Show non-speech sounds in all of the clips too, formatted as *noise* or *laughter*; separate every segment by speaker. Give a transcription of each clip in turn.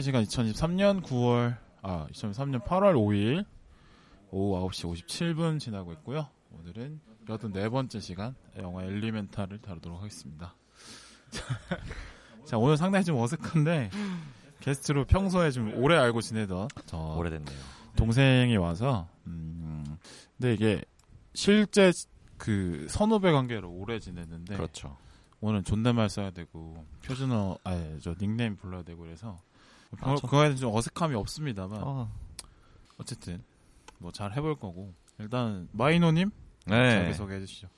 Speaker 1: 2023년 9월 아 2023년 8월 5일 오후 9시 57분 지나고 있고요. 오늘은 여든 네 번째 시간 영화 엘리멘탈을 다루도록 하겠습니다. 자 오늘 상당히 좀 어색한데 게스트로 평소에 좀 오래 알고 지내던 저
Speaker 2: 아, 오래됐네요.
Speaker 1: 동생이 와서 음 근데 이게 실제 그 선후배 관계로 오래 지냈는데
Speaker 2: 그렇죠.
Speaker 1: 오늘 존댓말 써야 되고 표준어 아니 저 닉네임 불러야 되고 그래서
Speaker 2: 아, 저-
Speaker 1: 그거에 대한 좀 어색함이 없습니다만
Speaker 2: 어.
Speaker 1: 어쨌든 뭐 잘 해볼 거고 일단 마이노님
Speaker 2: 네.
Speaker 1: 자기 소개해 주시죠.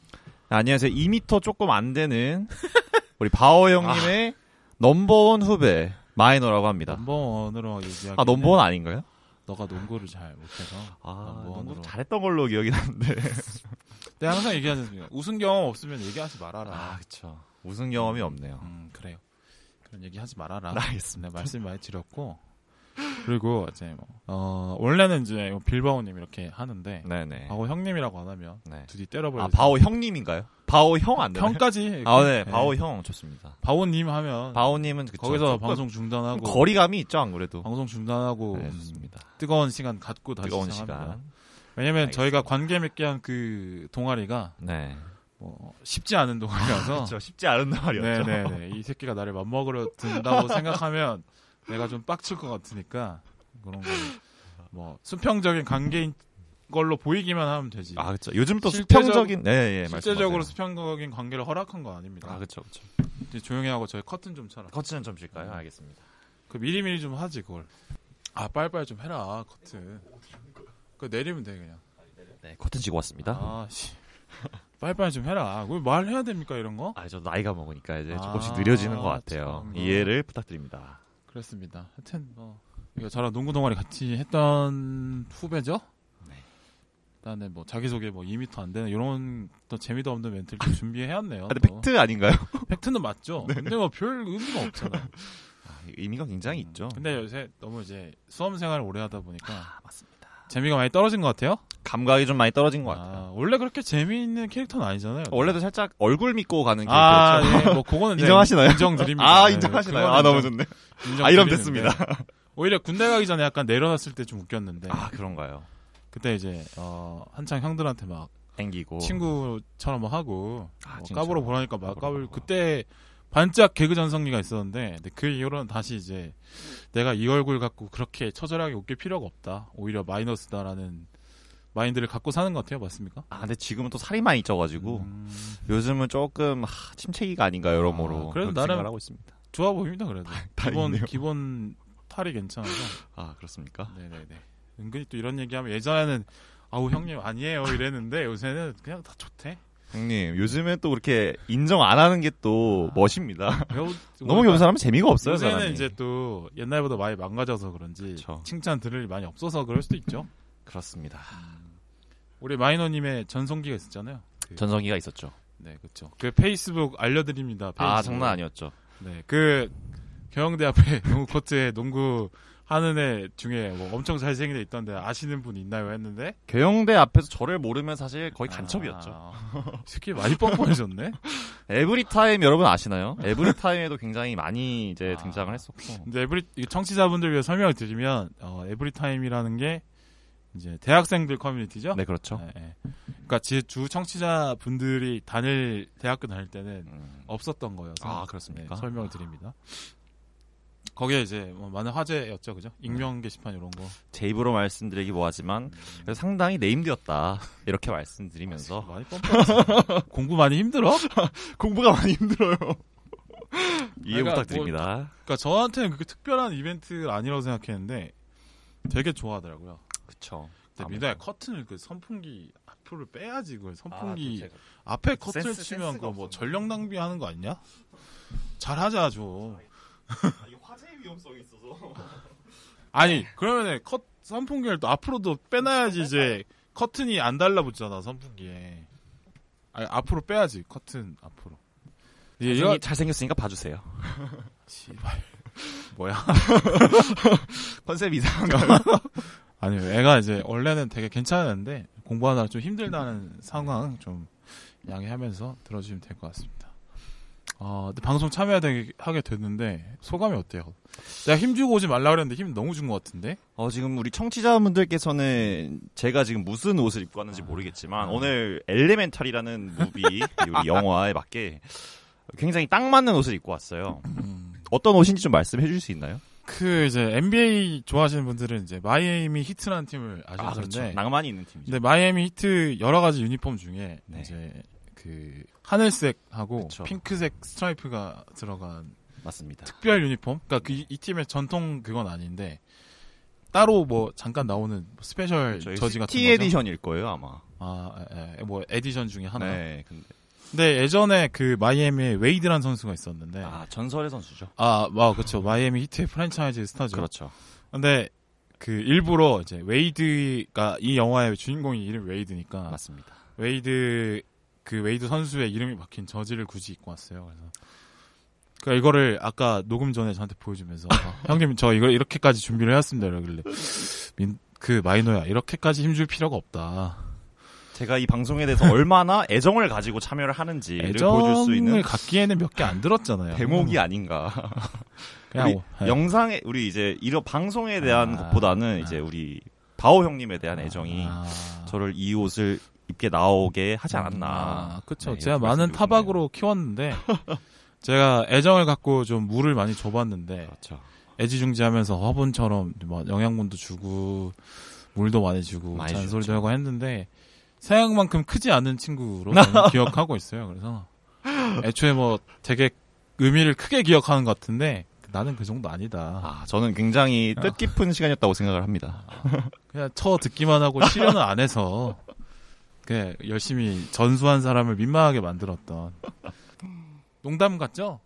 Speaker 2: 아, 안녕하세요. 2미터 조금 안 되는 *laughs* 우리 바오 형님의
Speaker 1: 아.
Speaker 2: 넘버원 후배 마이너라고 합니다.
Speaker 1: 넘버원으로 얘기하기.
Speaker 2: 네. 아 넘버원 아닌가요?
Speaker 1: 너가 농구를 잘 못해서
Speaker 2: 아
Speaker 1: 넘버원으로.
Speaker 2: 농구 잘했던 걸로 기억이 나는데.
Speaker 1: 내가 네, 항상 얘기하지 않습니까? 우승 경험 없으면 얘기하지
Speaker 2: *laughs*
Speaker 1: 말아라.
Speaker 2: 아 그쵸. 우승 경험이 없네요.
Speaker 1: 음 그래요. 그런 얘기하지 말아라.
Speaker 2: 알겠습니다.
Speaker 1: 네, 말씀 많이 드렸고 그리고 이제 뭐, 어 원래는 이제 빌바오님 이렇게 하는데
Speaker 2: 네네.
Speaker 1: 바오 형님이라고 안 하면
Speaker 2: 네.
Speaker 1: 둘이 때려버려.
Speaker 2: 아 바오 형님인가요? 바오 형 안 되나요?
Speaker 1: 평까지. 예.
Speaker 2: 아 네. 바오 형 좋습니다.
Speaker 1: 바오님 하면
Speaker 2: 바오님은 그쵸.
Speaker 1: 아, 거기서
Speaker 2: 조금
Speaker 1: 방송 중단하고
Speaker 2: 거리감이 있죠 안 그래도.
Speaker 1: 방송 중단하고
Speaker 2: 네,
Speaker 1: 음,
Speaker 2: 좋습니다.
Speaker 1: 뜨거운 시간 갖고 다시
Speaker 2: 뜨거운
Speaker 1: 시작합니다.
Speaker 2: 시간.
Speaker 1: 왜냐면
Speaker 2: 알겠습니다.
Speaker 1: 저희가 관계 맺게 한 그 동아리가
Speaker 2: 네.
Speaker 1: 뭐 쉽지 않은 동아리라서
Speaker 2: *laughs* 그쵸. 쉽지 않은 말이었죠.
Speaker 1: 네네네 이 새끼가 나를 맘먹으러
Speaker 2: *laughs*
Speaker 1: 든다고 생각하면 내가 좀 빡칠 것 같으니까 그런 거뭐 수평적인 관계인 걸로 보이기만 하면 되지
Speaker 2: 아 그렇죠. 요즘 또
Speaker 1: 실제적-
Speaker 2: 수평적인 네, 예,
Speaker 1: 실제적으로
Speaker 2: 말씀하세요.
Speaker 1: 수평적인 관계를 허락한 건 아닙니다.
Speaker 2: 아 그렇죠 그렇죠.
Speaker 1: 이제 조용히 하고 저희 커튼 좀 쳐라.
Speaker 2: 커튼 좀 줄까요?
Speaker 1: 음.
Speaker 2: 알겠습니다.
Speaker 1: 그 미리미리 좀 하지 그걸. 아 빨빨 좀 해라 커튼. 그 내리면 돼 그냥.
Speaker 2: 네 커튼 지고 왔습니다. 아,
Speaker 1: 아씨. *laughs* 빨빨 좀 해라. 왜 말해야 됩니까 이런 거?
Speaker 2: 아, 저 나이가 먹으니까 이제
Speaker 1: 아,
Speaker 2: 조금씩 느려지는 것 같아요.
Speaker 1: 참.
Speaker 2: 이해를 부탁드립니다.
Speaker 1: 그렇습니다. 하여튼 뭐 이거 저랑 농구 동아리 같이 했던 후배죠.
Speaker 2: 네.
Speaker 1: 일단은 뭐 자기소개 뭐 2미터 안 되는 이런 또 재미도 없는 멘트를 좀 준비해왔네요.
Speaker 2: 아, 근데
Speaker 1: 또.
Speaker 2: 팩트 네. 아닌가요?
Speaker 1: 팩트는 맞죠. 근데 뭐 별 의미가
Speaker 2: *laughs*
Speaker 1: 없잖아.
Speaker 2: 의미가 굉장히
Speaker 1: 음,
Speaker 2: 있죠.
Speaker 1: 근데 요새 너무 이제 수험 생활을 오래 하다 보니까
Speaker 2: 아, 맞습니다.
Speaker 1: 재미가 많이 떨어진 것 같아요.
Speaker 2: 감각이 좀 많이 떨어진 것 같아요.
Speaker 1: 아, 원래 그렇게 재미있는 캐릭터는 아니잖아요.
Speaker 2: 원래도 살짝 얼굴 믿고 가는 게
Speaker 1: 아,
Speaker 2: 그렇죠.
Speaker 1: 예, 뭐
Speaker 2: *laughs*
Speaker 1: 그거는 이제
Speaker 2: 인정하시나요?
Speaker 1: 인정드립니다.
Speaker 2: 아
Speaker 1: 예,
Speaker 2: 인정하시나요?
Speaker 1: 그거는
Speaker 2: 아 너무
Speaker 1: 인정-
Speaker 2: 좋네.
Speaker 1: 인정
Speaker 2: 아, 이러면
Speaker 1: 드리는데. *laughs* 오히려 군대 가기 전에 약간 내려놨을 때 좀 웃겼는데
Speaker 2: 아 그런가요?
Speaker 1: 그때 이제 어, 한창 형들한테 막
Speaker 2: 땡기고
Speaker 1: 친구처럼 막 하고
Speaker 2: 아,
Speaker 1: 뭐
Speaker 2: 진짜.
Speaker 1: 까불어 보라니까 막
Speaker 2: 까불어
Speaker 1: 까불
Speaker 2: 보라고.
Speaker 1: 그때 반짝 개그 전성기가 있었는데 근데 그 이후로는 다시 이제 내가 이 얼굴 갖고 그렇게 처절하게 웃길 필요가 없다 오히려 마이너스다라는 마인드를 갖고 사는 것 같아요 맞습니까?
Speaker 2: 아 근데 지금은 또 살이 많이 쪄가지고
Speaker 1: 음,
Speaker 2: 요즘은 조금 하, 침체기가 아닌가 여러모로
Speaker 1: 아, 그래도
Speaker 2: 그렇게
Speaker 1: 나름-
Speaker 2: 생각을 하고 있습니다.
Speaker 1: 좋아 보입니다 그래도 기본
Speaker 2: 다행이네요.
Speaker 1: 기본 탈이 괜찮아서
Speaker 2: 아 그렇습니까?
Speaker 1: 네네네. 은근히 또 이런 얘기하면 예전에는 아우 형님 아니에요 이랬는데 요새는 그냥 다 좋대.
Speaker 2: 형님 요즘에 또 그렇게 인정 안 하는 게 또
Speaker 1: 아.
Speaker 2: 멋입니다.
Speaker 1: 배우-
Speaker 2: *laughs* 너무 겸손하면 재미가 없어요.
Speaker 1: 요새는
Speaker 2: 사람이.
Speaker 1: 이제 또 옛날보다 많이 망가져서 그런지
Speaker 2: 그쵸.
Speaker 1: 칭찬 들을 일이 많이 없어서 그럴 수도 있죠.
Speaker 2: 그렇습니다.
Speaker 1: 우리 마이너님의 전성기가 있었잖아요. 그-
Speaker 2: 전성기가 있었죠.
Speaker 1: 네 그렇죠. 그 페이스북 알려드립니다.
Speaker 2: 아
Speaker 1: 페이스북.
Speaker 2: 장난 아니었죠.
Speaker 1: 네그 경영대 앞에 *laughs* 농구 코트에 농구 하는 애 중에 뭐 엄청 잘생긴 애 있던데 아시는 분 있나요 했는데
Speaker 2: 경영대 앞에서 저를 모르면 사실 거의 간첩이었죠. *laughs*
Speaker 1: 아, 새끼 많이 뻔뻔해졌네.
Speaker 2: 에브리타임 여러분 아시나요? 에브리타임에도 굉장히 많이 이제
Speaker 1: 아.
Speaker 2: 등장을 했었고
Speaker 1: 근데 에브리 이 청취자분들 위해 설명을 드리면 어, 에브리타임이라는 게 이제 대학생들 커뮤니티죠.
Speaker 2: 네 그렇죠.
Speaker 1: 예, 예. 그러니까 제 주 청취자분들이 다닐 대학교 다닐 때는
Speaker 2: 음,
Speaker 1: 없었던 거여서
Speaker 2: 아, 그렇습니까?
Speaker 1: 네, 설명을 드립니다. 거기에 이제 뭐 많은 화제였죠, 그죠?
Speaker 2: 네.
Speaker 1: 익명 게시판 이런 거.
Speaker 2: 제 입으로 말씀드리기 뭐하지만 그래서 상당히 네임드였다 이렇게 말씀드리면서
Speaker 1: 많이 뻔뻔했어. *laughs* 공부 많이 힘들어?
Speaker 2: 어. *laughs* 공부가 많이 힘들어요. 이해
Speaker 1: 그러니까
Speaker 2: 부탁드립니다.
Speaker 1: 그러니까 저한테는 그렇게 특별한 이벤트가 아니라고 생각했는데 되게 좋아하더라고요.
Speaker 2: 그쵸.
Speaker 1: 근데
Speaker 2: 아무래도.
Speaker 1: 미나야 커튼을 그 선풍기 앞으로 빼야지 그걸 선풍기
Speaker 2: 아, 도대체
Speaker 1: 앞에 커튼
Speaker 2: 센스-
Speaker 1: 치면
Speaker 2: 센스가
Speaker 1: 그거 뭐
Speaker 2: 없었네.
Speaker 1: 전력 낭비하는 거 아니냐? 잘하자 좀.
Speaker 2: 아, 이게 화재의 위험성이 있어서
Speaker 1: 아니 그러면은 컷 선풍기를 또 앞으로도 빼놔야지 이제 커튼이 안 달라붙잖아 선풍기에. 아니 앞으로 빼야지 커튼 앞으로. 이게 이거
Speaker 2: 잘 생겼으니까 봐주세요.
Speaker 1: 씨발 뭐야?
Speaker 2: 컨셉 이상한가?
Speaker 1: 아니 애가 이제 원래는 되게 괜찮았는데 공부하느라 좀 힘들다는 상황 좀 양해하면서 들어주시면 될 것 같습니다. 아, 근데 방송 참여하게 되게- 하게 됐는데 소감이 어때요? 내가 힘 주고 오지 말라 그랬는데 힘 너무 준 것 같은데.
Speaker 2: 어, 지금 우리 청취자분들께서는 제가 지금 무슨 옷을 입고 왔는지 모르겠지만 오늘 엘레멘탈이라는 무비 우리 영화에 맞게 굉장히 딱 맞는 옷을 입고 왔어요. 어떤 옷인지 좀 말씀해 주실 수 있나요?
Speaker 1: 그 이제 NBA 좋아하시는 분들은 이제 마이애미 히트라는 팀을 아실 텐데.
Speaker 2: 그렇죠. 낭만이 있는 팀이죠.
Speaker 1: 근데 마이애미 히트 여러 가지 유니폼 중에
Speaker 2: 네.
Speaker 1: 이제 그 하늘색하고
Speaker 2: 그쵸.
Speaker 1: 핑크색 스트라이프가 들어간
Speaker 2: 맞습니다.
Speaker 1: 특별 유니폼. 그러니까 그 이- 이 팀의 전통 그건 아닌데 따로 뭐 잠깐 나오는 스페셜
Speaker 2: 그 저희
Speaker 1: 저지 같은
Speaker 2: T
Speaker 1: 거죠.
Speaker 2: 그렇죠. 에디션일 거예요 아마.
Speaker 1: 아, 에, 에, 뭐 에디션 중에 하나.
Speaker 2: 네. 근데
Speaker 1: 근데 예전에 그 마이애미에 웨이드란 선수가 있었는데
Speaker 2: 아 전설의 선수죠.
Speaker 1: 아, 와, 그렇죠. 마이애미 히트의 프랜차이즈 스타죠.
Speaker 2: 그렇죠.
Speaker 1: 근데 그 일부러 이제 웨이드가 이 영화의 주인공이 이름 웨이드니까
Speaker 2: 맞습니다.
Speaker 1: 웨이드 그 웨이드 선수의 이름이 박힌 저지를 굳이 입고 왔어요. 그래서 그 이거를 아까 녹음 전에 저한테 보여주면서 아,
Speaker 2: *laughs*
Speaker 1: 형님 저 이걸 이렇게까지 준비를 해왔습니다. 그러길래 민, 그 마이노야 이렇게까지 힘줄 필요가 없다.
Speaker 2: 제가 이 방송에 대해서 얼마나 애정을 가지고 참여를 하는지를 보여줄 수
Speaker 1: 애정을
Speaker 2: 있는
Speaker 1: 갖기에는 몇 개 안 들었잖아요.
Speaker 2: 대목이 아닌가.
Speaker 1: 그냥
Speaker 2: 우리
Speaker 1: 뭐, 예.
Speaker 2: 영상에 우리 이제 이런 방송에 대한
Speaker 1: 아.
Speaker 2: 것보다는 이제 우리 바오 형님에 대한 애정이
Speaker 1: 아.
Speaker 2: 저를 이 옷을 입게 나오게 하지
Speaker 1: 아,
Speaker 2: 않았나.
Speaker 1: 그쵸.
Speaker 2: 네,
Speaker 1: 제가
Speaker 2: 이렇게
Speaker 1: 많은
Speaker 2: 말씀드리고
Speaker 1: 타박으로
Speaker 2: *laughs*
Speaker 1: 키웠는데, 제가 애정을 갖고 좀 물을 많이 줘봤는데,
Speaker 2: 싶네요. 그렇죠.
Speaker 1: 애지중지하면서 화분처럼 뭐 영양분도 주고, 물도 많이 주고,
Speaker 2: 많이
Speaker 1: 잔소리도
Speaker 2: 줬죠.
Speaker 1: 하고 했는데, 생각만큼 크지 않은 친구로 저는 기억하고 있어요. 그래서, 애초에 뭐 되게 의미를 크게 기억하는 것 같은데, 나는 그 정도 아니다.
Speaker 2: 아, 저는 굉장히 뜻깊은 시간이었다고 생각을 합니다.
Speaker 1: 그냥 쳐 듣기만 하고 실현을 안 해서, 그냥 열심히 전수한 사람을 민망하게 만들었던. 농담 같죠?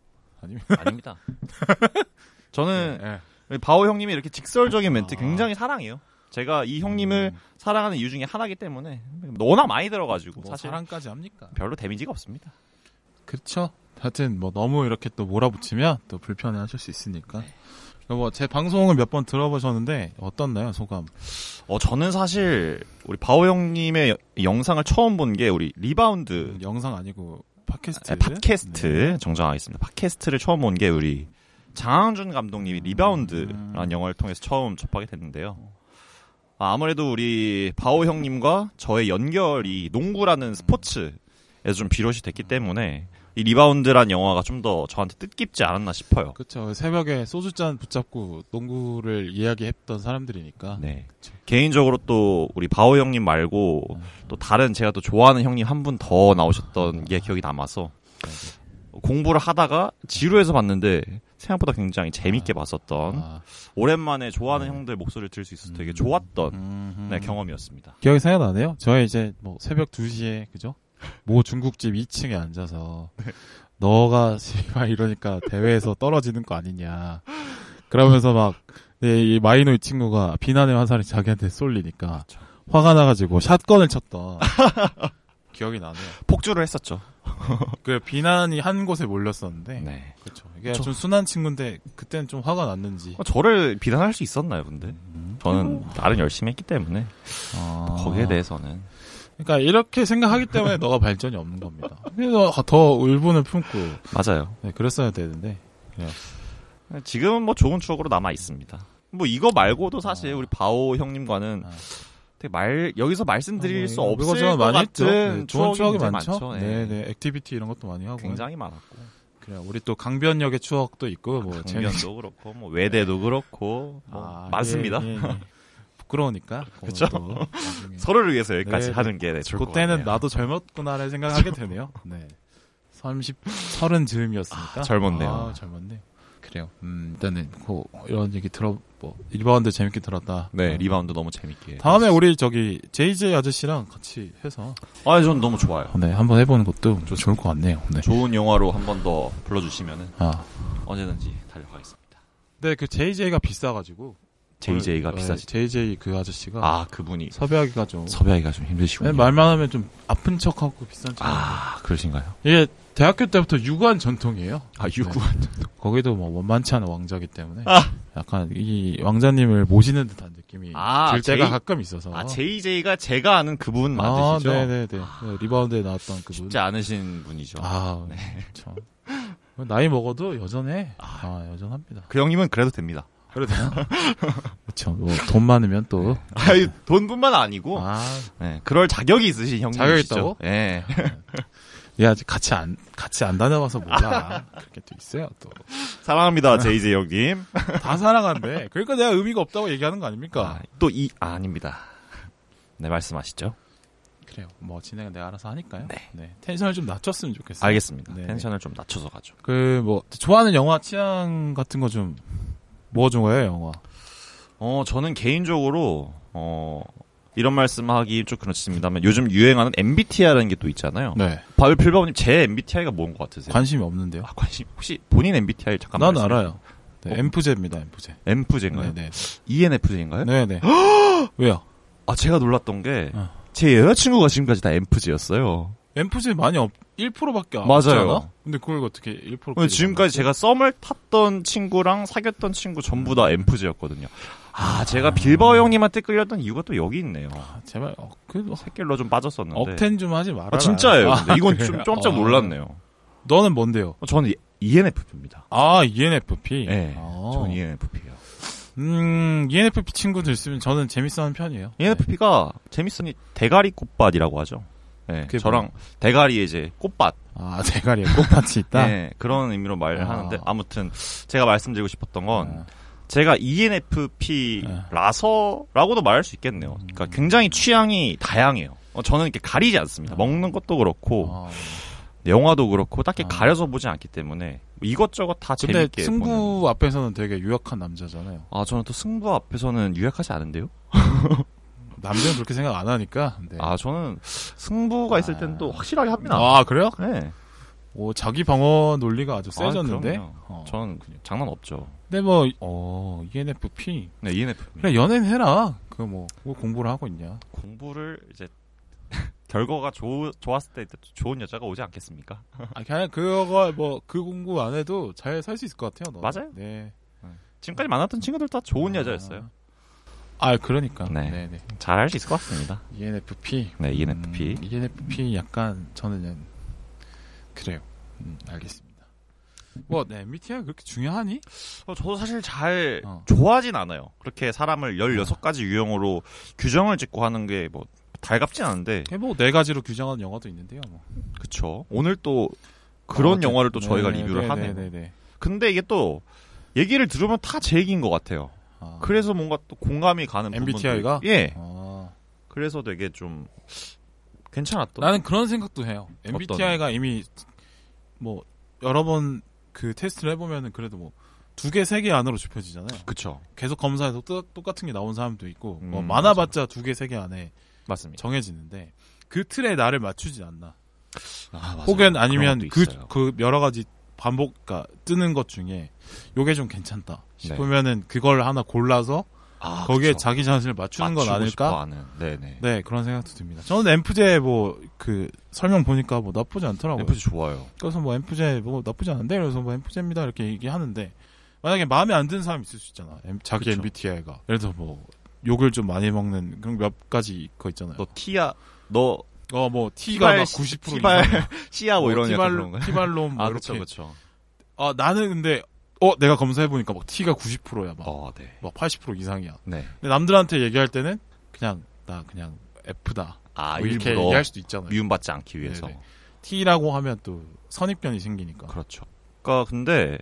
Speaker 1: 아니면
Speaker 2: 아닙니다. *laughs* 저는
Speaker 1: 예.
Speaker 2: 우리 바오 형님이 이렇게 직설적인 멘트
Speaker 1: 아. 음.
Speaker 2: 굉장히 사랑해요. 제가 이 형님을 사랑하는 이유 중에 하나기 때문에 워낙 많이 들어가지고
Speaker 1: 뭐
Speaker 2: 사실
Speaker 1: 사랑까지 합니까?
Speaker 2: 별로 데미지가 없습니다.
Speaker 1: 그렇죠. 하여튼 뭐 너무 이렇게 또 몰아붙이면 또 불편해하실 수 있으니까.
Speaker 2: 네.
Speaker 1: 뭐 제 방송을 몇 번 들어보셨는데 어떻나요 소감?
Speaker 2: 어 저는 사실 우리 바오 형님의 여- 영상을 처음 본 게 우리 리바운드
Speaker 1: 그 영상 아니고 네, 팟캐스트.
Speaker 2: 아, 팟캐스트 정정하겠습니다. 팟캐스트를 처음 본 게 우리 장항준 감독님이 리바운드라는
Speaker 1: 음.
Speaker 2: 영화를 통해서 처음 접하게 됐는데요. 아, 무래도 우리 바오 형님과 저의 연결이 농구라는 스포츠에서 좀 비롯이 됐기 때문에 이 리바운드란 영화가 좀 더 저한테 뜻깊지 않았나 싶어요.
Speaker 1: 그렇죠. 새벽에 소주 잔 붙잡고 농구를 이야기했던 사람들이니까.
Speaker 2: 네. 개인적으로 또 우리 바오 형님 말고 또 다른 제가 또 좋아하는 형님 한 분 더 나오셨던 게 기억이 남아서 공부를 하다가 지루해서 봤는데 생각보다 굉장히 재밌게 봤었던
Speaker 1: 아,
Speaker 2: 오랜만에 좋아하는
Speaker 1: 네.
Speaker 2: 형들 목소리를 들을 수 있어서 되게
Speaker 1: 음.
Speaker 2: 좋았던
Speaker 1: 음,
Speaker 2: 네,
Speaker 1: 음.
Speaker 2: 경험이었습니다.
Speaker 1: 기억이 생각나네요. 저희 이제 뭐 새벽 2시에 그죠? 모 중국집 2층에 앉아서
Speaker 2: 네.
Speaker 1: 너가 씨발 이러니까 대회에서 떨어지는 거 아니냐. 그러면서 막 네, 이 마이노 이 친구가 비난의 화살이 자기한테 쏠리니까
Speaker 2: 그렇죠.
Speaker 1: 화가 나가지고 샷건을
Speaker 2: *laughs*
Speaker 1: 쳤던 기억이 나네요.
Speaker 2: 폭주를 했었죠.
Speaker 1: 그 비난이 한 곳에 몰렸었는데
Speaker 2: 네.
Speaker 1: 그렇죠. 이게
Speaker 2: 그쵸.
Speaker 1: 좀 순한 친구인데 그때는 좀 화가 났는지
Speaker 2: 어, 저를 비난할 수 있었나요, 근데? 저는 나름 열심히 했기 때문에
Speaker 1: 아.
Speaker 2: 거기에 대해서는
Speaker 1: 그러니까 이렇게 생각하기 때문에 너가 발전이 없는 겁니다. 그래서 더 의분을 품고
Speaker 2: 맞아요.
Speaker 1: 네, 그랬어야 되는데.
Speaker 2: 지금은 뭐 좋은 추억으로 남아 있습니다. 뭐 이거 말고도 사실
Speaker 1: 아.
Speaker 2: 우리 바오 형님과는
Speaker 1: 아. 네. 뭐
Speaker 2: 되게 말 여기서 말씀드릴 수 없을
Speaker 1: 어, 이거 제가
Speaker 2: 것 같은
Speaker 1: 네, 좋은 추억이
Speaker 2: 굉장히
Speaker 1: 많죠.
Speaker 2: 많죠. 네.
Speaker 1: 네, 네, 액티비티 이런 것도 많이 하고.
Speaker 2: 굉장히 많았고
Speaker 1: 그래, 우리 또 강변역의 추억도 있고 뭐 재밌- 네.
Speaker 2: 강변도 그렇고 뭐 외대도 그렇고 뭐
Speaker 1: 아,
Speaker 2: 많습니다.
Speaker 1: 예, 예, 예. 부끄러우니까. *laughs*
Speaker 2: 그쵸?
Speaker 1: 그거는 또 나중에.
Speaker 2: 서로를 위해서 여기까지
Speaker 1: 네,
Speaker 2: 하는 게 네, 좋을 것
Speaker 1: 그때는
Speaker 2: 같네요.
Speaker 1: 나도 젊었구나라는 생각하게 되네요. *laughs* 네. 30, 30 즈음이었으니까.
Speaker 2: 아, 젊었네요.
Speaker 1: 아, 젊었네. 그래요. 음, 일단은 그 이런 얘기 들어 뭐 리바운드 재밌게 들었다.
Speaker 2: 네
Speaker 1: 어.
Speaker 2: 리바운드 너무 재밌게.
Speaker 1: 다음에 우리 저기 JJ 아저씨랑 같이 해서
Speaker 2: 아전 너무 좋아요.
Speaker 1: 네, 한번 해보는 것도 좋을 것 같네요. 네.
Speaker 2: 좋은 영화로 한 번 더 불러주시면
Speaker 1: 아.
Speaker 2: 언제든지 달려가겠습니다.
Speaker 1: 네, 그 JJ가 비싸가지고.
Speaker 2: JJ가
Speaker 1: 오늘,
Speaker 2: 비싸지.
Speaker 1: 네, JJ 그 아저씨가
Speaker 2: 아 그분이
Speaker 1: 섭외하기가 좀.
Speaker 2: 섭외하기가 좀 힘드시군요.
Speaker 1: 네, 말만 하면 좀 아픈 척하고 비싼 척.
Speaker 2: 아 그러신가요?
Speaker 1: 이게 대학교 때부터 유구한 전통이에요.
Speaker 2: 아
Speaker 1: 유구한 거기도 뭐 원만치 않은 왕자기 때문에
Speaker 2: 아.
Speaker 1: 약간 이 왕자님을 모시는 듯한 느낌이
Speaker 2: 아,
Speaker 1: 들 때가
Speaker 2: 제이-
Speaker 1: 가끔 있어서. 네,
Speaker 2: 아 JJ가 제가 아는 그분 맞으시죠?
Speaker 1: 네네네. 네, 리바운드에 나왔던 그분.
Speaker 2: 쉽지 않으신 분이죠. 아,
Speaker 1: 아, 네. 참. 나이 먹어도 여전해. 아, 여전합니다.
Speaker 2: 그 형님은 그래도 됩니다.
Speaker 1: 그래도 그렇죠.
Speaker 2: 뭐
Speaker 1: 돈 많으면
Speaker 2: 네.
Speaker 1: 또
Speaker 2: 아니, 돈뿐만 아니고
Speaker 1: 아,
Speaker 2: 네, 그럴 자격이 있으신 형님이시죠.
Speaker 1: 자격이 있다고?
Speaker 2: 예. *laughs*
Speaker 1: 얘 아직 같이 안 같이 안 다녀봐서 몰라. 그렇게 또 있어요. 또 다
Speaker 2: 사랑합니다, 제이제 형님.
Speaker 1: 사랑한데. 그러니까 내가 의미가 없다고 얘기하는 거 아닙니까?
Speaker 2: 또 이 아, 닙니다 네, 말씀하시죠.
Speaker 1: 그래요. 뭐 진행은 내가 알아서 하니까요.
Speaker 2: 네.
Speaker 1: 텐션을 좀 낮췄으면 좋겠어요.
Speaker 2: 알겠습니다.
Speaker 1: 네.
Speaker 2: 텐션을 좀 낮춰서 가죠.
Speaker 1: 그 뭐 좋아하는 영화 취향 같은 거 좀 뭐가 좋아요, 영화?
Speaker 2: 어, 저는 개인적으로 어, 이런 말씀하기 좀 그렇습니다만 요즘 유행하는 MBTI라는 게 또 있잖아요.
Speaker 1: 네.
Speaker 2: 바울 필바우님 제 MBTI가 뭔 것 같으세요?
Speaker 1: 관심이 없는데요.
Speaker 2: 아, 관심 혹시 본인 MBTI 잠깐
Speaker 1: 난
Speaker 2: 말씀해
Speaker 1: 알아요. 네,
Speaker 2: 어.
Speaker 1: 엠프제입니다, 엠프제.
Speaker 2: 주세요. M프제인가요?
Speaker 1: 네네.
Speaker 2: ENFJ인가요?
Speaker 1: 네네. *gasps* 왜요?
Speaker 2: 아 제가 놀랐던 게 제
Speaker 1: 어.
Speaker 2: 여자친구가 지금까지 다 M프제였어요.
Speaker 1: 엠프제 많이 없, 1%밖에 안
Speaker 2: 맞아요.
Speaker 1: 없잖아? 근데 그걸 어떻게 1%?
Speaker 2: 근데 지금까지 제가 썸을 탔던 친구랑 사귀었던 친구 전부 다 M프제였거든요. 아 제가 빌바오 형님한테 끌렸던 이유가 또 여기 있네요.
Speaker 1: 아, 제발, 어, 그래도
Speaker 2: 새끼로 좀 빠졌었는데.
Speaker 1: 업텐 좀 하지 말아라.
Speaker 2: 아 진짜예요. 근데 이건
Speaker 1: 그래요?
Speaker 2: 좀 깜짝
Speaker 1: 아.
Speaker 2: 놀랐네요.
Speaker 1: 너는 뭔데요?
Speaker 2: 어, 저는 ENFP입니다.
Speaker 1: 아, ENFP.
Speaker 2: 네,
Speaker 1: 아.
Speaker 2: 저는 ENFP예요.
Speaker 1: 음, ENFP 친구들 있으면 저는 재밌어하는 편이에요.
Speaker 2: E ENFP가 재밌으니 대가리 꽃밭이라고 하죠. 네,
Speaker 1: 그게
Speaker 2: 저랑 대가리에 이제 꽃밭
Speaker 1: 아, *laughs* 대가리에 꽃밭이 있다?
Speaker 2: 네, 그런 의미로 말하는데
Speaker 1: 아.
Speaker 2: 아무튼 제가 말씀드리고 싶었던 건
Speaker 1: 아,
Speaker 2: 제가 E ENFP라서라고도 말할 수 있겠네요.
Speaker 1: 음.
Speaker 2: 그러니까 굉장히 취향이 다양해요. 어, 저는 이렇게 가리지 않습니다. 먹는 것도 그렇고
Speaker 1: 아.
Speaker 2: 영화도 그렇고 딱히
Speaker 1: 아.
Speaker 2: 가려서 보지 않기 때문에 뭐 이것저것 다
Speaker 1: 근데
Speaker 2: 재밌게
Speaker 1: 승부
Speaker 2: 보는.
Speaker 1: 앞에서는 되게 유약한 남자잖아요.
Speaker 2: 아 저는 또 승부 앞에서는 유약하지 않은데요.
Speaker 1: 남자는 그렇게 생각 안 하니까. 네.
Speaker 2: 아 저는 승부가 있을 때는 또 확실하게 합니다.
Speaker 1: 아, 그래요?
Speaker 2: 네.
Speaker 1: 오, 자기 방어 논리가 아주 세졌는데.
Speaker 2: 아, 그럼요.
Speaker 1: 어.
Speaker 2: 저는 그냥 장난 없죠.
Speaker 1: 근데 뭐, 어, ENFP.
Speaker 2: 네, ENFP.
Speaker 1: 그래, 연애는 해라. 그 뭐, 뭐 공부를 하고 있냐.
Speaker 2: 공부를 이제 *laughs* 결과가 좋, 좋았을 때 좋은 여자가 오지 않겠습니까?
Speaker 1: 아, 그냥 그거 뭐, 그 공부 안 해도 잘 살 수 있을 것 같아요. 너.
Speaker 2: 맞아요.
Speaker 1: 네.
Speaker 2: 지금까지 만났던 친구들 다 좋은
Speaker 1: 아.
Speaker 2: 여자였어요.
Speaker 1: 아, 그러니까.
Speaker 2: 네.
Speaker 1: 네. E 네
Speaker 2: 잘 할 수 있을 것 같습니다.
Speaker 1: ENFP.
Speaker 2: 네, ENFP.
Speaker 1: 음, ENFP 약간 저는 그래요. 음, 알겠습니다. 뭐, 네, MBTI 그렇게 중요하니?
Speaker 2: 어, 저도 사실 잘
Speaker 1: 어.
Speaker 2: 좋아하진 않아요. 그렇게 사람을 16가지 유형으로 규정을 짓고 하는 게 뭐 달갑진 않은데
Speaker 1: 뭐 네 가지로 규정하는 영화도 있는데요. 뭐.
Speaker 2: 그쵸. 오늘 또 그런
Speaker 1: 아무튼,
Speaker 2: 영화를 또 저희가
Speaker 1: 네,
Speaker 2: 리뷰를
Speaker 1: 네,
Speaker 2: 하네요. 뭐.
Speaker 1: 네, 네, 네.
Speaker 2: 근데 이게 또 얘기를 들으면 다 제 얘기인 것 같아요.
Speaker 1: 아,
Speaker 2: 그래서 뭔가 또 공감이 가는
Speaker 1: MBTI가?
Speaker 2: 부분도 있- 예.
Speaker 1: 아.
Speaker 2: 그래서 되게 좀 괜찮았던
Speaker 1: 나는 그런 생각도 해요. MBTI가 이미 뭐 여러 번 그 테스트를 해보면은 그래도 뭐 두 개 세 개 안으로 좁혀지잖아요.
Speaker 2: 그쵸
Speaker 1: 계속 검사해서 똑- 똑같은 게 나온 사람도 있고
Speaker 2: 음, 예.
Speaker 1: 뭐 많아봤자 두 개 세 개 안에
Speaker 2: 맞습니다.
Speaker 1: 정해지는데 그 틀에 나를 맞추지 않나.
Speaker 2: 아, 맞아요.
Speaker 1: 혹은
Speaker 2: 그런
Speaker 1: 아니면
Speaker 2: 것도
Speaker 1: 그 그
Speaker 2: 있어요.
Speaker 1: 여러 가지 반복 그러니까 뜨는 것 중에 요게 좀 괜찮다 싶으면은 그걸 하나 골라서
Speaker 2: 네. 아,
Speaker 1: 거기에
Speaker 2: 그쵸.
Speaker 1: 자기 자신을 맞추는 건
Speaker 2: 맞추고 싶어
Speaker 1: 아닐까?
Speaker 2: 하는. 네네.
Speaker 1: 네 그런 생각도 듭니다. 저는 엠프제 뭐 그 설명 보니까 뭐 나쁘지 않더라고요.
Speaker 2: 램프지 좋아요.
Speaker 1: 그래서 뭐 엠프제 뭐 나쁘지 않은데 그래서 뭐 엠프제입니다 이렇게 얘기하는데 만약에 마음에 안 드는 사람이 있을 수 있잖아 엠- 자기
Speaker 2: 그쵸.
Speaker 1: MBTI가 예를 들어 뭐 욕을 좀 많이 먹는 그런 몇 가지 거 있잖아요
Speaker 2: 너 티야, 너
Speaker 1: 어 뭐 T가
Speaker 2: 티발,
Speaker 1: 막 90%
Speaker 2: 티발,
Speaker 1: 이상
Speaker 2: *laughs*
Speaker 1: 어,
Speaker 2: 씨야 뭐 이런 약간 그런
Speaker 1: 티발로
Speaker 2: 거.
Speaker 1: 티발롬 뭐
Speaker 2: *laughs* 아,
Speaker 1: 이렇게
Speaker 2: 그쵸, 그쵸.
Speaker 1: 아 나는 근데 어 내가 검사해 보니까 막 T가 90%야 막
Speaker 2: 어, 네.
Speaker 1: 막 80% 이상이야
Speaker 2: 네.
Speaker 1: 근데 남들한테 얘기할 때는 그냥 나 그냥 F다
Speaker 2: 아,
Speaker 1: 뭐 이렇게
Speaker 2: 일부러
Speaker 1: 얘기할 수도 있잖아요
Speaker 2: 미움받지 않기 위해서.
Speaker 1: 네네. 네. T라고 하면 또 선입견이 생기니까
Speaker 2: 그렇죠. 그러니까 근데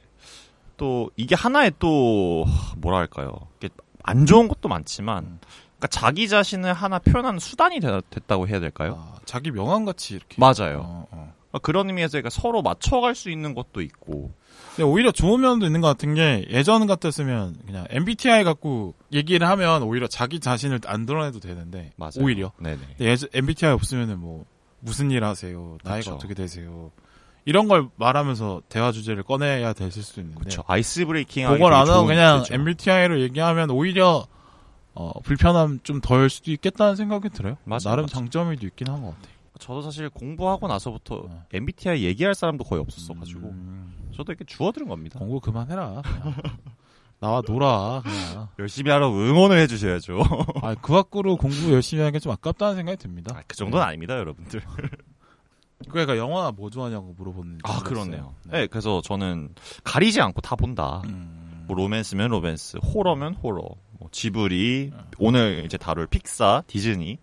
Speaker 2: 또 이게 하나의 또 뭐랄까요. 이게 안 좋은 것도 많지만,
Speaker 1: 음.
Speaker 2: 그러니까 자기 자신을 하나 표현하는 수단이 되- 됐다고 해야 될까요?
Speaker 1: 아, 자기 명함같이 이렇게
Speaker 2: 맞아요.
Speaker 1: 어, 어.
Speaker 2: 그러니까 그런 의미에서 그러니까 서로 맞춰갈 수 있는 것도 있고.
Speaker 1: 근데 오히려 좋은 면도 있는 것 같은 게 예전 같았으면 그냥 MBTI 갖고 얘기를 하면 오히려 자기 자신을 안 드러내도 되는데
Speaker 2: 맞아요.
Speaker 1: 오히려
Speaker 2: 네네.
Speaker 1: 근데 예전- MBTI 없으면은 뭐 무슨 일 하세요 나이가
Speaker 2: 그쵸.
Speaker 1: 어떻게 되세요 이런 걸 말하면서 대화 주제를 꺼내야 됐을 수도 있는데
Speaker 2: 그렇죠. 아이스 브레이킹 하기
Speaker 1: 그걸
Speaker 2: 되게
Speaker 1: 안 하고
Speaker 2: 좋은
Speaker 1: 그냥
Speaker 2: 주제죠.
Speaker 1: MBTI로 얘기하면 오히려 어, 불편함 좀 덜 수도 있겠다는 생각이 들어요
Speaker 2: 맞아요,
Speaker 1: 나름
Speaker 2: 맞아요.
Speaker 1: 장점이 있긴 한 것 같아요
Speaker 2: 저도 사실 공부하고 나서부터
Speaker 1: 네.
Speaker 2: MBTI 얘기할 사람도 거의 없었어가지고
Speaker 1: 음,
Speaker 2: 저도 이렇게 주워들은 겁니다.
Speaker 1: 공부 그만해라 그냥. 나와 놀아 그냥
Speaker 2: 열심히 하라고 응원을 *laughs* 해주셔야죠.
Speaker 1: 아, 그 밖으로 공부 열심히 하는 게 좀 아깝다는 생각이 듭니다.
Speaker 2: 아, 그 정도는 아닙니다, 여러분들.
Speaker 1: 그러니까 영화 뭐 좋아하냐고 물어보는.
Speaker 2: 아, *laughs*
Speaker 1: 질문이었어요.
Speaker 2: 그렇네요.
Speaker 1: 네.
Speaker 2: 네, 그래서 저는 가리지 않고 다 본다.
Speaker 1: 음.
Speaker 2: 뭐 로맨스면 로맨스, 호러면 호러, 뭐 지브리, 오늘 이제 다룰 픽사, 디즈니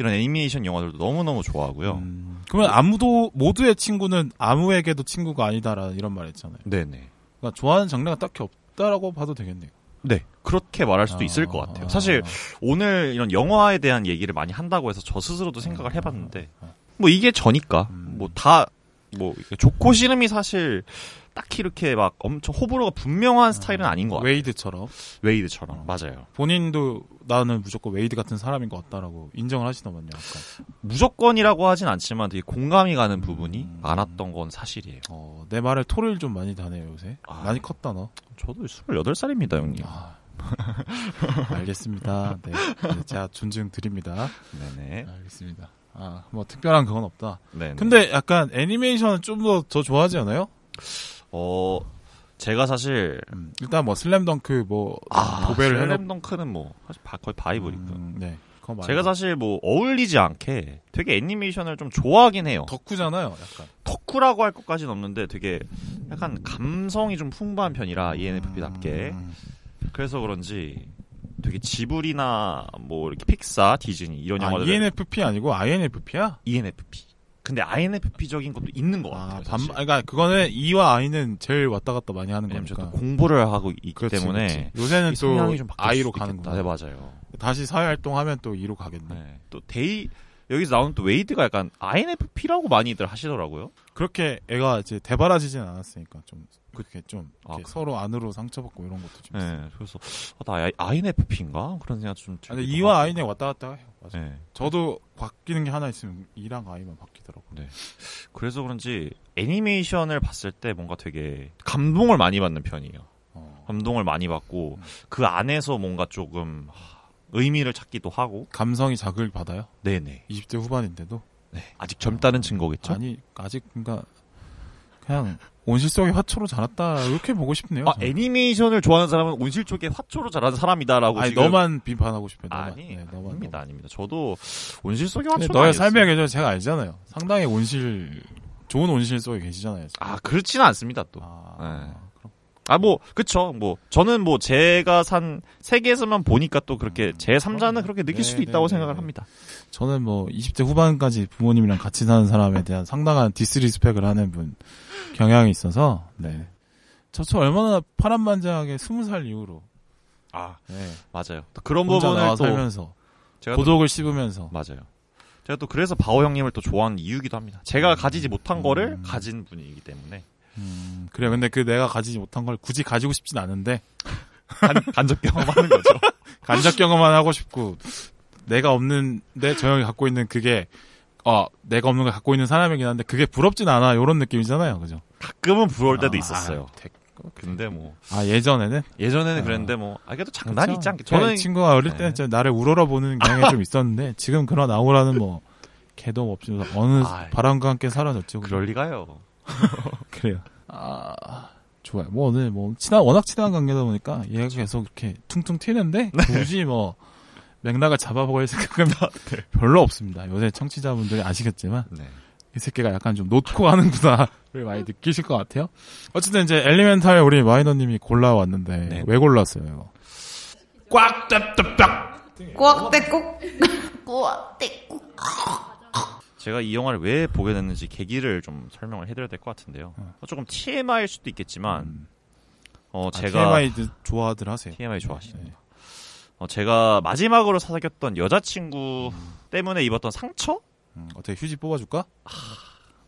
Speaker 2: 이런 애니메이션 영화들도 너무 너무 좋아하고요.
Speaker 1: 음. 그러면 아무도 모두의 친구는 아무에게도 친구가 아니다라 이런 말 했잖아요.
Speaker 2: 네네.
Speaker 1: 그러니까 좋아하는 장르가 딱히 없다라고 봐도 되겠네요.
Speaker 2: 네 그렇게 말할 수도 있을 것 같아요. 사실 오늘 이런 영화에 대한 얘기를 많이 한다고 해서 저 스스로도 생각을 해봤는데 뭐 이게 저니까
Speaker 1: 음.
Speaker 2: 뭐 다 뭐 좋고 싫음이 사실 딱히 이렇게 막 엄청 호불호가 분명한 스타일은 아닌 것 같아요.
Speaker 1: 웨이드처럼
Speaker 2: 음. 웨이드처럼 맞아요.
Speaker 1: 본인도 나는 무조건 웨이드 같은 사람인 것 같다라고 인정을 하시더만요. 아까.
Speaker 2: 무조건이라고 하진 않지만 되게 공감이 가는 부분이
Speaker 1: 음.
Speaker 2: 많았던 건 사실이에요.
Speaker 1: 어, 내 말에 토를 좀 많이 다네요 요새.
Speaker 2: 아, 예.
Speaker 1: 많이
Speaker 2: 네.
Speaker 1: 컸다 너.
Speaker 2: 저도 28살입니다, 형님.
Speaker 1: 아, *laughs* 알겠습니다. 네, 네, 제가 존중 드립니다.
Speaker 2: 네네.
Speaker 1: 알겠습니다. 아, 뭐 특별한 그건 없다.
Speaker 2: 네네.
Speaker 1: 근데 약간 애니메이션은 좀 더 더 좋아하지 않아요?
Speaker 2: 어, 제가 사실,
Speaker 1: 음, 일단 뭐 슬램덩크 뭐
Speaker 2: 아,
Speaker 1: 도배를 해놓-
Speaker 2: 슬램덩크는 뭐, 사실 바- 거의 바이블이니까.
Speaker 1: 음, 네. 그거 말고.
Speaker 2: 제가 사실 뭐, 어울리지 않게 되게 애니메이션을 좀 좋아하긴 해요.
Speaker 1: 덕후잖아요, 약간.
Speaker 2: 덕후라고 할 것까진 없는데 되게 약간 감성이 좀 풍부한 편이라 E ENFP답게.
Speaker 1: 음,
Speaker 2: 그래서 그런지 되게 지브리나 뭐, 이렇게 픽사, 디즈니 이런
Speaker 1: 아,
Speaker 2: 영화들. E
Speaker 1: ENFP 아니고 INFP야?
Speaker 2: ENFP. 근데 INFP적인 것도 있는 것 같아요.
Speaker 1: 아, 반,
Speaker 2: 사실.
Speaker 1: 그러니까 그거는 E와 I는 제일 왔다 갔다 많이 하는
Speaker 2: 왜냐면
Speaker 1: 거니까.
Speaker 2: 저도 공부를 하고 있기
Speaker 1: 그렇지,
Speaker 2: 때문에
Speaker 1: 그렇지. 요새는
Speaker 2: 이 성향이
Speaker 1: 또
Speaker 2: 좀 바뀔
Speaker 1: I로
Speaker 2: 수도
Speaker 1: 가는 음.
Speaker 2: 있겠다.
Speaker 1: 거야.
Speaker 2: 네 맞아요.
Speaker 1: 다시 사회 활동하면 또 E로 가겠네.
Speaker 2: 네. 또 데이 여기서 나오는 또 웨이드가 약간 INFP라고 많이들 하시더라고요.
Speaker 1: 그렇게 애가 이제 대바라지진 않았으니까 좀 그렇게 좀
Speaker 2: 아,
Speaker 1: 이렇게
Speaker 2: 그-
Speaker 1: 서로 안으로 상처받고 이런 것도 좀. 있어요.
Speaker 2: 네. 그래서 어, 나 INFP인가 그런 생각 좀
Speaker 1: 아, 근데
Speaker 2: 들기도
Speaker 1: E와
Speaker 2: 하고.
Speaker 1: I는 왔다 갔다 해요. 맞아.
Speaker 2: 네.
Speaker 1: 저도 바뀌는 게 하나 있으면 E랑 I만 바뀌더라고.
Speaker 2: 그래서 그런지 애니메이션을 봤을 때 뭔가 되게 감동을 많이 받는 편이에요.
Speaker 1: 요
Speaker 2: 감동을 많이 받고 그 안에서 뭔가 조금 하, 의미를 찾기도 하고.
Speaker 1: 감성이 자극을 받아요.
Speaker 2: 네네.
Speaker 1: 20대 후반인데도
Speaker 2: 네. 아직 젊다는 증거겠죠?
Speaker 1: 아니 아직 그러니까 그냥 온실성의 화초로 자랐다 이렇게 보고 싶네요.
Speaker 2: 아,
Speaker 1: 저는.
Speaker 2: 애니메이션을 좋아하는 사람은 온실 쪽에 화초로 자란 사람이다라고
Speaker 1: 아니
Speaker 2: 지금
Speaker 1: 너만 비판하고 싶어요. 너만.
Speaker 2: 아니,
Speaker 1: 네, 너만,
Speaker 2: 아닙니다, 네,
Speaker 1: 너만.
Speaker 2: 아닙니다. 저도 온실 속에
Speaker 1: 근데
Speaker 2: 맞춰.
Speaker 1: 너의 삶의 계절 제가 알잖아요. 상당히 온실 좋은 온실 속에 계시잖아요. 지금.
Speaker 2: 아 그렇지는 않습니다 또.
Speaker 1: 아, 그럼.
Speaker 2: 아 뭐 그쵸. 뭐 저는 뭐 제가 산 세계에서만 보니까 또 그렇게 제 3자는 그렇게
Speaker 1: 네,
Speaker 2: 느낄 수도
Speaker 1: 네,
Speaker 2: 있다고
Speaker 1: 네,
Speaker 2: 생각을
Speaker 1: 네.
Speaker 2: 합니다.
Speaker 1: 저는 뭐 20대 후반까지 부모님이랑 같이 사는 사람에 대한 상당한 디스리스펙을 하는 분 경향이 있어서 네. 저처 얼마나 파란만장하게 20살 이후로
Speaker 2: 아
Speaker 1: 네.
Speaker 2: 맞아요. 또 그런
Speaker 1: 혼자
Speaker 2: 부분을
Speaker 1: 나와
Speaker 2: 또
Speaker 1: 살면서
Speaker 2: 제가 또,
Speaker 1: 고독을 씹으면서
Speaker 2: 맞아요. 제가 또 그래서 바오 형님을 또 좋아하는 이유기도 합니다. 제가 가지지 못한
Speaker 1: 음.
Speaker 2: 거를 가진 분이기 때문에
Speaker 1: 음, 그래 근데 그 내가 가지지 못한 걸 굳이 가지고 싶진 않은데
Speaker 2: 간,
Speaker 1: *laughs*
Speaker 2: 간접 경험하는 거죠. *laughs*
Speaker 1: 간접 경험만 하고 싶고 내가 없는데 저 형이 갖고 있는 그게 어 내가 없는 걸 갖고 있는 사람이긴 한데 그게 부럽진 않아 요런 느낌이잖아요 그죠
Speaker 2: 가끔은 부러울 때도
Speaker 1: 아,
Speaker 2: 있었어요.
Speaker 1: 아, 대-
Speaker 2: 근데 뭐
Speaker 1: 아 예전에는
Speaker 2: 예전에는
Speaker 1: 아.
Speaker 2: 그랬는데 뭐 아, 그래도 장난이 있지 않게
Speaker 1: 그렇죠. 저는
Speaker 2: 저는
Speaker 1: 이 친구가 어릴
Speaker 2: 네.
Speaker 1: 때는 진짜 나를 우러러보는 경향이 좀
Speaker 2: *laughs*
Speaker 1: 있었는데 지금 그런 아우라는 뭐 개도 없이 어느
Speaker 2: 아이. 예.
Speaker 1: 바람과 함께 사라졌죠
Speaker 2: 그럴 리가요.
Speaker 1: 그래요. 아 좋아요. 뭐 오늘 뭐 친한 워낙 친한 관계다 보니까 얘가
Speaker 2: 그렇죠.
Speaker 1: 계속 이렇게 퉁퉁 튀는데
Speaker 2: 네.
Speaker 1: 굳이 뭐 맥락을 잡아보고
Speaker 2: *laughs*
Speaker 1: 생각은 별로 없습니다. 요새 청취자분들이 아시겠지만
Speaker 2: 네.
Speaker 1: 이 새끼가 약간 좀 놓고 하는구나를 *laughs* 많이 느끼실 것 같아요. 어쨌든 이제 엘리멘탈 우리 마이너님이 골라왔는데
Speaker 2: 네.
Speaker 1: 왜 골랐어요? 이거?
Speaker 2: 꽉 떼떼빡.
Speaker 3: 꾸악대꾹 꾸악대꾹
Speaker 2: 제가 이 영화를 왜 보게 됐는지 계기를 좀 설명을 해드려야 될 것 같은데요. 어, 조금 TMI일 수도 있겠지만,
Speaker 1: 음.
Speaker 2: 어,
Speaker 1: 아,
Speaker 2: 제가
Speaker 1: TMI 좋아들 하세요.
Speaker 2: TMI 좋아하시네요. 어, 제가 마지막으로 사귀었던 여자친구 때문에 입었던 상처?
Speaker 1: 음, 어떻게 휴지 뽑아줄까?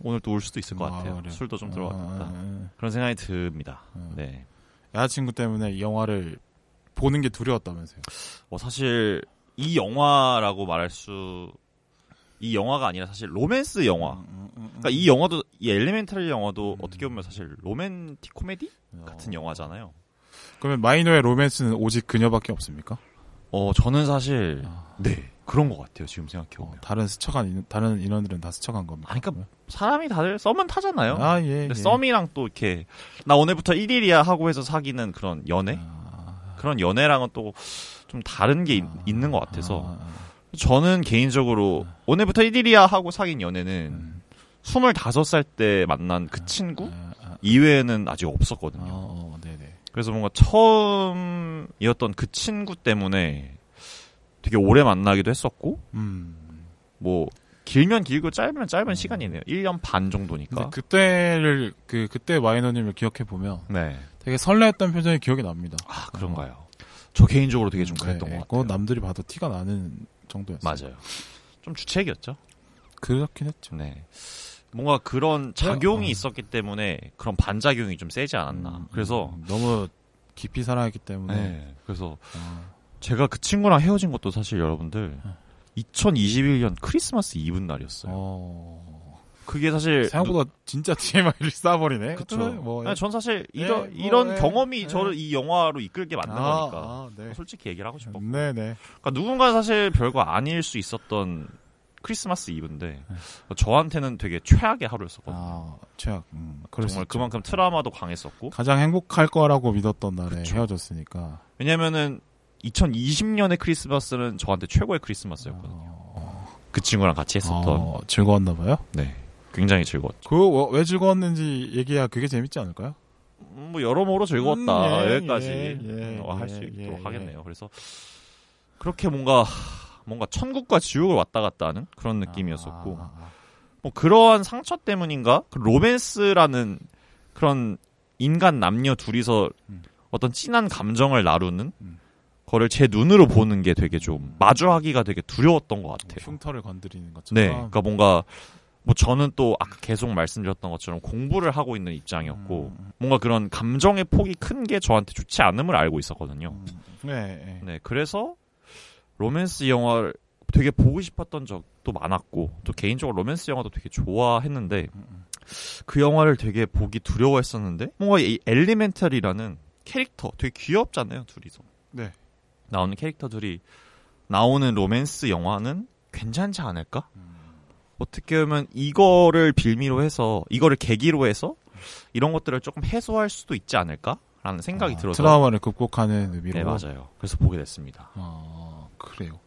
Speaker 2: 오늘 또 올 수도 있을 것
Speaker 1: 아,
Speaker 2: 같아요.
Speaker 1: 그래요.
Speaker 2: 술도 좀
Speaker 1: 아,
Speaker 2: 들어갔다.
Speaker 1: 아, 아.
Speaker 2: 그런 생각이 듭니다.
Speaker 1: 음.
Speaker 2: 네.
Speaker 1: 여자친구 때문에 이 영화를 보는 게 두려웠다면서요.
Speaker 2: 어, 사실 이 영화라고 말할 수, 이 영화가 아니라 사실 로맨스 영화.
Speaker 1: 음,
Speaker 2: 그러니까 이 영화도, 이 엘리멘탈 영화도 어떻게 보면 사실 로맨틱 코미디?
Speaker 1: 어.
Speaker 2: 같은 영화잖아요.
Speaker 1: 그러면 마이너의 로맨스는 오직 그녀밖에 없습니까?
Speaker 2: 어, 저는 사실 네 그런 것 같아요. 지금 생각해
Speaker 1: 어,
Speaker 2: 보면.
Speaker 1: 다른 스쳐간 인- 다른 인원들은 다 스쳐간 겁니까?
Speaker 2: 아니, 그러니까 사람이 다들 썸은 타잖아요.
Speaker 1: 아 예.
Speaker 2: 근데
Speaker 1: 예.
Speaker 2: 썸이랑 또 이렇게 나 오늘부터 1일이야 하고 해서 사귀는 그런 연애 그런 연애랑은 또 좀 다른 게 있, 는것 아. 같아서 아.
Speaker 1: 아, 아,
Speaker 2: 저는 개인적으로 오늘부터 1일이야 하고 사귄 연애는 25살 때 만난 그 친구
Speaker 1: 아, 아,
Speaker 2: 이외에는 아직 없었거든요.
Speaker 1: 어, 어, 네네.
Speaker 2: 그래서 뭔가 처음이었던 그 친구 때문에 되게 오래 만나기도 했었고
Speaker 1: 음.
Speaker 2: 뭐 길면 길고 짧으면 짧은 시간이네요. 1년 반 정도니까.
Speaker 1: 근데 그때를 그 그때 와이너님을 기억해 보면
Speaker 2: 네.
Speaker 1: 되게 설레했던 표정이 기억이 납니다.
Speaker 2: 아, 그런가요? 저 개인적으로 되게 좀
Speaker 1: 네,
Speaker 2: 그랬던 것
Speaker 1: 그거
Speaker 2: 같아요.
Speaker 1: 남들이 봐도 티가 나는 정도였어요. 음,
Speaker 2: 맞아요. 좀 주책이었죠.
Speaker 1: 그렇긴 했죠.
Speaker 2: 네. 뭔가 그런 작용이
Speaker 1: 어.
Speaker 2: 있었기 때문에 그런 반작용이 좀 세지 않았나.
Speaker 1: 음,
Speaker 2: 그래서
Speaker 1: 음, 너무 깊이 사랑했기 때문에
Speaker 2: 네. 그래서
Speaker 1: 아,
Speaker 2: 제가 그 친구랑 헤어진 것도 사실 여러분들 2021년 크리스마스 이브 네. 날이었어요.
Speaker 1: 어,
Speaker 2: 그게 사실
Speaker 1: 생각보다 진짜 TMI를 *laughs* 쌓아버리네.
Speaker 2: 그쵸.
Speaker 1: 근데 뭐
Speaker 2: 아니, 전 사실
Speaker 1: 예,
Speaker 2: 이런
Speaker 1: 뭐,
Speaker 2: 이런
Speaker 1: 예,
Speaker 2: 경험이
Speaker 1: 예.
Speaker 2: 저를 이 영화로 이끌게 만든 거니까
Speaker 1: 아, 네.
Speaker 2: 솔직히 얘기를 하고 싶어.
Speaker 1: 네네.
Speaker 2: 그러니까 누군가 사실 별거 아닐 수 있었던 크리스마스 이브인데 저한테는 되게 최악의 하루였었거든요.
Speaker 1: 네. 아 최악. 음, 그럴 수
Speaker 2: 뭐 정말
Speaker 1: 있죠.
Speaker 2: 그만큼 트라우마도 강했었고
Speaker 1: 가장 행복할 거라고 믿었던 날에
Speaker 2: 그쵸.
Speaker 1: 헤어졌으니까.
Speaker 2: 왜냐면은 2020년의 크리스마스는 저한테 최고의 크리스마스였거든요.
Speaker 1: 아.
Speaker 2: 그 친구랑 같이 했었던
Speaker 1: 어, 즐거웠나 봐요.
Speaker 2: 네 굉장히 즐거웠.
Speaker 1: 그왜 즐거웠는지 얘기해야 그게 재밌지 않을까요?
Speaker 2: 음, 뭐 여러모로 즐거웠다
Speaker 1: 음, 예,
Speaker 2: 여기까지 어,
Speaker 1: 예, 예,
Speaker 2: 할 수
Speaker 1: 예,
Speaker 2: 있도록
Speaker 1: 예,
Speaker 2: 하겠네요. 그래서 그렇게 뭔가 뭔가 천국과 지옥을 왔다 갔다 하는 그런 느낌이었었고
Speaker 1: 아, 아,
Speaker 2: 뭐 그러한 상처 때문인가 그 로맨스라는 그런 인간 남녀 둘이서
Speaker 1: 음.
Speaker 2: 어떤 진한 감정을 나누는
Speaker 1: 음.
Speaker 2: 거를 제 눈으로 보는 게 되게 좀 마주하기가 되게 두려웠던 것
Speaker 1: 뭐
Speaker 2: 같아요.
Speaker 1: 흉터를 건드리는
Speaker 2: 네,
Speaker 1: 것처럼.
Speaker 2: 그러니까 뭔가 뭐 저는 또 아까 계속 말씀드렸던 것처럼 공부를 하고 있는 입장이었고
Speaker 1: 음,
Speaker 2: 뭔가 그런 감정의 폭이 큰 게 저한테 좋지 않음을 알고 있었거든요.
Speaker 1: 음, 네, 네.
Speaker 2: 네, 그래서 로맨스 영화를 되게 보고 싶었던 적도 많았고 또 개인적으로 로맨스 영화도 되게 좋아했는데
Speaker 1: 음,
Speaker 2: 그 영화를 되게 보기 두려워했었는데 뭔가 이 엘리멘탈이라는 캐릭터 되게 귀엽잖아요 둘이서
Speaker 1: 네.
Speaker 2: 나오는 캐릭터들이 나오는 로맨스 영화는 괜찮지 않을까?
Speaker 1: 음.
Speaker 2: 어떻게 보면 이거를 빌미로 해서 이거를 계기로 해서 이런 것들을 조금 해소할 수도 있지 않을까라는 생각이
Speaker 1: 아,
Speaker 2: 들어서
Speaker 1: 트라우마를 극복하는 의미로.
Speaker 2: 네 맞아요. 그래서 보게 됐습니다.
Speaker 1: 아, 그래요.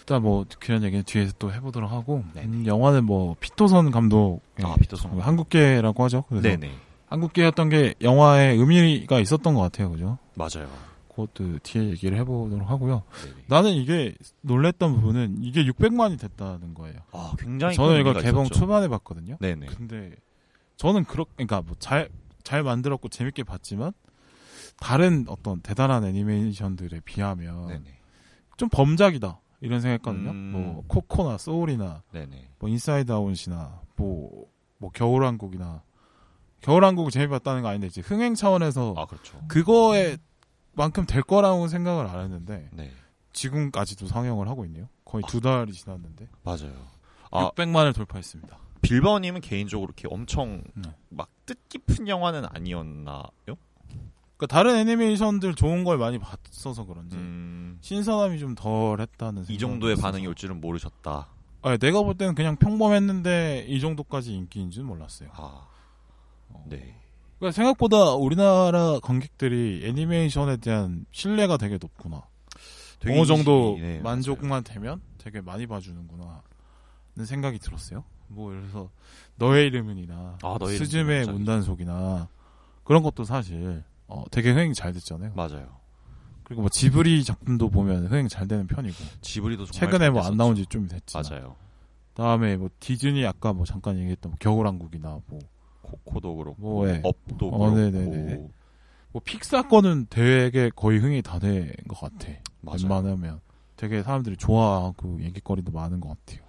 Speaker 1: 일단 뭐 그런 얘기는 뒤에서 또 해보도록 하고
Speaker 2: 네네.
Speaker 1: 음, 영화는 뭐 피토선 감독
Speaker 2: 아 비토성
Speaker 1: 한국계라고 하죠. 네. 그래서
Speaker 2: 네네
Speaker 1: 한국계였던 게 영화에 의미가 있었던 것 같아요, 그죠?
Speaker 2: 맞아요.
Speaker 1: 그것도 뒤에 얘기를 해보도록 하고요.
Speaker 2: 네네.
Speaker 1: 나는 이게 놀랬던 부분은 이게 600만이 됐다는 거예요.
Speaker 2: 아 굉장히
Speaker 1: 저는
Speaker 2: 큰
Speaker 1: 이거
Speaker 2: 의미가
Speaker 1: 개봉
Speaker 2: 있었죠.
Speaker 1: 초반에 그, 봤거든요.
Speaker 2: 네네
Speaker 1: 근데 저는 그렇 그러니까 뭐 잘 잘 만들었고 재밌게 봤지만 다른 어떤 대단한 애니메이션들에 비하면
Speaker 2: 네네
Speaker 1: 좀 범작이다 이런 생각했거든요.
Speaker 2: 음.
Speaker 1: 뭐 코코나 소울이나
Speaker 2: 네네
Speaker 1: 뭐 인사이드 아웃이나 뭐, 뭐 겨울왕국이나 겨울왕국 재미봤다는 거 아닌데 이제 흥행 차원에서
Speaker 2: 아 그렇죠.
Speaker 1: 그거에 만큼 될 거라고 생각을 안 했는데
Speaker 2: 네
Speaker 1: 지금까지도 상영을 하고 있네요. 거의 두 달이 지났는데
Speaker 2: 맞아요. 아
Speaker 1: 600만을 돌파했습니다.
Speaker 2: 빌버님은 개인적으로 이렇게 엄청
Speaker 1: 네.
Speaker 2: 막 뜻깊은 영화는 아니었나요?
Speaker 1: 그러니까 다른 애니메이션들 좋은 걸 많이 봤어서 그런지
Speaker 2: 음,
Speaker 1: 신선함이 좀 덜했다는
Speaker 2: 이
Speaker 1: 생각이
Speaker 2: 정도의
Speaker 1: 있어서.
Speaker 2: 반응이 올 줄은 모르셨다.
Speaker 1: 아니, 내가 볼 때는 그냥 평범했는데 이 정도까지 인기인 줄 몰랐어요.
Speaker 2: 아 네.
Speaker 1: 그러니까 생각보다 우리나라 관객들이 애니메이션에 대한 신뢰가 되게 높구나.
Speaker 2: 되게
Speaker 1: 어느 정도
Speaker 2: 인식이- 네,
Speaker 1: 만족만 되면 되게 많이 봐주는구나. 는 생각이 들었어요. 뭐, 그래서, 너의 이름은이나,
Speaker 2: 아, 너의 이름은
Speaker 1: 스즈메의
Speaker 2: 진짜.
Speaker 1: 문단속이나, 그런 것도 사실, 어, 되게 흥행 잘 됐잖아요.
Speaker 2: 맞아요.
Speaker 1: 그리고 뭐 지브리 작품도 보면 흥행 잘 되는 편이고,
Speaker 2: 지브리도 정말
Speaker 1: 최근에
Speaker 2: 잘
Speaker 1: 뭐 안
Speaker 2: 됐었죠.
Speaker 1: 나온 지 좀 됐지.
Speaker 2: 맞아요.
Speaker 1: 다음에 뭐 디즈니 아까 뭐 잠깐 얘기했던 뭐 겨울왕국이나 뭐,
Speaker 2: 코코도 그렇고
Speaker 1: 뭐, 예.
Speaker 2: 업도
Speaker 1: 어,
Speaker 2: 그렇고
Speaker 1: 네네네. 뭐 픽사 거는 되게 거의 흥이 다 된 것 같아.
Speaker 2: 맞아요.
Speaker 1: 웬만하면 되게 사람들이 좋아하고 얘기거리도 많은 것 같아요.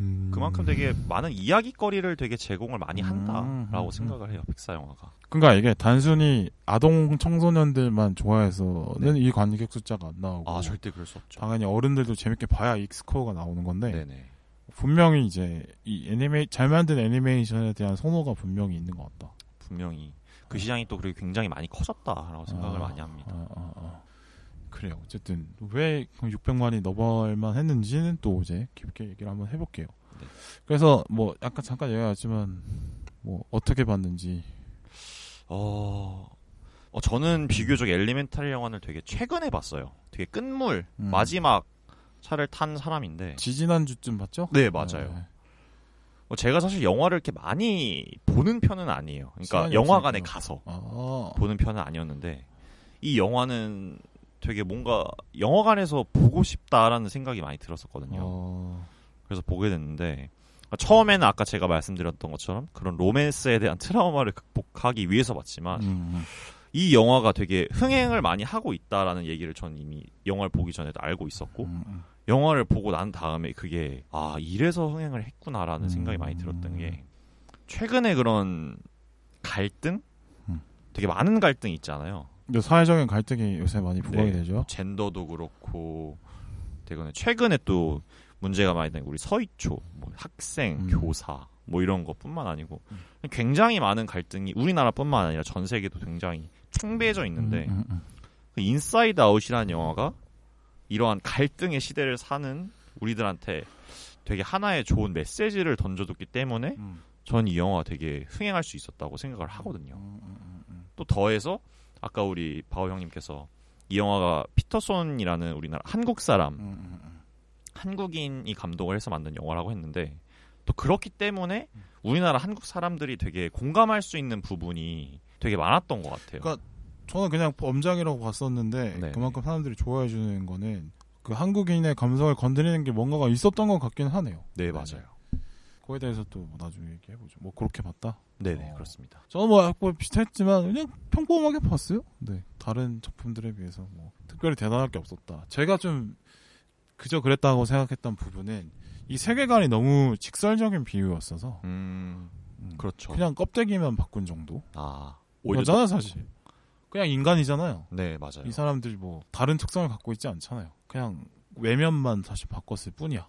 Speaker 1: 음.
Speaker 2: 그만큼 되게 많은 이야기거리를 되게 제공을 많이
Speaker 1: 음,
Speaker 2: 한다라고
Speaker 1: 음,
Speaker 2: 생각을 해요. 픽사 영화가.
Speaker 1: 그러니까 이게 단순히 아동 청소년들만 좋아해서는 이 관객 숫자가 안 나오고
Speaker 2: 네. 아 절대 그럴 수 없죠.
Speaker 1: 당연히 어른들도 재밌게 봐야 익스코어가 나오는 건데
Speaker 2: 네네.
Speaker 1: 분명히 이제 이 애니메이 잘 만든 애니메이션에 대한 선호가 분명히 있는 것 같다.
Speaker 2: 분명히 그 시장이 또 그리고 굉장히 많이 커졌다라고 생각을
Speaker 1: 아,
Speaker 2: 많이 합니다.
Speaker 1: 아, 아, 아. 그래요. 어쨌든 왜 600만이 넘어갈만 했는지는 또 이제 깊게 얘기를 한번 해볼게요.
Speaker 2: 네.
Speaker 1: 그래서 뭐 아까 잠깐 얘기했지만 뭐 어떻게 봤는지
Speaker 2: 어, 어, 저는 비교적 엘리멘탈 영화를 되게 최근에 봤어요. 되게 끝물
Speaker 1: 음.
Speaker 2: 마지막 차를 탄 사람인데
Speaker 1: 지지난 주쯤 봤죠? 네.
Speaker 2: 네 맞아요. 뭐 제가 사실 영화를 이렇게 많이 보는 편은 아니에요. 그러니까
Speaker 1: 시간이
Speaker 2: 영화관에
Speaker 1: 없으니까.
Speaker 2: 가서
Speaker 1: 어.
Speaker 2: 보는 편은 아니었는데 이 영화는 되게 뭔가 영화관에서 보고 싶다라는 생각이 많이 들었었거든요.
Speaker 1: 어.
Speaker 2: 그래서 보게 됐는데 처음에는 아까 제가 말씀드렸던 것처럼 그런 로맨스에 대한 *laughs* 트라우마를 극복하기 위해서 봤지만
Speaker 1: 음.
Speaker 2: 이 영화가 되게 흥행을 많이 하고 있다라는 얘기를 전 이미 영화를 보기 전에도 알고 있었고
Speaker 1: 음, 음.
Speaker 2: 영화를 보고 난 다음에 그게 아 이래서 흥행을 했구나라는
Speaker 1: 음.
Speaker 2: 생각이 많이 들었던 게 최근에 그런 갈등
Speaker 1: 음.
Speaker 2: 되게 많은 갈등이 있잖아요
Speaker 1: 근데 사회적인 갈등이 요새 많이 부각이
Speaker 2: 네.
Speaker 1: 되죠.
Speaker 2: 젠더도 그렇고 되게 최근에 또 문제가 많이 된게 우리 서이초 뭐 학생
Speaker 1: 음.
Speaker 2: 교사 뭐 이런 것뿐만 아니고 굉장히 많은 갈등이 우리나라뿐만 아니라 전 세계도 굉장히 팽배해져 있는데
Speaker 1: 음, 음,
Speaker 2: 그 인사이드 아웃이라는 영화가 이러한 갈등의 시대를 사는 우리들한테 되게 하나의 좋은 메시지를 던져줬기 때문에
Speaker 1: 음.
Speaker 2: 전 이 영화 되게 흥행할 수 있었다고 생각을 하거든요.
Speaker 1: 음, 음, 음,
Speaker 2: 또 더해서 아까 우리 바오 형님께서 이 영화가 피터손이라는 우리나라 한국 사람
Speaker 1: 음, 음, 음.
Speaker 2: 한국인이 감독을 해서 만든 영화라고 했는데 또 그렇기 때문에
Speaker 1: 음.
Speaker 2: 우리나라 한국 사람들이 되게 공감할 수 있는 부분이 되게 많았던 것 같아요.
Speaker 1: 그러니까 저는 그냥 범장이라고 봤었는데
Speaker 2: 네.
Speaker 1: 그만큼 사람들이 좋아해 주는 거는 그 한국인의 감성을 건드리는 게 뭔가가 있었던 것 같긴 하네요.
Speaker 2: 네 맞아요.
Speaker 1: 어. 그거에 대해서 또 나중에 얘기해 보죠. 뭐 그렇게 봤다.
Speaker 2: 네네
Speaker 1: 어.
Speaker 2: 그렇습니다.
Speaker 1: 저는 뭐 약간 비슷했지만 그냥 평범하게 봤어요. 네. 다른 작품들에 비해서 뭐 특별히 대단할 게 없었다. 제가 좀 그저 그랬다고 생각했던 부분은 이 세계관이 너무 직설적인 비유였어서
Speaker 2: 음
Speaker 1: 음,
Speaker 2: 그렇죠.
Speaker 1: 그냥 껍데기만 바꾼 정도.
Speaker 2: 아 더-
Speaker 1: 그잖아요 사실. 그냥 인간이잖아요.
Speaker 2: 네 맞아요.
Speaker 1: 이 사람들이 뭐 다른 특성을 갖고 있지 않잖아요. 그냥 외면만 사실 바꿨을 뿐이야.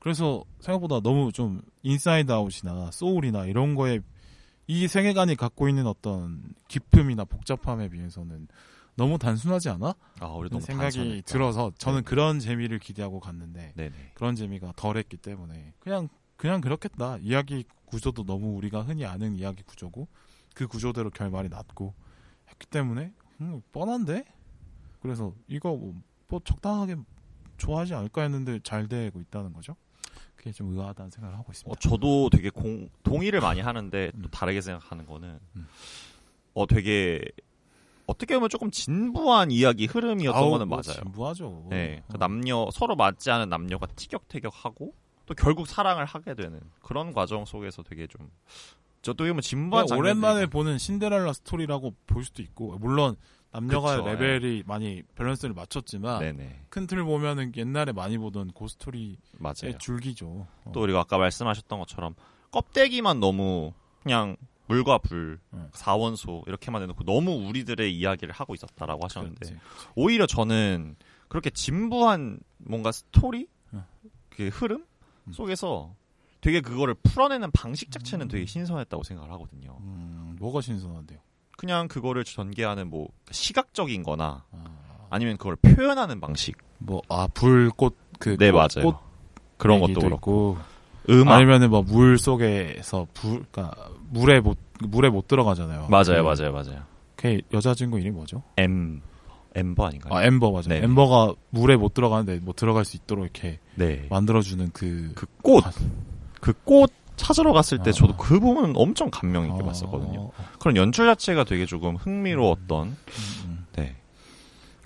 Speaker 1: 그래서 생각보다 너무 좀 인사이드 아웃이나 소울이나 이런 거에 이 세계관이 갖고 있는 어떤 깊음이나 복잡함에 비해서는 너무 단순하지 않아?
Speaker 2: 아 우리
Speaker 1: 는
Speaker 2: 너무
Speaker 1: 생각이
Speaker 2: 단순했다.
Speaker 1: 들어서 저는
Speaker 2: 네.
Speaker 1: 그런 재미를 기대하고 갔는데
Speaker 2: 네네.
Speaker 1: 그런 재미가 덜했기 때문에 그냥 그냥 그렇겠다. 이야기 구조도 너무 우리가 흔히 아는 이야기 구조고 그 구조대로 결말이 났고 했기 때문에 음, 뻔한데 그래서 이거 뭐, 뭐 적당하게 좋아하지 않을까 했는데 잘 되고 있다는 거죠. 그게 좀 의아하다는 생각을 하고
Speaker 2: 어,
Speaker 1: 있습니다.
Speaker 2: 저도 되게 공, 동의를 많이 하는데 또
Speaker 1: 음.
Speaker 2: 다르게 생각하는 거는
Speaker 1: 음.
Speaker 2: 어 되게 어떻게 보면 조금 진부한 이야기 흐름이었던
Speaker 1: 아우,
Speaker 2: 거는
Speaker 1: 뭐
Speaker 2: 맞아요.
Speaker 1: 진부하죠.
Speaker 2: 네, 그
Speaker 1: 어.
Speaker 2: 남녀 서로 맞지 않은 남녀가 티격태격하고 또 결국 사랑을 하게 되는 그런 과정 속에서 되게 좀 저도 이뭐 진부한
Speaker 1: 그러니까
Speaker 2: 장면들이
Speaker 1: 오랜만에 보는 신데렐라 스토리라고 볼 수도 있고 물론 남녀가
Speaker 2: 그쵸, 예.
Speaker 1: 레벨이 많이 밸런스를 맞췄지만
Speaker 2: 네네
Speaker 1: 큰 틀 보면은 옛날에 많이 보던 그 고스토리 제
Speaker 2: 맞아요.
Speaker 1: 줄기죠. 어.
Speaker 2: 또 우리가 아까 말씀하셨던 것처럼 껍데기만 너무 그냥 물과 불,
Speaker 1: 음.
Speaker 2: 사원소 이렇게만 해놓고 너무 우리들의 이야기를 하고 있었다라고 하셨는데
Speaker 1: 그렇지.
Speaker 2: 오히려 저는 그렇게 진부한 뭔가 스토리
Speaker 1: 음.
Speaker 2: 그 흐름
Speaker 1: 음.
Speaker 2: 속에서 되게 그거를 풀어내는 방식 자체는 되게 신선했다고 생각을 하거든요.
Speaker 1: 음, 뭐가 신선한데요?
Speaker 2: 그냥 그거를 전개하는 뭐 시각적인거나
Speaker 1: 아,
Speaker 2: 아니면 그걸 표현하는 방식
Speaker 1: 뭐, 아, 불꽃, 그,
Speaker 2: 네
Speaker 1: 꽃-
Speaker 2: 맞아요.
Speaker 1: 꽃
Speaker 2: 그런 것도
Speaker 1: 얘기도
Speaker 2: 그렇고
Speaker 1: 있고,
Speaker 2: 음악
Speaker 1: 아니면은 뭐, 물 속에서 불, 그니까, 물에 못, 물에 못 들어가잖아요.
Speaker 2: 맞아요
Speaker 1: 그,
Speaker 2: 맞아요 맞아요.
Speaker 1: 걔 여자 친구 이름이 뭐죠?
Speaker 2: 엠 엠버 아닌가요?
Speaker 1: 아, 엠버 맞아요.
Speaker 2: 네.
Speaker 1: 엠버가 물에 못 들어가는데 뭐 들어갈 수 있도록 이렇게
Speaker 2: 네.
Speaker 1: 만들어주는 그,
Speaker 2: 그 꽃
Speaker 1: 아.
Speaker 2: 그 꽃 찾으러 갔을 때 저도
Speaker 1: 아.
Speaker 2: 그 부분 엄청 감명 있게 네, 봤었거든요.
Speaker 1: 어,
Speaker 2: 그런 연출 자체가 되게 조금 흥미로웠던
Speaker 1: 음, 음.
Speaker 2: 네.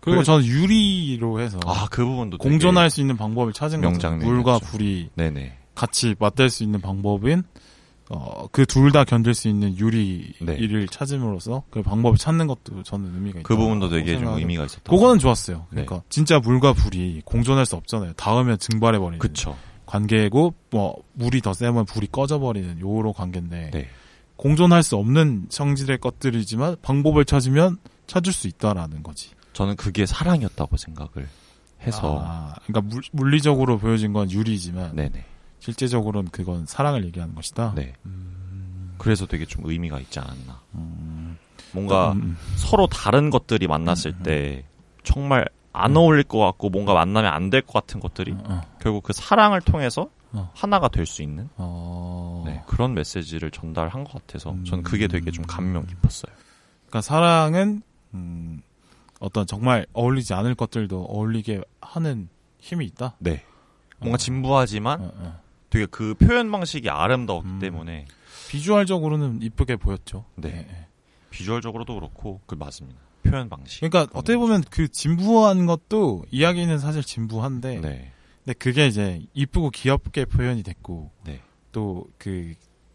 Speaker 1: 그리고
Speaker 2: 그래서-
Speaker 1: 저는 유리로 해서
Speaker 2: 아 그 부분도 되게-
Speaker 1: 공존할 수 있는 방법을 찾은 거죠.
Speaker 2: 명장면이었죠.
Speaker 1: 물과 불이
Speaker 2: 네네
Speaker 1: 같이 맞댈 수 있는 방법인 그 둘 다 견딜 수 있는
Speaker 2: 네.
Speaker 1: 유리를 찾음으로써 그 방법을 찾는 것도 저는 의미가 있다.
Speaker 2: 그 부분도 되게 좀 의미가 있었던
Speaker 1: 그거는 좋았어요.
Speaker 2: 네.
Speaker 1: 그러니까 진짜 물과 불이 공존할 수 없잖아요. 닿으면 증발해 버리는
Speaker 2: 그쵸
Speaker 1: 관계고 뭐 물이 더 세면 불이 꺼져 버리는 요로 관계인데
Speaker 2: 네
Speaker 1: 공존할 수 없는 성질의 것들이지만 방법을 찾으면 찾을 수 있다라는 거지.
Speaker 2: 저는 그게 사랑이었다고 생각을 해서
Speaker 1: 아, 그러니까 물, 물리적으로 보여진 건 유리지만
Speaker 2: 네네
Speaker 1: 실제적으로는 그건 사랑을 얘기하는 것이다.
Speaker 2: 네 그래서 되게 좀 의미가 있지 않았나
Speaker 1: 음,
Speaker 2: 뭔가
Speaker 1: 음, 음.
Speaker 2: 서로 다른 것들이 만났을 때 정말 안 어울릴 것 같고 뭔가 만나면 안 될 것 같은 것들이
Speaker 1: 음. 어, 어.
Speaker 2: 결국 그 사랑을 통해서
Speaker 1: 어.
Speaker 2: 하나가 될 수 있는
Speaker 1: 어.
Speaker 2: 네, 그런 메시지를 전달한 것 같아서
Speaker 1: 음.
Speaker 2: 저는 그게 되게 좀 감명 깊었어요.
Speaker 1: 그러니까 사랑은 음, 어떤 정말 어울리지 않을 것들도 어울리게 하는 힘이 있다.
Speaker 2: 네. 뭔가 진부하지만
Speaker 1: 어, 어.
Speaker 2: 되게 그 표현 방식이 아름다웠기
Speaker 1: 음.
Speaker 2: 때문에
Speaker 1: 비주얼적으로는 이쁘게 보였죠.
Speaker 2: 네.
Speaker 1: 예.
Speaker 2: 비주얼적으로도 그렇고 그 맞습니다. 표현 방식.
Speaker 1: 그러니까 어떻게 보면 그 진부한 것도 이야기는 사실 진부한데
Speaker 2: 네.
Speaker 1: 근데 그게 이제 이쁘고 귀엽게 표현이 됐고
Speaker 2: 네.
Speaker 1: 또 그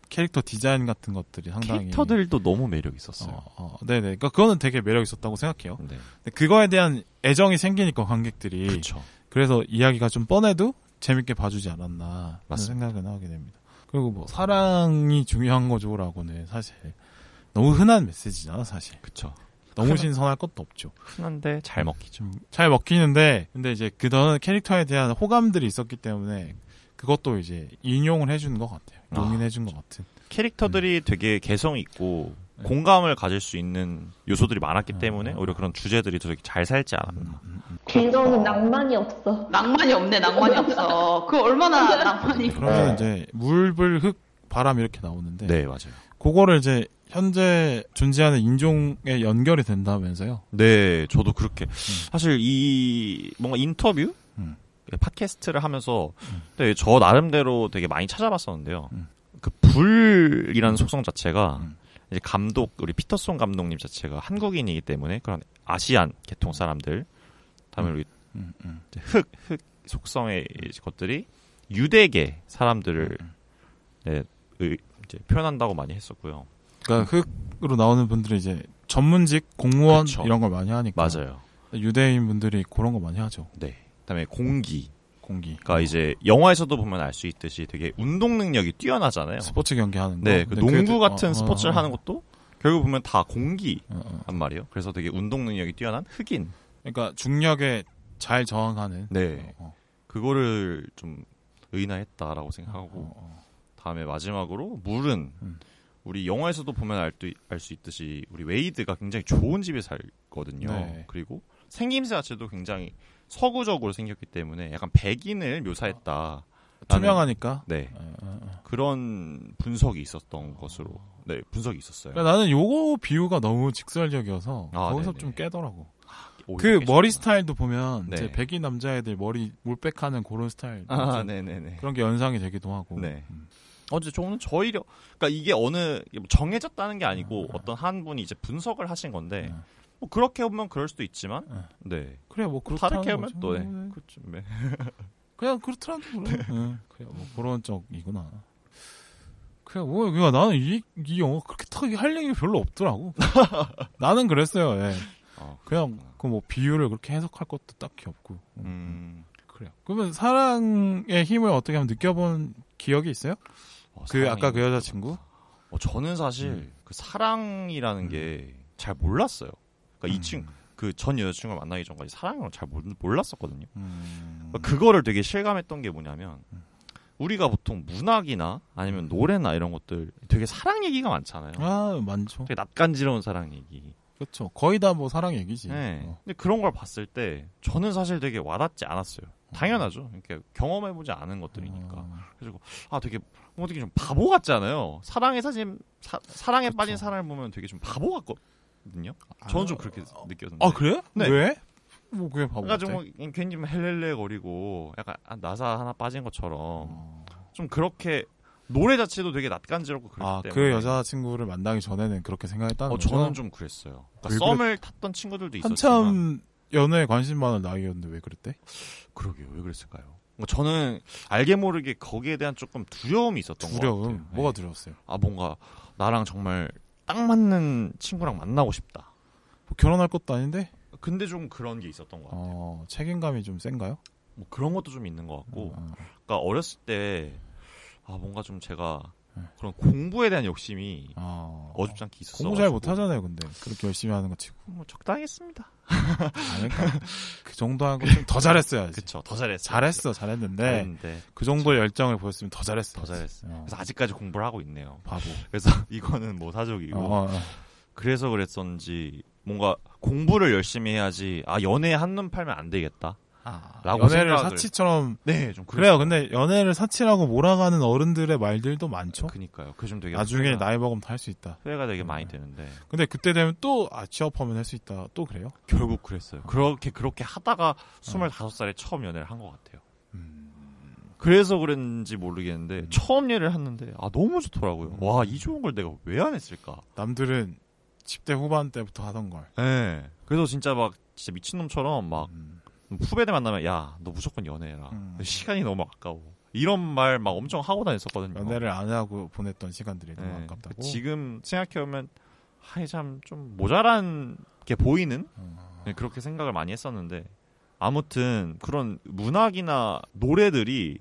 Speaker 1: 캐릭터 디자인 같은 것들이 상당히
Speaker 2: 캐릭터들도 너무 매력
Speaker 1: 어,
Speaker 2: 있었어요.
Speaker 1: 어, 네네. 그러니까 그거는 되게 매력 있었다고 생각해요.
Speaker 2: 네.
Speaker 1: 근데 그거에 대한 애정이 생기니까 관객들이
Speaker 2: 그렇죠.
Speaker 1: 그래서 이야기가 좀 뻔해도 재밌게 봐주지 않았나 그런
Speaker 2: 맞습니다.
Speaker 1: 생각은 하게 됩니다. 그리고 뭐 사랑이 중요한 거죠라고는 사실 너무 흔한 메시지잖아 사실.
Speaker 2: 그렇죠.
Speaker 1: 너무
Speaker 2: 흔한- 그렇죠.
Speaker 1: 신선할 것도 없죠.
Speaker 2: 흔한데 잘 먹기죠.
Speaker 1: 좀 잘 먹히는데 근데 이제 그다음 캐릭터에 대한 호감들이 있었기 때문에 그것도 이제 인용을 해주는 것 같아요.
Speaker 2: 아,
Speaker 1: 용인해 준 것 같은.
Speaker 2: 캐릭터들이 되게 개성 있고
Speaker 1: 음. 네.
Speaker 2: 공감을 가질 수 있는 요소들이 많았기
Speaker 1: 음.
Speaker 2: 때문에 오히려 그런 주제들이 되게 잘 살지 않았나.
Speaker 4: 궤도는 그 낭만이 없어.
Speaker 3: 낭만이 없네, 낭만이 없어. 그 얼마나 낭만이.
Speaker 1: 그러면
Speaker 2: 네.
Speaker 1: 이제 물불 흙 바람 이렇게 나오는데
Speaker 2: 맞아요.
Speaker 1: 그거를 이제 현재 존재하는 인종에 연결이 된다면서요.
Speaker 2: 네, 저도 그렇게 사실 이 뭔가 인터뷰 예,
Speaker 1: 음.
Speaker 2: 팟캐스트를 하면서 네, 저 나름대로 되게 많이 찾아봤었는데요.
Speaker 1: 음.
Speaker 2: 그 불이라는 속성 자체가
Speaker 1: 음.
Speaker 2: 이제 감독 우리 피터송 감독님 자체가 한국인이기 때문에 그런 아시안 계통 사람들 다음에 우리
Speaker 1: 음, 음.
Speaker 2: 이제 흑, 흑 속성의 것들이 유대계 사람들을
Speaker 1: 음,
Speaker 2: 네, 의- 이제 표현한다고 많이 했었고요.
Speaker 1: 그러니까 흑으로 나오는 분들이 이제 전문직 공무원
Speaker 2: 그쵸.
Speaker 1: 이런 걸 많이 하니까 유대인 분들이 그런 거 많이 하죠.
Speaker 2: 네. 음. 그다음에 공기.
Speaker 1: 공기.
Speaker 2: 그러니까 이제 영화에서도 보면 알 수 있듯이 되게 운동 능력이 뛰어나잖아요.
Speaker 1: 스포츠 경기 하는 거.
Speaker 2: 네, 그
Speaker 1: 근데
Speaker 2: 농구
Speaker 1: 그래도-
Speaker 2: 같은
Speaker 1: 어, 어,
Speaker 2: 스포츠를
Speaker 1: 어.
Speaker 2: 하는 것도 결국 보면 다 공기
Speaker 1: 어, 어.
Speaker 2: 란 말이에요. 그래서 되게 운동 능력이 뛰어난 흑인
Speaker 1: 그러니까 중력에 잘 저항하는.
Speaker 2: 네.
Speaker 1: 어,
Speaker 2: 그거를 좀 의인화했다라고
Speaker 1: 어,
Speaker 2: 생각하고
Speaker 1: 어.
Speaker 2: 다음에 마지막으로 물은
Speaker 1: 음.
Speaker 2: 우리 영화에서도 보면 알 수 있듯이 우리 웨이드가 굉장히 좋은 집에 살거든요.
Speaker 1: 네.
Speaker 2: 그리고 생김새 자체도 굉장히 서구적으로 생겼기 때문에 약간 백인을 묘사했다.
Speaker 1: 투명하니까.
Speaker 2: 네
Speaker 1: 어, 어, 어.
Speaker 2: 그런 분석이 있었던 것으로 네 분석이 있었어요.
Speaker 1: 그러니까 나는 요거 비유가 너무 직설적이어서
Speaker 2: 아,
Speaker 1: 거기서
Speaker 2: 네네.
Speaker 1: 좀 깨더라고.
Speaker 2: 오히려
Speaker 1: 그
Speaker 2: 깨졌구나.
Speaker 1: 머리 스타일도 보면
Speaker 2: 네.
Speaker 1: 이제 백인 남자애들 머리 몰백하는 그런 스타일.
Speaker 2: 아 네네네.
Speaker 1: 그런 게 연상이 되기도 하고.
Speaker 2: 네.
Speaker 1: 음.
Speaker 2: 어제 저는 저희려 그러니까 이게 어느 정해졌다는 게 아니고 어떤 한 분이 이제 분석을 하신 건데
Speaker 1: 음.
Speaker 2: 뭐 그렇게 보면 그럴 수도 있지만
Speaker 1: 음.
Speaker 2: 네
Speaker 1: 그래 뭐 그렇다는
Speaker 2: 다르게 하면
Speaker 1: 거죠.
Speaker 2: 또 네.
Speaker 1: 네.
Speaker 2: 그렇죠. 네.
Speaker 1: 그냥 그렇더라도 그래. 응. 그래 뭐 그런 쪽이구나. 그래 뭐 그냥 나는 이, 이 영화 그렇게 타게 할 얘기 별로
Speaker 2: *laughs*
Speaker 1: 없더라고. 나는 그랬어요. 예.
Speaker 2: 어,
Speaker 1: 그냥 그 뭐 비유를 그렇게 해석할 것도 딱히 없고. 응.
Speaker 2: 음,
Speaker 1: 그래요. 그러면 사랑의 힘을 어떻게 하면 느껴본 기억이 있어요?
Speaker 2: 어,
Speaker 1: 그
Speaker 2: 사랑이-
Speaker 1: 아까 그 여자친구?
Speaker 2: 어, 저는 사실 그 사랑이라는 게 잘 몰랐어요. 그러니까 이친 그전 여자친구를 만나기 전까지 사랑을 잘 몰- 몰랐었거든요.
Speaker 1: 음.
Speaker 2: 그러니까 그거를 되게 실감했던 게 뭐냐면 우리가 보통 문학이나 아니면 노래나 이런 것들 되게 사랑 얘기가 많잖아요.
Speaker 1: 음.
Speaker 2: 네.
Speaker 1: 아 많죠.
Speaker 2: 되게 낯간지러운 사랑 얘기.
Speaker 1: 그렇죠. 거의 다 뭐 사랑 얘기지.
Speaker 2: 네.
Speaker 1: 어.
Speaker 2: 근데 그런 걸 봤을 때 저는 사실 되게 와닿지 않았어요. 당연하죠. 이렇게 경험해보지 않은 것들이니까.
Speaker 1: 어.
Speaker 2: 아 되게 뭐 되게 좀 바보 같잖아요. 사랑에 사진 사, 랑에 빠진 사람을 보면 되게 좀 바보 같거든요. 저는 좀 그렇게 느꼈는데.
Speaker 1: 아 그래?
Speaker 2: 네.
Speaker 1: 왜? 뭐 그게 바보 같아.
Speaker 2: 그러니까 좀 뭐, 괜히 좀 헬렐레거리고 약간 아, 나사 하나 빠진 것처럼
Speaker 1: 어.
Speaker 2: 좀 그렇게 노래 자체도 되게 낯간지럽고 그렇기
Speaker 1: 아,
Speaker 2: 때문에
Speaker 1: 그 여자친구를 만나기 전에는 그렇게 생각했다는
Speaker 2: 어,
Speaker 1: 거죠?
Speaker 2: 저는 좀 그랬어요. 그러니까
Speaker 1: 왜 그랬-
Speaker 2: 썸을 탔던 친구들도 있었지만
Speaker 1: 한참 연애에 관심 많은 나이였는데 왜 그랬대?
Speaker 2: 그러게요. 왜 그랬을까요? 뭐 저는 알게 모르게 거기에 대한 조금 두려움이 있었던 것 같아요.
Speaker 1: 두려움.
Speaker 2: 네.
Speaker 1: 뭐가 두려웠어요?
Speaker 2: 아 뭔가 나랑 정말 딱 맞는 친구랑 만나고 싶다.
Speaker 1: 뭐 결혼할 것도 아닌데?
Speaker 2: 근데 좀 그런 게 있었던 것 같아요.
Speaker 1: 어, 책임감이 좀 센가요?
Speaker 2: 뭐 그런 것도 좀 있는 것 같고,
Speaker 1: 어,
Speaker 2: 그러니까 어렸을 때 아, 뭔가 좀 제가
Speaker 1: 네.
Speaker 2: 그런 공부에 대한 욕심이
Speaker 1: 어.
Speaker 2: 어줍지 않게 있었어.
Speaker 1: 공부 잘 못하잖아요, 근데. 그렇게 열심히 하는 거 치고.
Speaker 2: 뭐 적당했습니다.
Speaker 1: 아니까. *laughs* 그 정도 하는 거좀 더 잘했어야지.
Speaker 2: 그렇죠. 더 잘했어.
Speaker 1: 잘했어, 잘했는데.
Speaker 2: 잘했는데
Speaker 1: 그 정도의 열정을 보였으면 더 잘했어.
Speaker 2: 아, 더 잘했어.
Speaker 1: 어,
Speaker 2: 그래서 아직까지 공부를 하고 있네요.
Speaker 1: 바보.
Speaker 2: 그래서 *laughs* 이거는 뭐 사족이고.
Speaker 1: 어, 어, 어.
Speaker 2: 그래서 그랬었는지 뭔가 공부를 열심히 해야지 아 연애에 한눈 팔면 안 되겠다. 라고
Speaker 1: 연애를
Speaker 2: 아, 생각을-
Speaker 1: 사치처럼.
Speaker 2: 네, 좀
Speaker 1: 그래요. 근데 연애를 사치라고 몰아가는 어른들의 말들도 많죠.
Speaker 2: 그니까요. 그 좀 되게
Speaker 1: 나중에
Speaker 2: 후회가,
Speaker 1: 나이 네. 먹으면 다 할 수 있다.
Speaker 2: 후회가 되게 많이 되는데
Speaker 1: 근데 그때 되면 또 아, 취업하면 할 수 있다. 또 그래요?
Speaker 2: 결국 그랬어요. 그렇게 그렇게 하다가 25살에 처음 연애를 한 것 같아요. 그래서 그랬는지 모르겠는데 처음 예를 했는데 아 너무
Speaker 1: 음.
Speaker 2: 좋더라고요. 와 이 좋은 걸 내가 왜 안 했을까?
Speaker 1: 남들은 10대 후반 때부터 하던 걸.
Speaker 2: 예. 그래서 진짜 막 진짜 미친놈처럼 막
Speaker 1: 음.
Speaker 2: 후배들 만나면 야 너 무조건 연애해라.
Speaker 1: 음.
Speaker 2: 시간이 너무 아까워. 이런 말 막 엄청 하고 다녔었거든요.
Speaker 1: 연애를 안 하고 보냈던 시간들이 너무
Speaker 2: 예.
Speaker 1: 아깝다고.
Speaker 2: 지금 생각해보면 하이 참 좀 모자란 게 보이는
Speaker 1: 음.
Speaker 2: 네, 그렇게 생각을 많이 했었는데 아무튼 그런 문학이나 노래들이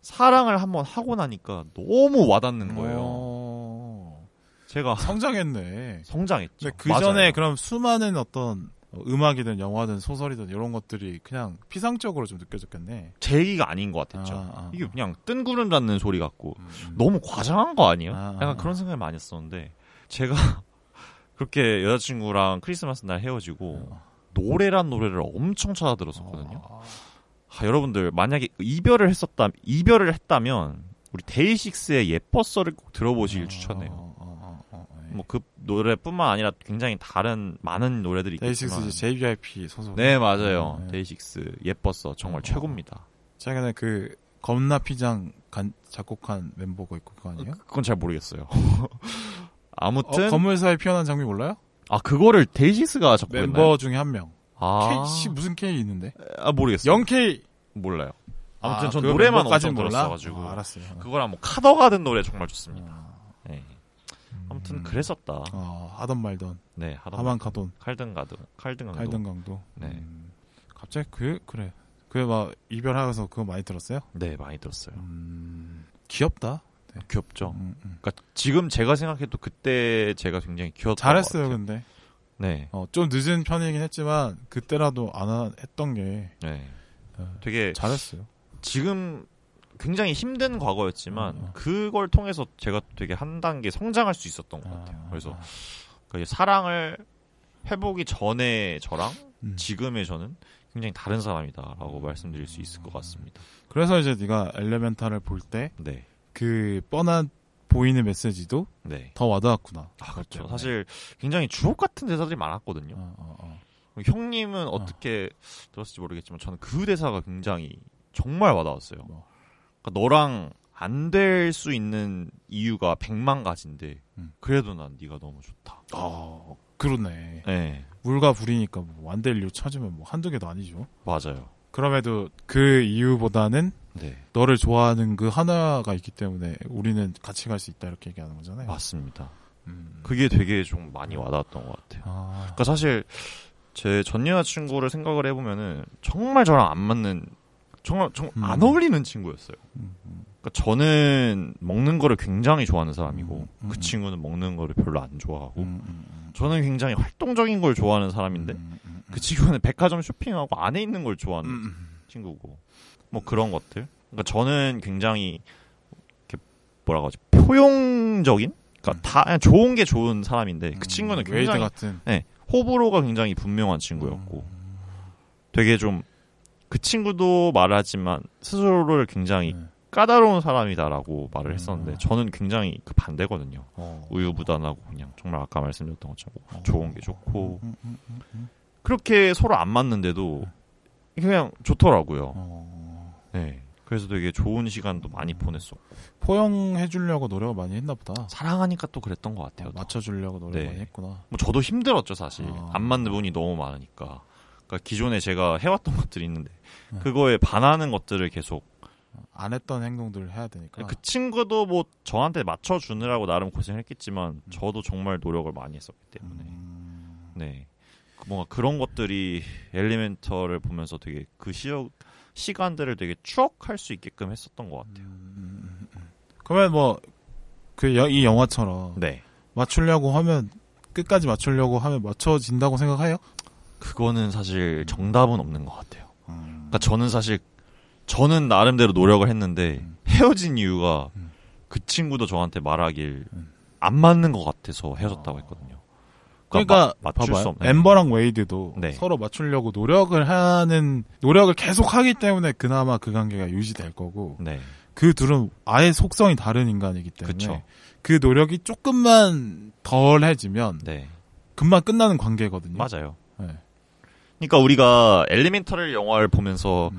Speaker 2: 사랑을 한번 하고 나니까 너무 와닿는 거예요.
Speaker 1: 어,
Speaker 2: 제가
Speaker 1: 성장했네.
Speaker 2: 성장했죠.
Speaker 1: 근데 그 전에 그럼 수많은 어떤 어, 음악이든 영화든 소설이든 이런 것들이 그냥 피상적으로 좀 느껴졌겠네.
Speaker 2: 제 얘기가 아닌 것 같았죠.
Speaker 1: 아, 아,
Speaker 2: 이게
Speaker 1: 아.
Speaker 2: 그냥 뜬구름 잡는 소리 같고 너무 과장한 거 아니에요?
Speaker 1: 음. 아, 아,
Speaker 2: 약간
Speaker 1: 아.
Speaker 2: 그런 생각을 많이 했었는데 제가 *laughs* 그렇게 여자친구랑 크리스마스 날 헤어지고 노래란 노래를 엄청 찾아 들었었거든요.
Speaker 1: 아,
Speaker 2: 아, 여러분들 만약에 이별을 했었다 이별을 했다면 우리 데이식스의 예뻤어를 꼭 들어보시길 추천해요.
Speaker 1: 어, 어, 어, 어, 예.
Speaker 2: 뭐 그 노래뿐만 아니라 굉장히 다른 많은 노래들이
Speaker 1: 데이식스
Speaker 2: 있겠지만
Speaker 1: 이제 JVIP 소속.
Speaker 2: 네 맞아요.
Speaker 1: 네.
Speaker 2: 데이식스 예뻤어 정말
Speaker 1: 어.
Speaker 2: 최고입니다.
Speaker 1: 최근에 그 겁나 피장 간- 작곡한 멤버가 있고 그거 아니에요?
Speaker 2: 어, 그건 잘 모르겠어요. *laughs*
Speaker 1: 어,
Speaker 2: 아무튼
Speaker 1: 건물 사이 피어난 장미 몰라요?
Speaker 2: 아 그거를 데이식스가 작곡했나요?
Speaker 1: 멤버 중에 한 명.
Speaker 2: 아,
Speaker 1: K 씨 무슨 K 있는데?
Speaker 2: 아 모르겠어요.
Speaker 1: 0K.
Speaker 2: 몰라요. 아무튼
Speaker 1: 아,
Speaker 2: 전
Speaker 1: 그
Speaker 2: 노래만
Speaker 1: 멤버까진
Speaker 2: 엄청
Speaker 1: 몰라?
Speaker 2: 들었어가지고
Speaker 1: 아, 알았어요.
Speaker 2: 그거랑 뭐 카더 가든 노래 정말 좋습니다. 네. 아무튼
Speaker 1: 음.
Speaker 2: 그랬었다.
Speaker 1: 어, 하던 말던
Speaker 2: 네 하다
Speaker 1: 하만 가돈
Speaker 2: 칼든 가든 칼든 가든
Speaker 1: 갈등 강도.
Speaker 2: 네.
Speaker 1: 음. 갑자기 그 그래. 그막 이별하고서 그거 많이 들었어요?
Speaker 2: 네 많이 들었어요. 네,
Speaker 1: 음. 귀엽다.
Speaker 2: 귀엽죠.
Speaker 1: 음, 음.
Speaker 2: 그러니까 지금 제가 생각해도 그때 제가 굉장히 귀엽다.
Speaker 1: 잘했어요, 근데.
Speaker 2: 네,
Speaker 1: 어, 좀 늦은 편이긴 했지만 그때라도 안 하- 했던 게
Speaker 2: 네.
Speaker 1: 어,
Speaker 2: 되게
Speaker 1: 잘했어요.
Speaker 2: 지금 굉장히 힘든 과거였지만
Speaker 1: 어.
Speaker 2: 그걸 통해서 제가 되게 한 단계 성장할 수 있었던 것 같아요.
Speaker 1: 아.
Speaker 2: 그래서 그 사랑을 해보기 전에 저랑
Speaker 1: 음.
Speaker 2: 지금의 저는 굉장히 다른 사람이다라고 말씀드릴 수 있을 것 같습니다.
Speaker 1: 그래서 이제 네가 엘레멘탈을 볼
Speaker 2: 네,
Speaker 1: 때 그 뻔한 보이는 메시지도
Speaker 2: 네.
Speaker 1: 더 와닿았구나.
Speaker 2: 아 그렇죠. 사실 굉장히 주옥 같은 대사들이 많았거든요.
Speaker 1: 어, 어, 어.
Speaker 2: 형님은 어떻게 들었을지 모르겠지만 저는 그 대사가 굉장히 정말 와닿았어요.
Speaker 1: 뭐.
Speaker 2: 그러니까 너랑 안 될 수 있는 이유가 백만 가지인데
Speaker 1: 음.
Speaker 2: 그래도 난 네가 너무 좋다.
Speaker 1: 아, 그러네.
Speaker 2: 네
Speaker 1: 물과 불이니까 뭐 안될 이유 찾으면 뭐 한두 개도 아니죠.
Speaker 2: 맞아요.
Speaker 1: 그럼에도 그 이유보다는
Speaker 2: 네
Speaker 1: 너를 좋아하는 그 하나가 있기 때문에 우리는 같이 갈 수 있다 이렇게 얘기하는 거잖아요.
Speaker 2: 맞습니다.
Speaker 1: 음.
Speaker 2: 그게 되게 좀 많이 와닿았던 것 같아요.
Speaker 1: 아,
Speaker 2: 그러니까 사실 제 전 여자친구를 생각을 해보면은 정말 저랑 안 맞는 정말
Speaker 1: 음.
Speaker 2: 정안 어울리는 친구였어요.
Speaker 1: 음,
Speaker 2: 그러니까 저는 먹는 거를 굉장히 좋아하는 사람이고
Speaker 1: 음, 음,
Speaker 2: 그
Speaker 1: 음.
Speaker 2: 친구는 먹는 거를 별로 안 좋아하고
Speaker 1: 음, 음,
Speaker 2: 저는 굉장히 활동적인 걸 좋아하는 사람인데
Speaker 1: 음, 음,
Speaker 2: 그 친구는 백화점 쇼핑하고 안에 있는 걸
Speaker 1: 음,
Speaker 2: 좋아하는
Speaker 1: 음.
Speaker 2: 친구고 뭐 그런 것들. 그러니까 저는 굉장히 이렇게 뭐라고 하지 포용적인. 그러니까
Speaker 1: 음.
Speaker 2: 다 그냥 좋은 게 좋은 사람인데 그
Speaker 1: 음,
Speaker 2: 친구는
Speaker 1: 웨이드
Speaker 2: 굉장히
Speaker 1: 같은
Speaker 2: 호불호가 굉장히 분명한 친구였고 되게 좀 그 친구도 말하지만 스스로를 굉장히
Speaker 1: 네.
Speaker 2: 까다로운 사람이다라고 말을
Speaker 1: 음.
Speaker 2: 했었는데 저는 굉장히 그 반대거든요.
Speaker 1: 어.
Speaker 2: 우유부단하고 그냥 정말 아까 말씀드렸던 것처럼 뭐
Speaker 1: 어.
Speaker 2: 좋은 게 좋고
Speaker 1: 음, 음, 음, 음.
Speaker 2: 그렇게 서로 안 맞는데도 그냥 좋더라고요.
Speaker 1: 어.
Speaker 2: 네. 그래서 되게 좋은 시간도 많이 보냈었고
Speaker 1: 포용해 주려고 노력을 많이 했나 보다.
Speaker 2: 사랑하니까 또 그랬던 것 같아요. 또.
Speaker 1: 맞춰 주려고 노력 을
Speaker 2: 네.
Speaker 1: 많이 했구나.
Speaker 2: 뭐 저도 힘들었죠 사실
Speaker 1: 아.
Speaker 2: 안 맞는 분이 너무 많으니까 그러니까 기존에 제가 해왔던 *laughs* 것들이 있는데
Speaker 1: 네.
Speaker 2: 그거에 반하는 것들을 계속
Speaker 1: 안 했던 행동들을 해야 되니까.
Speaker 2: 그 친구도 뭐 저한테 맞춰주느라고 나름 고생했겠지만 저도 정말 노력을 많이 했었기 때문에
Speaker 1: 음.
Speaker 2: 네 그 뭔가 그런 것들이 엘리멘터를 보면서 되게 그 시역 시간들을 되게 추억할 수 있게끔 했었던 것 같아요
Speaker 1: 음, 음, 음. 그러면 뭐 그 이 영화처럼
Speaker 2: 네
Speaker 1: 맞추려고 하면 끝까지 맞추려고 하면 맞춰진다고 생각해요?
Speaker 2: 그거는 사실 정답은 없는 것 같아요
Speaker 1: 음.
Speaker 2: 그러니까 저는 사실 저는 나름대로 노력을 했는데
Speaker 1: 음.
Speaker 2: 헤어진 이유가
Speaker 1: 음.
Speaker 2: 그 친구도 저한테 말하길
Speaker 1: 음.
Speaker 2: 안 맞는 것 같아서 헤어졌다고 했거든요.
Speaker 1: 그러니까
Speaker 2: 마- 맞출 수
Speaker 1: 봐봐요.
Speaker 2: 없는
Speaker 1: 엠버랑 웨이드도
Speaker 2: 네.
Speaker 1: 서로 맞추려고 노력을 하는 노력을 계속 하기 때문에 그나마 그 관계가 유지될 거고
Speaker 2: 네,
Speaker 1: 그 둘은 아예 속성이 다른 인간이기 때문에
Speaker 2: 그쵸.
Speaker 1: 그 노력이 조금만 덜해지면
Speaker 2: 네,
Speaker 1: 금방 끝나는 관계거든요.
Speaker 2: 맞아요.
Speaker 1: 네.
Speaker 2: 그러니까 우리가 엘리멘터를 영화를 보면서
Speaker 1: 음.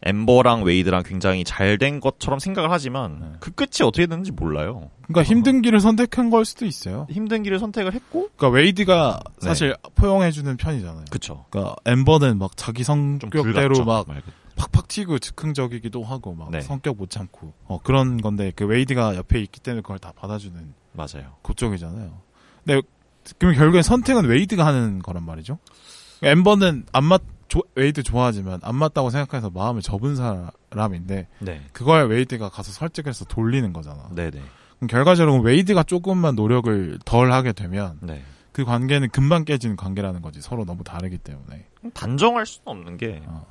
Speaker 2: 엠버랑 웨이드랑 굉장히 잘 된 것처럼 생각을
Speaker 1: 네.
Speaker 2: 하지만 그 끝이 어떻게 됐는지 몰라요.
Speaker 1: 그러니까 힘든 길을 선택한 걸 수도 있어요.
Speaker 2: 힘든 길을 선택을 했고
Speaker 1: 그러니까 웨이드가
Speaker 2: 네.
Speaker 1: 사실 포용해주는 편이잖아요.
Speaker 2: 그쵸.
Speaker 1: 그러니까 엠버는 막 자기
Speaker 2: 좀
Speaker 1: 성격대로
Speaker 2: 불같죠.
Speaker 1: 막
Speaker 2: 말 그대로.
Speaker 1: 팍팍 튀고 즉흥적이기도 하고 막
Speaker 2: 네.
Speaker 1: 성격 못 참고 어, 그런 건데 그 웨이드가 옆에 있기 때문에 그걸 다 받아주는
Speaker 2: 맞아요.
Speaker 1: 그쪽이잖아요. 근데 그럼 결국엔 선택은 웨이드가 하는 거란 말이죠. 엠버는 안맞 웨이드 좋아하지만 안 맞다고 생각해서 마음을 접은 사람인데
Speaker 2: 네.
Speaker 1: 그걸 웨이드가 가서 설득해서 돌리는 거잖아.
Speaker 2: 네네.
Speaker 1: 그럼 결과적으로 웨이드가 조금만 노력을 덜 하게 되면
Speaker 2: 네.
Speaker 1: 그 관계는 금방 깨지는 관계라는 거지. 서로 너무 다르기 때문에.
Speaker 2: 단정할 수는 없는 게
Speaker 1: 어.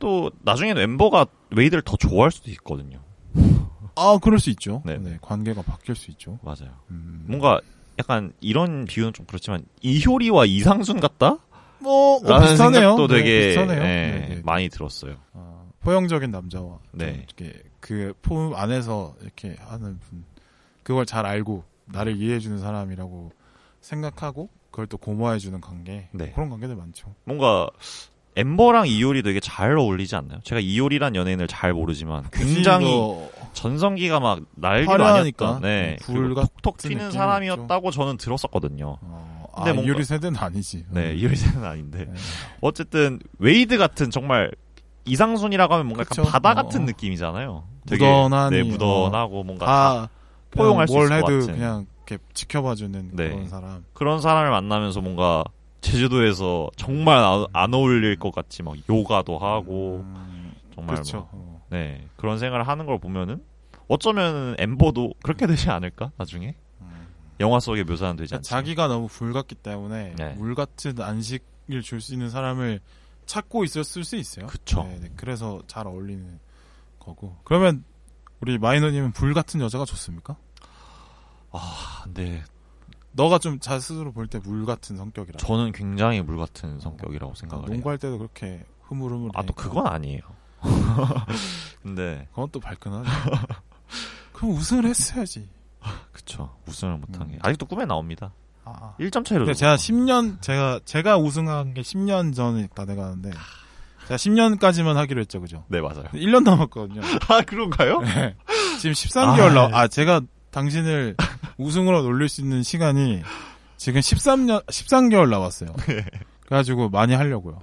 Speaker 2: 또 나중에는 엠버가 웨이드를 더 좋아할 수도 있거든요.
Speaker 1: 아, 그럴 수 있죠.
Speaker 2: 네.
Speaker 1: 네, 관계가 바뀔 수 있죠.
Speaker 2: 맞아요.
Speaker 1: 음.
Speaker 2: 뭔가 약간 이런 비유는 좀 그렇지만 이효리와 이상순 같다?
Speaker 1: 뭐, 어,
Speaker 2: 라는
Speaker 1: 비슷하네요.
Speaker 2: 생각도
Speaker 1: 네,
Speaker 2: 되게
Speaker 1: 비슷하네요.
Speaker 2: 예,
Speaker 1: 네, 네.
Speaker 2: 많이 들었어요.
Speaker 1: 어, 포용적인 남자와 좀
Speaker 2: 네.
Speaker 1: 이렇게 그 포음 안에서 이렇게 하는 분 그걸 잘 알고 나를 이해해주는 사람이라고 생각하고 그걸 또 고마워해주는 관계
Speaker 2: 네.
Speaker 1: 그런 관계들 많죠.
Speaker 2: 뭔가 엠버랑 이효리 되게 잘 어울리지 않나요? 제가 이효리란 연예인을 잘 모르지만 굉장히
Speaker 1: 뭐,
Speaker 2: 전성기가 막 날개를
Speaker 1: 아, 화려하니까.
Speaker 2: 아니었던
Speaker 1: 네,
Speaker 2: 네.
Speaker 1: 불
Speaker 2: 그리고
Speaker 1: 같은
Speaker 2: 톡톡 튀는
Speaker 1: 느낌이
Speaker 2: 사람이었다고 저는 들었었거든요.
Speaker 1: 어,
Speaker 2: 근데
Speaker 1: 아,
Speaker 2: 뭔가-
Speaker 1: 유리 세대는 아니지.
Speaker 2: 네,
Speaker 1: 음.
Speaker 2: 이효리는 아닌데
Speaker 1: 네.
Speaker 2: 어쨌든 웨이드 같은 정말 이상순이라고 하면 뭔가 약간
Speaker 1: 그쵸.
Speaker 2: 바다
Speaker 1: 어,
Speaker 2: 같은
Speaker 1: 어.
Speaker 2: 느낌이잖아요.
Speaker 1: 무던하니,
Speaker 2: 네, 무던하고 뭔가 다
Speaker 1: 다
Speaker 2: 포용할 수
Speaker 1: 뭘
Speaker 2: 있을 것
Speaker 1: 해도
Speaker 2: 같은.
Speaker 1: 아, 그냥 이렇게 지켜봐주는
Speaker 2: 네.
Speaker 1: 그런 사람.
Speaker 2: 그런 사람을 만나면서 뭔가 제주도에서 정말 안, 안 어울릴 것 같이 막 요가도 하고
Speaker 1: 음,
Speaker 2: 정말
Speaker 1: 그렇죠.
Speaker 2: 막,
Speaker 1: 어.
Speaker 2: 네 그런 생활을 하는 걸 보면은 어쩌면 엠버도 그렇게 되지 않을까 나중에
Speaker 1: 음.
Speaker 2: 영화 속에 묘사는 되지
Speaker 1: 그러니까
Speaker 2: 않습니까?
Speaker 1: 자기가 너무 불 같기 때문에
Speaker 2: 네.
Speaker 1: 물 같은 안식을 줄 수 있는 사람을 찾고 있었을 수 있어요.
Speaker 2: 그쵸.
Speaker 1: 네, 그래서 잘 어울리는 거고. 그러면 우리 마이너님은 불 같은 여자가 좋습니까?
Speaker 2: 아, 근데
Speaker 1: 너가 좀 자 스스로 볼 때 물 같은 성격이라.
Speaker 2: 저는 굉장히 물 같은 성격이라고 생각을 해요.
Speaker 1: 농구할 때도 그렇게 흐물흐물.
Speaker 2: 아 또 그건 아니에요. *laughs* 근데
Speaker 1: 그건 또 발끈하네. *laughs* 그럼 우승을 했어야지.
Speaker 2: 그쵸 우승을 못한 게
Speaker 1: 음.
Speaker 2: 아직도 꿈에 나옵니다.
Speaker 1: 아.
Speaker 2: 1점 차이로.
Speaker 1: 근데 제가 10년 제가 제가 우승한 게 10년 전이 다 돼가는데 제가 10년까지만 하기로 했죠, 그죠?
Speaker 2: 네 맞아요. *laughs*
Speaker 1: 1년 남았거든요.
Speaker 2: 아 그런가요?
Speaker 1: 네. 지금 13개월
Speaker 2: 아,
Speaker 1: 나, 아, 제가 당신을 우승으로 놀릴 수 있는 시간이 지금 13년, 13개월 남았어요.
Speaker 2: 네.
Speaker 1: 그래가지고 많이 하려고요.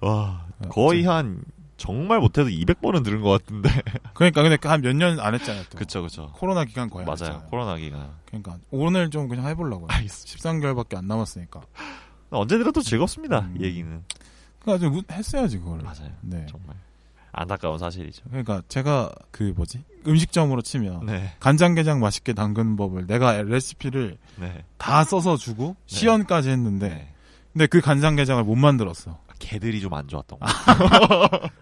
Speaker 2: 와
Speaker 1: 아, 네.
Speaker 2: 거의 한 정말 못해도 200번은 들은 것
Speaker 1: *laughs*
Speaker 2: 같은데.
Speaker 1: 그러니까, 근데 한 몇 년 안 했잖아요. 또.
Speaker 2: 그쵸 그쵸.
Speaker 1: 코로나 기간 거의 안
Speaker 2: 맞아요.
Speaker 1: 했잖아요.
Speaker 2: 코로나 기간.
Speaker 1: 그러니까, 오늘 좀 그냥 해보려고요. 13개월밖에 안 남았으니까.
Speaker 2: 언제 들어도 즐겁습니다.
Speaker 1: 음.
Speaker 2: 이 얘기는.
Speaker 1: 그래가지고 우- 했어야지, 그거를.
Speaker 2: 맞아요.
Speaker 1: 네.
Speaker 2: 정말 안타까운 사실이죠.
Speaker 1: 그러니까, 제가 그 뭐지? 음식점으로 치면
Speaker 2: 네.
Speaker 1: 간장게장 맛있게 담그는 법을 내가 레시피를
Speaker 2: 네.
Speaker 1: 다 써서 주고 시연까지 했는데
Speaker 2: 네.
Speaker 1: 근데 그 간장게장을 못 만들었어.
Speaker 2: 개들이 좀 안 좋았던 거.
Speaker 1: 아,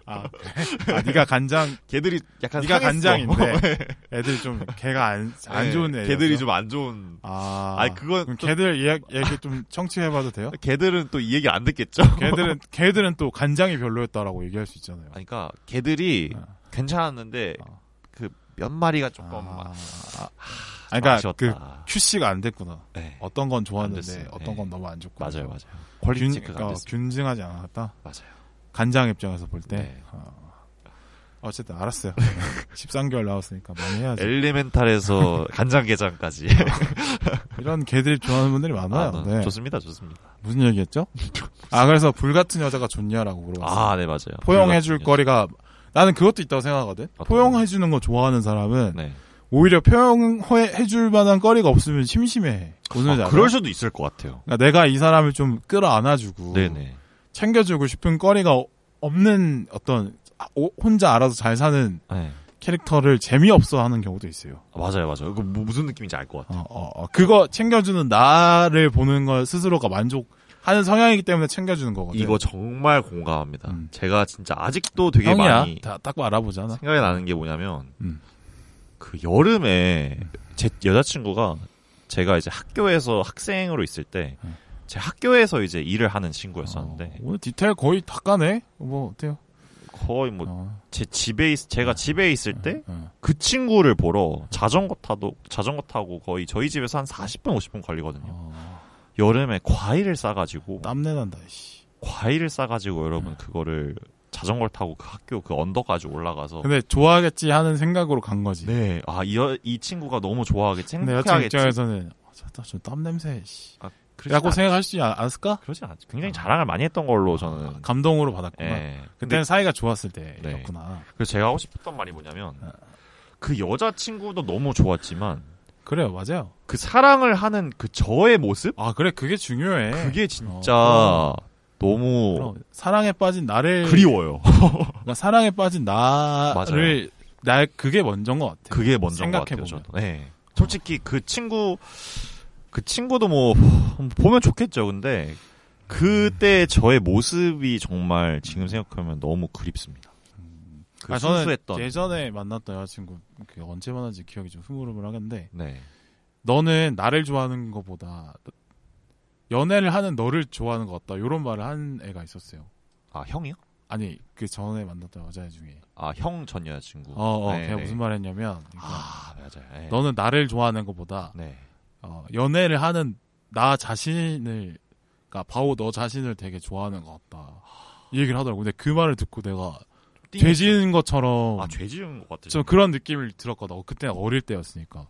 Speaker 1: 아 네가
Speaker 2: *laughs*
Speaker 1: 간장
Speaker 2: 개들이 약간
Speaker 1: 네가
Speaker 2: 어. 상했어. *laughs*
Speaker 1: 간장인데 애들 좀 개가 안, 안
Speaker 2: 네.
Speaker 1: 좋은 애
Speaker 2: 개들이 좀 안 좋은.
Speaker 1: 아,
Speaker 2: 아니, 그건
Speaker 1: 그럼
Speaker 2: 좀-
Speaker 1: 개들 얘기, 얘기 좀 청취해봐도 돼요?
Speaker 2: 개들은 또 이 얘기 안 듣겠죠.
Speaker 1: 개들은 개들은 또 간장이 별로였다라고 얘기할 수 있잖아요.
Speaker 2: 아니, 그러니까 개들이 괜찮았는데
Speaker 1: 어.
Speaker 2: 그 몇 마리가 조금
Speaker 1: 아,
Speaker 2: 막
Speaker 1: 아, 아, 그러니까
Speaker 2: 아쉬웠다.
Speaker 1: 그 QC가 안 됐구나.
Speaker 2: 네.
Speaker 1: 어떤 건 좋았는데
Speaker 2: 됐어요.
Speaker 1: 어떤
Speaker 2: 네.
Speaker 1: 건 너무 안 좋고
Speaker 2: 맞아요, 맞아요. 퀄리티
Speaker 1: 균,
Speaker 2: 체크가 안
Speaker 1: 어,
Speaker 2: 됐습니다.
Speaker 1: 균증하지 않았다.
Speaker 2: 맞아요.
Speaker 1: 간장 입장에서 볼 때.
Speaker 2: 네.
Speaker 1: 어. 어쨌든
Speaker 2: *laughs*
Speaker 1: 알았어요. 13개월 나왔으니까 많이 해야지. *laughs*
Speaker 2: 엘리멘탈에서 간장게장까지.
Speaker 1: 이런 개들 좋아하는 분들이 많아요.
Speaker 2: 아,
Speaker 1: 어, 네.
Speaker 2: 좋습니다, 좋습니다.
Speaker 1: 무슨
Speaker 2: *laughs*
Speaker 1: 얘기였죠? 아 그래서 불 같은 여자가 좋냐라고 물어봤어요.
Speaker 2: 아, 네, 맞아요.
Speaker 1: 포용해줄 거리가 나는 그것도 있다고 생각하거든.
Speaker 2: 어떤
Speaker 1: 포용해주는 거 좋아하는 사람은
Speaker 2: 네.
Speaker 1: 오히려 포용해줄 만한 거리가 없으면 심심해. 무슨
Speaker 2: 아,
Speaker 1: 말인지 알아요?
Speaker 2: 그럴 수도 있을 것 같아요.
Speaker 1: 그러니까 내가 이 사람을 좀 끌어안아주고
Speaker 2: 네네.
Speaker 1: 챙겨주고 싶은 거리가 어- 없는 어떤 아, 오- 혼자 알아서 잘 사는
Speaker 2: 네.
Speaker 1: 캐릭터를 재미없어 하는 경우도 있어요.
Speaker 2: 아, 맞아요, 맞아요. 그 뭐- 무슨 느낌인지 알 것 같아요.
Speaker 1: 어, 어, 어. 그거 챙겨주는 나를 보는 걸 스스로가 만족하는 성향이기 때문에 챙겨주는 거거든.
Speaker 2: 이거 정말 공감합니다.
Speaker 1: 어, 네. 음.
Speaker 2: 제가 진짜 아직도 되게
Speaker 1: 형이야.
Speaker 2: 많이
Speaker 1: 다, 딱 알아보잖아.
Speaker 2: 생각이 나는 게 뭐냐면
Speaker 1: 음.
Speaker 2: 그 여름에 제 여자친구가 제가 이제 학교에서 학생으로 있을 때
Speaker 1: 음.
Speaker 2: 제 학교에서 이제 일을 하는 친구였었는데
Speaker 1: 어, 오늘 디테일 거의 다 까네. 뭐 어때요?
Speaker 2: 거의 뭐 제
Speaker 1: 어, 음.
Speaker 2: 집에 있, 제가 집에 있을 때 그
Speaker 1: 어.
Speaker 2: 친구를 보러 자전거 타도 자전거 타고 거의 저희 집에서 한 40분 50분 걸리거든요.
Speaker 1: 어,
Speaker 2: 여름에 과일을 싸가지고
Speaker 1: 땀내 난다. 씨.
Speaker 2: 과일을 싸가지고 여러분 그거를 자전거를 타고 그 학교 그 언덕까지 올라가서
Speaker 1: 근데 좋아하겠지 하는 생각으로 간 거지.
Speaker 2: 네, 아, 이, 여- 이 친구가 너무 좋아하겠지,
Speaker 1: 근데 여친
Speaker 2: 행복해하겠지.
Speaker 1: 입장에서는 아, 저땀 냄새. 씨.
Speaker 2: 아, 그러진
Speaker 1: 라고
Speaker 2: 않-
Speaker 1: 생각할 수 있- 않았을까?
Speaker 2: 그러진 않죠. 굉장히
Speaker 1: 아.
Speaker 2: 자랑을 많이 했던 걸로 저는.
Speaker 1: 감동으로 받았구나.
Speaker 2: 예. 근데
Speaker 1: 그때는 사이가 좋았을
Speaker 2: 네.
Speaker 1: 때였구나.
Speaker 2: 그 제가 하고 싶었던 말이 뭐냐면
Speaker 1: 아.
Speaker 2: 그 여자 친구도 너무 좋았지만
Speaker 1: 그래요, 맞아요.
Speaker 2: 그 사랑을 하는 그 저의 모습
Speaker 1: 아 그래 그게 중요해.
Speaker 2: 그게
Speaker 1: 네.
Speaker 2: 진짜
Speaker 1: 어,
Speaker 2: 너무
Speaker 1: 그럼 사랑에 빠진 나를
Speaker 2: 그리워요.
Speaker 1: 그러니까 사랑에 빠진 나를 날 그게 먼저인 것 같아.
Speaker 2: *laughs* 그게 먼저인 것
Speaker 1: 생각해보면.
Speaker 2: 같아요. 저도. 네. 솔직히 그 친구 그 친구도 뭐 보면 좋겠죠. 근데 그때 저의 모습이 정말 지금 생각하면 너무 그립습니다. 그
Speaker 1: 아, 저는
Speaker 2: 순수했던
Speaker 1: 예전에 만났던 여자친구 그 언제 만났는지 기억이 좀 흐물흐물하겠는데
Speaker 2: 네.
Speaker 1: 너는 나를 좋아하는 것보다 연애를 하는 너를 좋아하는 것 같다. 이런 말을 한 애가 있었어요.
Speaker 2: 아 형이요?
Speaker 1: 아니 그 전에 만났던 여자 중에
Speaker 2: 아 형 전 여자친구.
Speaker 1: 어, 어
Speaker 2: 네,
Speaker 1: 걔가
Speaker 2: 네.
Speaker 1: 무슨 말했냐면 그러니까
Speaker 2: 아 맞아요. 네.
Speaker 1: 너는 나를 좋아하는 것보다
Speaker 2: 네.
Speaker 1: 어, 연애를 하는 나 자신을 그러니까 바오 너 자신을 되게 좋아하는 것 같다. 이 얘기를 하더라고. 근데 그 말을 듣고 내가 죄 지은 것처럼
Speaker 2: 아, 죄 지은 것 같아요.
Speaker 1: 좀 그런 느낌을 들었거든. 어, 그때 어릴 때였으니까.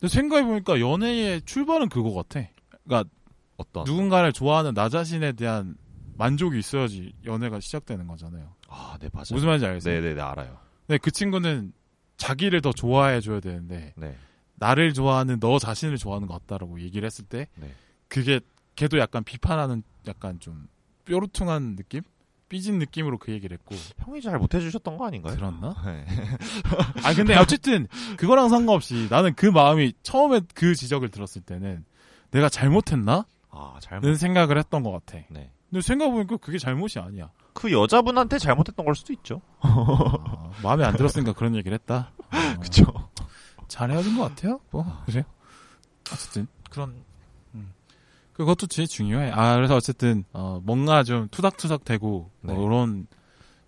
Speaker 1: 근데 생각해 보니까 연애의 출발은 그거 같아. 그러니까
Speaker 2: 어떤
Speaker 1: 누군가를 좋아하는 나 자신에 대한 만족이 있어야지 연애가 시작되는 거잖아요.
Speaker 2: 아, 네, 맞아요.
Speaker 1: 무슨 말인지 알겠어요?
Speaker 2: 네, 네, 네, 알아요.
Speaker 1: 근데 그 친구는 자기를 더 좋아해 줘야 되는데
Speaker 2: 네.
Speaker 1: 나를 좋아하는 너 자신을 좋아하는 것 같다라고 얘기를 했을 때
Speaker 2: 네.
Speaker 1: 그게 걔도 약간 비판하는 약간 좀 뾰루퉁한 느낌? 삐진 느낌으로 그 얘기를 했고
Speaker 2: 형이 잘 못해 주셨던 거 아닌가요?
Speaker 1: 들었나?
Speaker 2: *laughs* 네.
Speaker 1: 아 근데 어쨌든 그거랑 상관없이 나는 그 마음이 처음에 그 지적을 들었을 때는 내가 잘못했나?
Speaker 2: 아, 잘못.
Speaker 1: 는 생각을 했던 것 같아
Speaker 2: 네.
Speaker 1: 근데 생각해보니까 그게 잘못이 아니야
Speaker 2: 그 여자분한테 잘못했던 걸 수도 있죠.
Speaker 1: 아, 마음에 안 들었으니까 그런 얘기를 했다 어,
Speaker 2: *laughs* 그쵸.
Speaker 1: 잘 헤어진 것 같아요 뭐 그래요? 어쨌든
Speaker 2: 그런
Speaker 1: 그것도 제일 중요해. 아, 그래서 어쨌든, 어, 뭔가 좀 투닥투닥 되고,
Speaker 2: 네.
Speaker 1: 뭐 이런,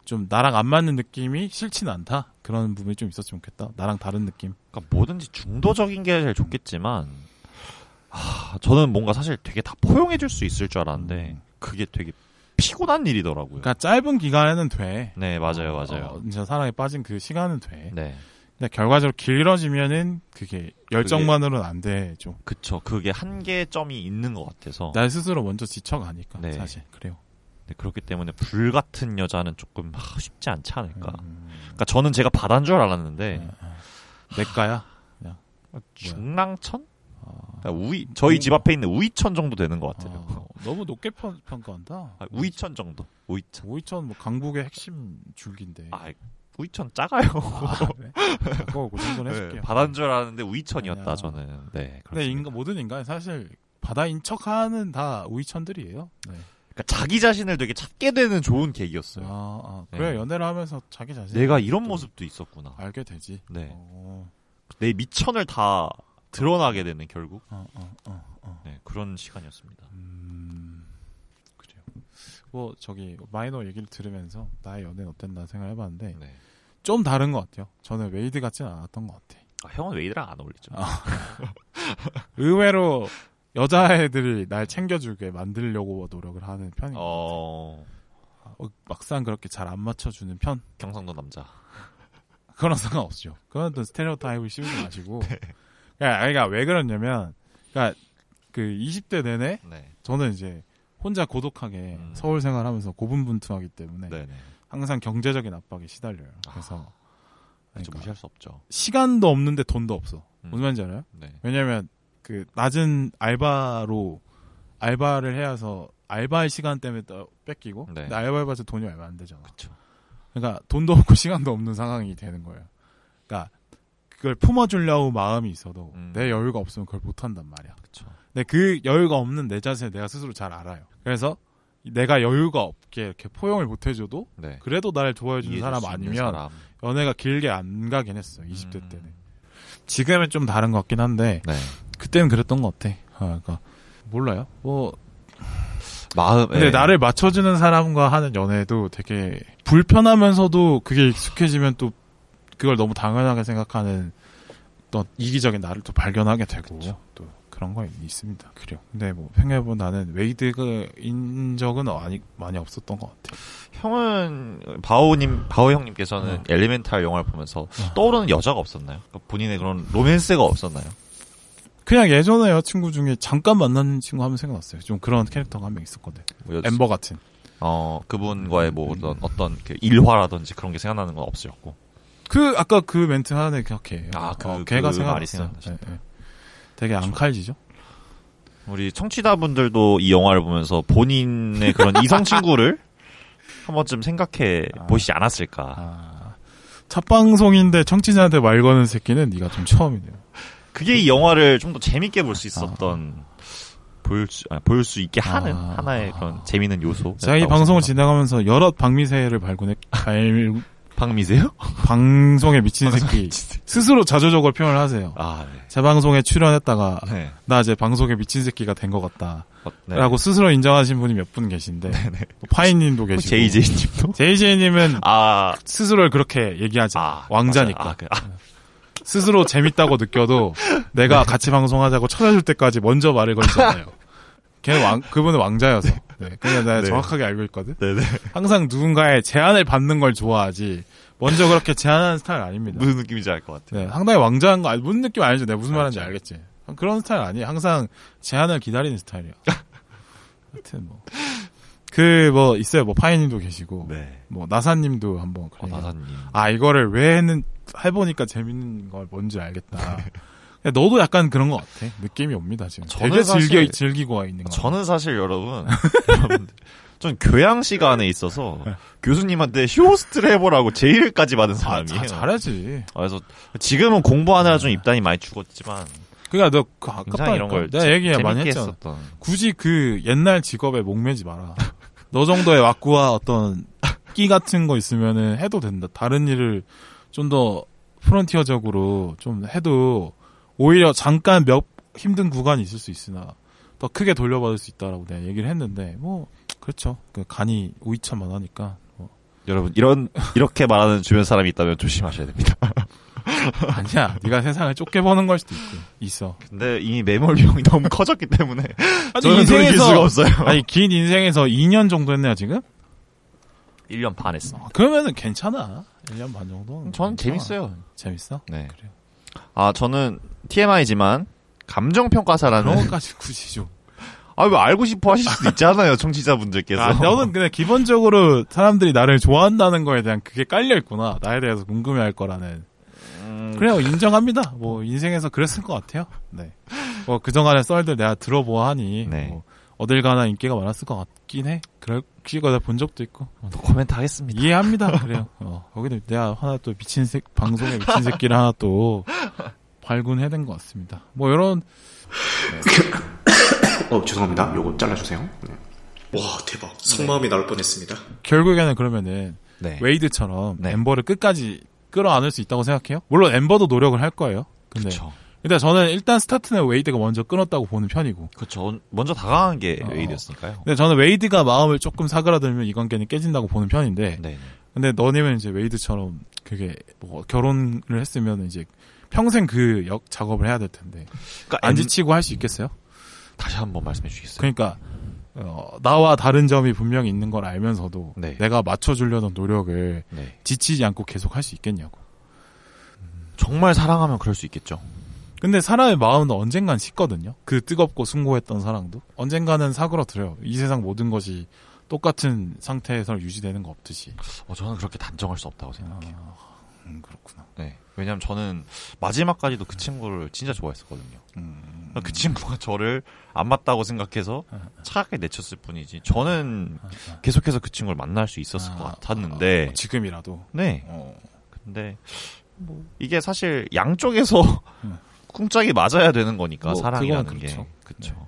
Speaker 1: 좀 나랑 안 맞는 느낌이 싫진 않다. 그런 부분이 좀 있었으면 좋겠다. 나랑 다른 느낌.
Speaker 2: 그러니까 뭐든지 중도적인 게 제일 좋겠지만 하, 저는 뭔가 사실 되게 다 포용해 줄 수 있을 줄 알았는데 그게 되게 피곤한 일이더라고요.
Speaker 1: 음. 그러니까 짧은 기간에는 돼.
Speaker 2: 네, 맞아요. 맞아요.
Speaker 1: 어, 진짜 사랑에 빠진 그 시간은 돼.
Speaker 2: 네.
Speaker 1: 근데 결과적으로 길어지면은 그게 열정만으로는 안 돼. 좀.
Speaker 2: 그쵸. 그게 한계점이 있는 것 같아서.
Speaker 1: 날 스스로 먼저 지쳐가니까.
Speaker 2: 어. 네.
Speaker 1: 사실. 그래요.
Speaker 2: 네, 그렇기 때문에 불 같은 여자는 조금 하, 쉽지 않지 않을까.
Speaker 1: 음, 네.
Speaker 2: 그러니까 저는 제가 바다인 줄 알았는데
Speaker 1: 내 거야.
Speaker 2: 중랑천?
Speaker 1: 어,
Speaker 2: 그러니까 우이 저희 집 앞에 있는 우이천 정도 되는 것 같아요.
Speaker 1: 어, 너무 높게 평- 평가한다.
Speaker 2: 아, 우이천 정도. 우이천.
Speaker 1: 오이천 뭐 강북의 핵심 줄기인데.
Speaker 2: 아 우이천 작아요.
Speaker 1: 아, 그래? 그거 고정전 해줄게요.
Speaker 2: 네, 바다인 줄 알았는데 우이천이었다
Speaker 1: 아니야.
Speaker 2: 저는. 네.
Speaker 1: 근데
Speaker 2: 그렇습니다.
Speaker 1: 인간 모든 인간 사실 바다인 척하는 다 우이천들이에요. 네.
Speaker 2: 그러니까 자기 자신을 되게 찾게 되는 좋은 계기였어요.
Speaker 1: 아, 아, 그래
Speaker 2: 네.
Speaker 1: 연애를 하면서 자기 자신
Speaker 2: 내가 이런 모습도 있었구나.
Speaker 1: 알게 되지.
Speaker 2: 네.
Speaker 1: 아, 어,
Speaker 2: 내 미천을 다 드러나게 되는 결국.
Speaker 1: 어, 어, 어, 어.
Speaker 2: 네. 그런 시간이었습니다.
Speaker 1: 음, 그래요. 뭐 저기 마이너 얘기를 들으면서 나의 연애는 어땠나 생각해봤는데
Speaker 2: 네.
Speaker 1: 좀 다른 것 같아요. 저는 웨이드 같진 않았던 것 같아.
Speaker 2: 아, 형은 웨이드랑 안 어울리죠.
Speaker 1: 아. 의외로 여자애들이 날 챙겨주게 만들려고 노력을 하는 편인 것
Speaker 2: 어
Speaker 1: 같아요. 어, 막상 그렇게 잘 안 맞춰주는 편.
Speaker 2: 경상도 남자.
Speaker 1: 그런 *laughs* 상관없죠. 그건 또 스테레오 타입을 씌우지
Speaker 2: *laughs*
Speaker 1: 마시고.
Speaker 2: 네.
Speaker 1: 그러니까, 그러니까 왜 그러냐면, 그러니까 그 20대 내내
Speaker 2: 네.
Speaker 1: 저는 이제 혼자 고독하게
Speaker 2: 음.
Speaker 1: 서울 생활하면서 고분분투하기 때문에
Speaker 2: 네. 네.
Speaker 1: 항상 경제적인 압박에 시달려요. 그래서
Speaker 2: 그쵸,
Speaker 1: 그러니까
Speaker 2: 아, 무시할 수 없죠.
Speaker 1: 시간도 없는데 돈도 없어.
Speaker 2: 음.
Speaker 1: 무슨 말인지 알아요?
Speaker 2: 네.
Speaker 1: 왜냐면 그 낮은 알바로 알바를 해서 알바의 시간 때문에 또 뺏기고
Speaker 2: 네.
Speaker 1: 근데 알바해봐서 돈이 얼마 안 되잖아.
Speaker 2: 그쵸.
Speaker 1: 그러니까 돈도 없고 *laughs* 시간도 없는 상황이 되는 거예요. 그러니까 그걸 품어주려고 마음이 있어도
Speaker 2: 음.
Speaker 1: 내 여유가 없으면 그걸 못한단 말이야.
Speaker 2: 그쵸.
Speaker 1: 근데 그 여유가 없는 내 자신을 내가 스스로 잘 알아요. 그래서 내가 여유가 없게 이렇게 포용을 못 해줘도
Speaker 2: 네.
Speaker 1: 그래도 나를 좋아해주는
Speaker 2: 이해해줄
Speaker 1: 사람
Speaker 2: 수 있는
Speaker 1: 아니면
Speaker 2: 사람.
Speaker 1: 연애가 길게 안 가긴 했어. 20대
Speaker 2: 음.
Speaker 1: 때는. 지금은 좀 다른 것 같긴 한데
Speaker 2: *laughs* 네.
Speaker 1: 그때는 그랬던 것 같아. 아, 그러니까 몰라요. 뭐
Speaker 2: 마음.
Speaker 1: 근데
Speaker 2: 예.
Speaker 1: 나를 맞춰주는 사람과 하는 연애도 되게 불편하면서도 그게 익숙해지면 또 그걸 너무 당연하게 생각하는 어떤 이기적인 나를 또 발견하게 되고 또 그런 거 있습니다. 그래요. 근데 뭐 생각해보면 나는 웨이드가 인 적은 아니 많이 없었던 것 같아.
Speaker 2: 형은 바오님 바오 형님께서는 엘리멘탈 영화를 보면서 떠오르는 여자가 없었나요? 그러니까 본인의 그런 로맨스가 없었나요?
Speaker 1: 그냥 예전에 여자친구 중에 잠깐 만난 친구 하면 생각났어요. 좀 그런 캐릭터가 한 명 있었거든.
Speaker 2: 뭐 여자-
Speaker 1: 엠버 같은.
Speaker 2: 어 그분과의 뭐 어떤 어떤 그 일화라든지 그런 게 생각나는 건 없으셨고
Speaker 1: 그 아까 그 멘트 하나 기억해.
Speaker 2: 아, 그-
Speaker 1: 어, 걔가
Speaker 2: 그
Speaker 1: 생각났어요.
Speaker 2: 말이 생각나신다.
Speaker 1: 예, 예. 되게 앙칼지죠.
Speaker 2: 우리 청취자분들도 이 영화를 보면서 본인의 그런 *laughs* 이성 친구를 한 번쯤 생각해 보시지 않았을까?
Speaker 1: 아, 첫 방송인데 청취자한테 말 거는 새끼는 네가 좀 처음이네요.
Speaker 2: 그게 이 영화를 좀 더 재밌게 볼 수 있었던 볼 수 볼 수 있게 하는
Speaker 1: 아.
Speaker 2: 하나의 그런 재미있는 요소.
Speaker 1: 제가 이 방송을 진행하면서 여러 방미세를 발굴해 발,
Speaker 2: 방미세요?
Speaker 1: 방송에 미친 새끼 스스로 자조적으로 표현을 하세요.
Speaker 2: 아 네.
Speaker 1: 제 방송에 출연했다가
Speaker 2: 네.
Speaker 1: 나 이제 방송에 미친 새끼가 된 것 같다라고
Speaker 2: 어, 네.
Speaker 1: 스스로 인정하신 분이 몇 분 계신데 또 파인님도 계시고
Speaker 2: JJ님도
Speaker 1: JJ님은
Speaker 2: 뭐 아,
Speaker 1: 스스로를 그렇게 얘기하지 않아요.
Speaker 2: 아
Speaker 1: 왕자니까
Speaker 2: 맞아요. 아, 그, 아,
Speaker 1: 스스로 재밌다고 느껴도 내가 같이 방송하자고 찾아줄 때까지 먼저 말을 걸잖아요. 걔는 왕 그분은 왕자여서 네, 그냥 내가
Speaker 2: 네.
Speaker 1: 정확하게 알고 있거든.
Speaker 2: 네네 *laughs*
Speaker 1: 항상 누군가의 제안을 받는 걸 좋아하지 먼저 그렇게 제안하는 스타일 아닙니다.
Speaker 2: 무슨 느낌인지 알 것 같아요.
Speaker 1: 네, 상당히 왕자한 거, 아니, 무슨 느낌 알죠? 내가 무슨 말하는지
Speaker 2: 알죠.
Speaker 1: 알겠지. 그런 스타일 아니에요. 항상 제안을 기다리는 스타일이야. 하여튼 뭐. 그, 뭐, 있어요. 뭐, 파이님도 계시고.
Speaker 2: 네.
Speaker 1: 뭐, 나사님도 한번.
Speaker 2: 어,
Speaker 1: 그래요.
Speaker 2: 나사님.
Speaker 1: 아, 이거를 왜 했는, 해보니까 재밌는 걸 뭔지 알겠다. 근데 너도 약간 그런 것 같아. 느낌이 옵니다, 지금.
Speaker 2: 저는
Speaker 1: 되게
Speaker 2: 사실-
Speaker 1: 즐겨, 즐기고 와 있는 거.
Speaker 2: 저는 사실 여러분, 여러분들, 전 교양 시간에 있어서 교수님한테 쇼호스트를 해보라고 제의까지 받은
Speaker 1: 아,
Speaker 2: 사람이에요.
Speaker 1: 자, 잘하지.
Speaker 2: 그래서 지금은 공부하느라 좀 입단이 많이 죽었지만
Speaker 1: 그러니까 너, 그, 아깝다.
Speaker 2: 굉장히 이런 걸
Speaker 1: 내가
Speaker 2: 재-
Speaker 1: 얘기 많이
Speaker 2: 재밌게
Speaker 1: 했잖아.
Speaker 2: 했었던.
Speaker 1: 굳이 그 옛날 직업에 목매지 마라. 너 정도의 왁구와 어떤 끼 같은 거 있으면은 해도 된다. 다른 일을 좀 더 프론티어적으로 좀 해도 오히려 잠깐 몇 힘든 구간이 있을 수 있으나 더 크게 돌려받을 수 있다라고 내가 얘기를 했는데 뭐 그렇죠. 그 간이 오이천만 하니까 뭐.
Speaker 2: 여러분 이런 이렇게 말하는 주변 사람이 있다면 조심하셔야 됩니다.
Speaker 1: 아니야. 네가 세상을 좁게 보는 걸 수도 있고 있어.
Speaker 2: *laughs* 근데 이미 매몰 비용이 너무 커졌기 때문에
Speaker 1: 아니
Speaker 2: *laughs* 저는 돌이킬 수가 없어요.
Speaker 1: *laughs* 아니 긴 인생에서 2년 정도 했네요 지금.
Speaker 2: 1년 반 했어.
Speaker 1: 아, 그러면은 괜찮아. 1년 반 정도.
Speaker 2: 전 재밌어요.
Speaker 1: 재밌어?
Speaker 2: 아, 네.
Speaker 1: 그래요.
Speaker 2: 아 저는 TMI지만 감정
Speaker 1: 그런
Speaker 2: 평가사라는
Speaker 1: 것까지 굳이 좀.
Speaker 2: 아 왜 알고 싶어 하실 수도 있잖아요 청취자분들께서.
Speaker 1: 아, 너는 그냥 기본적으로 사람들이 나를 좋아한다는 거에 대한 그게 깔려 있구나. 나에 대해서 궁금해할 거라는.
Speaker 2: 음,
Speaker 1: 그래요, 인정합니다. 뭐 인생에서 그랬을 것 같아요. 네. 뭐 그동안의 썰들 내가 들어보아하니
Speaker 2: 네.
Speaker 1: 뭐 어딜 가나 인기가 많았을 것 같긴 해. 그럴 기가 내가 본 적도 있고
Speaker 2: 어, 코멘트 하겠습니다. *laughs*
Speaker 1: 이해합니다. 그래요. 어, 거기는 내가 하나 또 미친 새 방송에 미친 새끼를 하나 또 발굴해낸 것 같습니다. 뭐 이런
Speaker 2: 네.
Speaker 5: 어 죄송합니다. 요거 잘라주세요. 네. 와 대박. 속마음이 나올 뻔했습니다.
Speaker 1: 결국에는 그러면은
Speaker 2: *laughs* 네.
Speaker 1: 웨이드처럼
Speaker 2: 네.
Speaker 1: 엠버를 끝까지 끌어안을 수 있다고 생각해요? 물론 엠버도 노력을 할 거예요. 근데
Speaker 2: 그렇죠.
Speaker 1: 일단 저는 일단 스타트는 웨이드가 먼저 끊었다고 보는 편이고.
Speaker 2: 그렇죠. 먼저 다가간 게
Speaker 1: 어.
Speaker 2: 웨이드였으니까요.
Speaker 1: 근데 저는 웨이드가 마음을 조금 사그라들면 이 관계는 깨진다고 보는 편인데.
Speaker 2: 네.
Speaker 1: 근데 너님은 이제 웨이드처럼 그게 뭐 결혼을 했으면 이제 평생 그 역 작업을 해야 될 텐데
Speaker 2: 그러니까
Speaker 1: 안
Speaker 2: 엠- 네.
Speaker 1: 지치고 할 수 있겠어요?
Speaker 2: 다시 한번 말씀해 주시겠어요?
Speaker 1: 그러니까 어, 나와 다른 점이 분명히 있는 걸 알면서도
Speaker 2: 네.
Speaker 1: 내가 맞춰주려던 노력을
Speaker 2: 네.
Speaker 1: 지치지 않고 계속 할 수 있겠냐고.
Speaker 2: 정말 사랑하면 그럴 수 있겠죠.
Speaker 1: 근데 사람의 마음은 언젠간 식거든요. 그 뜨겁고 숭고했던 사랑도 언젠가는 사그러들어요. 이 세상 모든 것이 똑같은 상태에서 유지되는 거 없듯이.
Speaker 2: 어, 저는 그렇게 단정할 수 없다고 생각해요.
Speaker 1: 음, 그렇구나.
Speaker 2: 네. 왜냐면 저는 마지막까지도 그 친구를 진짜 좋아했었거든요.
Speaker 1: 음.
Speaker 2: 그 친구가 저를 안 맞다고 생각해서 차갑게 내쳤을 뿐이지. 저는 계속해서 그 친구를 만날 수 있었을
Speaker 1: 아,
Speaker 2: 것 같았는데.
Speaker 1: 어, 지금이라도.
Speaker 2: 네.
Speaker 1: 어.
Speaker 2: 근데 뭐 이게 사실 양쪽에서
Speaker 1: 음.
Speaker 2: *laughs* 쿵짝이 맞아야 되는 거니까
Speaker 1: 뭐,
Speaker 2: 사랑이라는
Speaker 1: 그건 그렇죠.
Speaker 2: 게 그렇죠.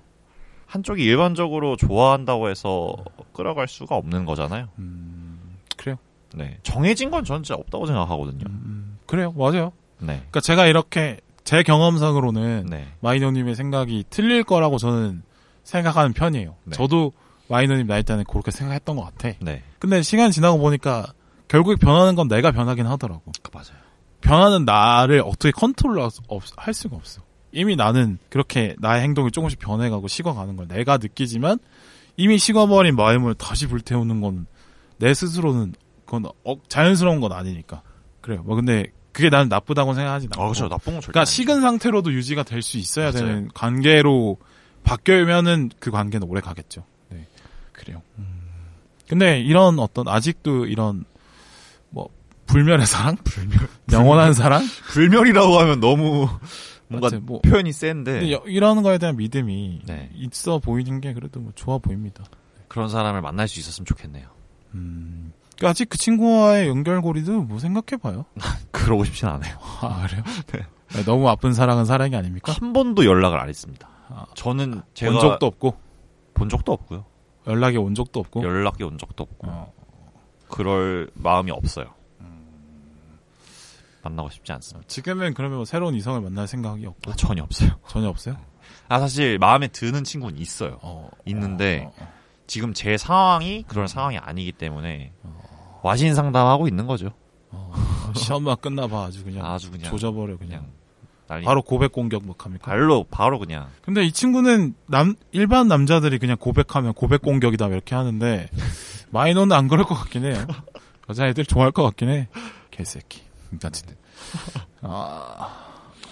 Speaker 2: 한쪽이 일반적으로 좋아한다고 해서 끌어갈 수가 없는 거잖아요.
Speaker 1: 음, 그래요.
Speaker 2: 네. 정해진 건 저는 진짜 없다고 생각하거든요.
Speaker 1: 음, 그래요. 맞아요.
Speaker 2: 네.
Speaker 1: 그러니까 제가 이렇게 제 경험상으로는
Speaker 2: 네.
Speaker 1: 마이너님의 생각이 틀릴 거라고 저는 생각하는 편이에요.
Speaker 2: 네.
Speaker 1: 저도 마이너님 나이 때는 그렇게 생각했던 것 같아.
Speaker 2: 네.
Speaker 1: 근데 시간 이 지나고 보니까 결국 변하는 건 내가 변하긴 하더라고.
Speaker 2: 그 맞아요.
Speaker 1: 변하는 나를 어떻게 컨트롤 할 수가 없어. 이미 나는 그렇게 나의 행동이 조금씩 변해가고 식어가는 걸 내가 느끼지만 이미 식어버린 마음을 다시 불태우는 건 내 스스로는 그건 어- 자연스러운 건 아니니까 그래요. 뭐 근데 그게 나는 나쁘다고 생각하진 않고.
Speaker 2: 아, 그렇죠. 나쁜 건 절대.
Speaker 1: 그러니까
Speaker 2: 아니죠.
Speaker 1: 식은 상태로도 유지가 될 수 있어야
Speaker 2: 맞아요.
Speaker 1: 되는 관계로 바뀌면은 그 관계는 오래 가겠죠. 네. 그래요. 근데 이런 어떤 아직도 이런 뭐 *laughs* 불멸의 사랑, 불멸, 영원한 *laughs* 사랑,
Speaker 2: 불멸이라고 하면 너무 뭔가
Speaker 1: 하여튼 뭐
Speaker 2: 표현이 센데
Speaker 1: 근데 여- 이런 거에 대한 믿음이
Speaker 2: 네.
Speaker 1: 있어 보이는 게 그래도 뭐 좋아 보입니다.
Speaker 2: 그런 사람을 만날 수 있었으면 좋겠네요.
Speaker 1: 음. 그러니까 아직 그 친구와의 연결고리도 뭐 생각해봐요.
Speaker 2: 그러고 싶진 않아요.
Speaker 1: *laughs* 아 그래요? 아니, 너무 아픈 사랑은 사랑이 아닙니까?
Speaker 2: 한 번도 연락을 안 했습니다.
Speaker 1: 아,
Speaker 2: 저는 제가
Speaker 1: 본 적도 없고 어?
Speaker 2: 본 적도 없고요.
Speaker 1: 연락이 온 적도 없고.
Speaker 2: 연락이 온 적도 없고
Speaker 1: 어.
Speaker 2: 그럴 마음이 없어요. 음, 만나고 싶지 않습니다.
Speaker 1: 지금은 그러면 뭐 새로운 이성을 만날 생각이 없고
Speaker 2: 아, 전혀 없어요.
Speaker 1: 전혀 없어요?
Speaker 2: 아 사실 마음에 드는 친구는 있어요.
Speaker 1: 어,
Speaker 2: 있는데
Speaker 1: 어, 음. 어.
Speaker 2: 지금 제 상황이 그런 상황이 아니기 때문에 와신 상담하고 있는 거죠.
Speaker 1: 어, *laughs* 시험만 끝나봐 아주 그냥
Speaker 2: 아주 그냥
Speaker 1: 조져버려 그냥.
Speaker 2: 그냥 난리.
Speaker 1: 바로 고백 공격 막 합니까?
Speaker 2: 발로 바로 그냥
Speaker 1: 근데 이 친구는 남 일반 남자들이 그냥 고백하면 고백 공격이다 이렇게 하는데 마이너는 안 그럴 것 같긴 해요. 여자애들 좋아할 것 같긴 해. 개새끼. 미친. *laughs* 아,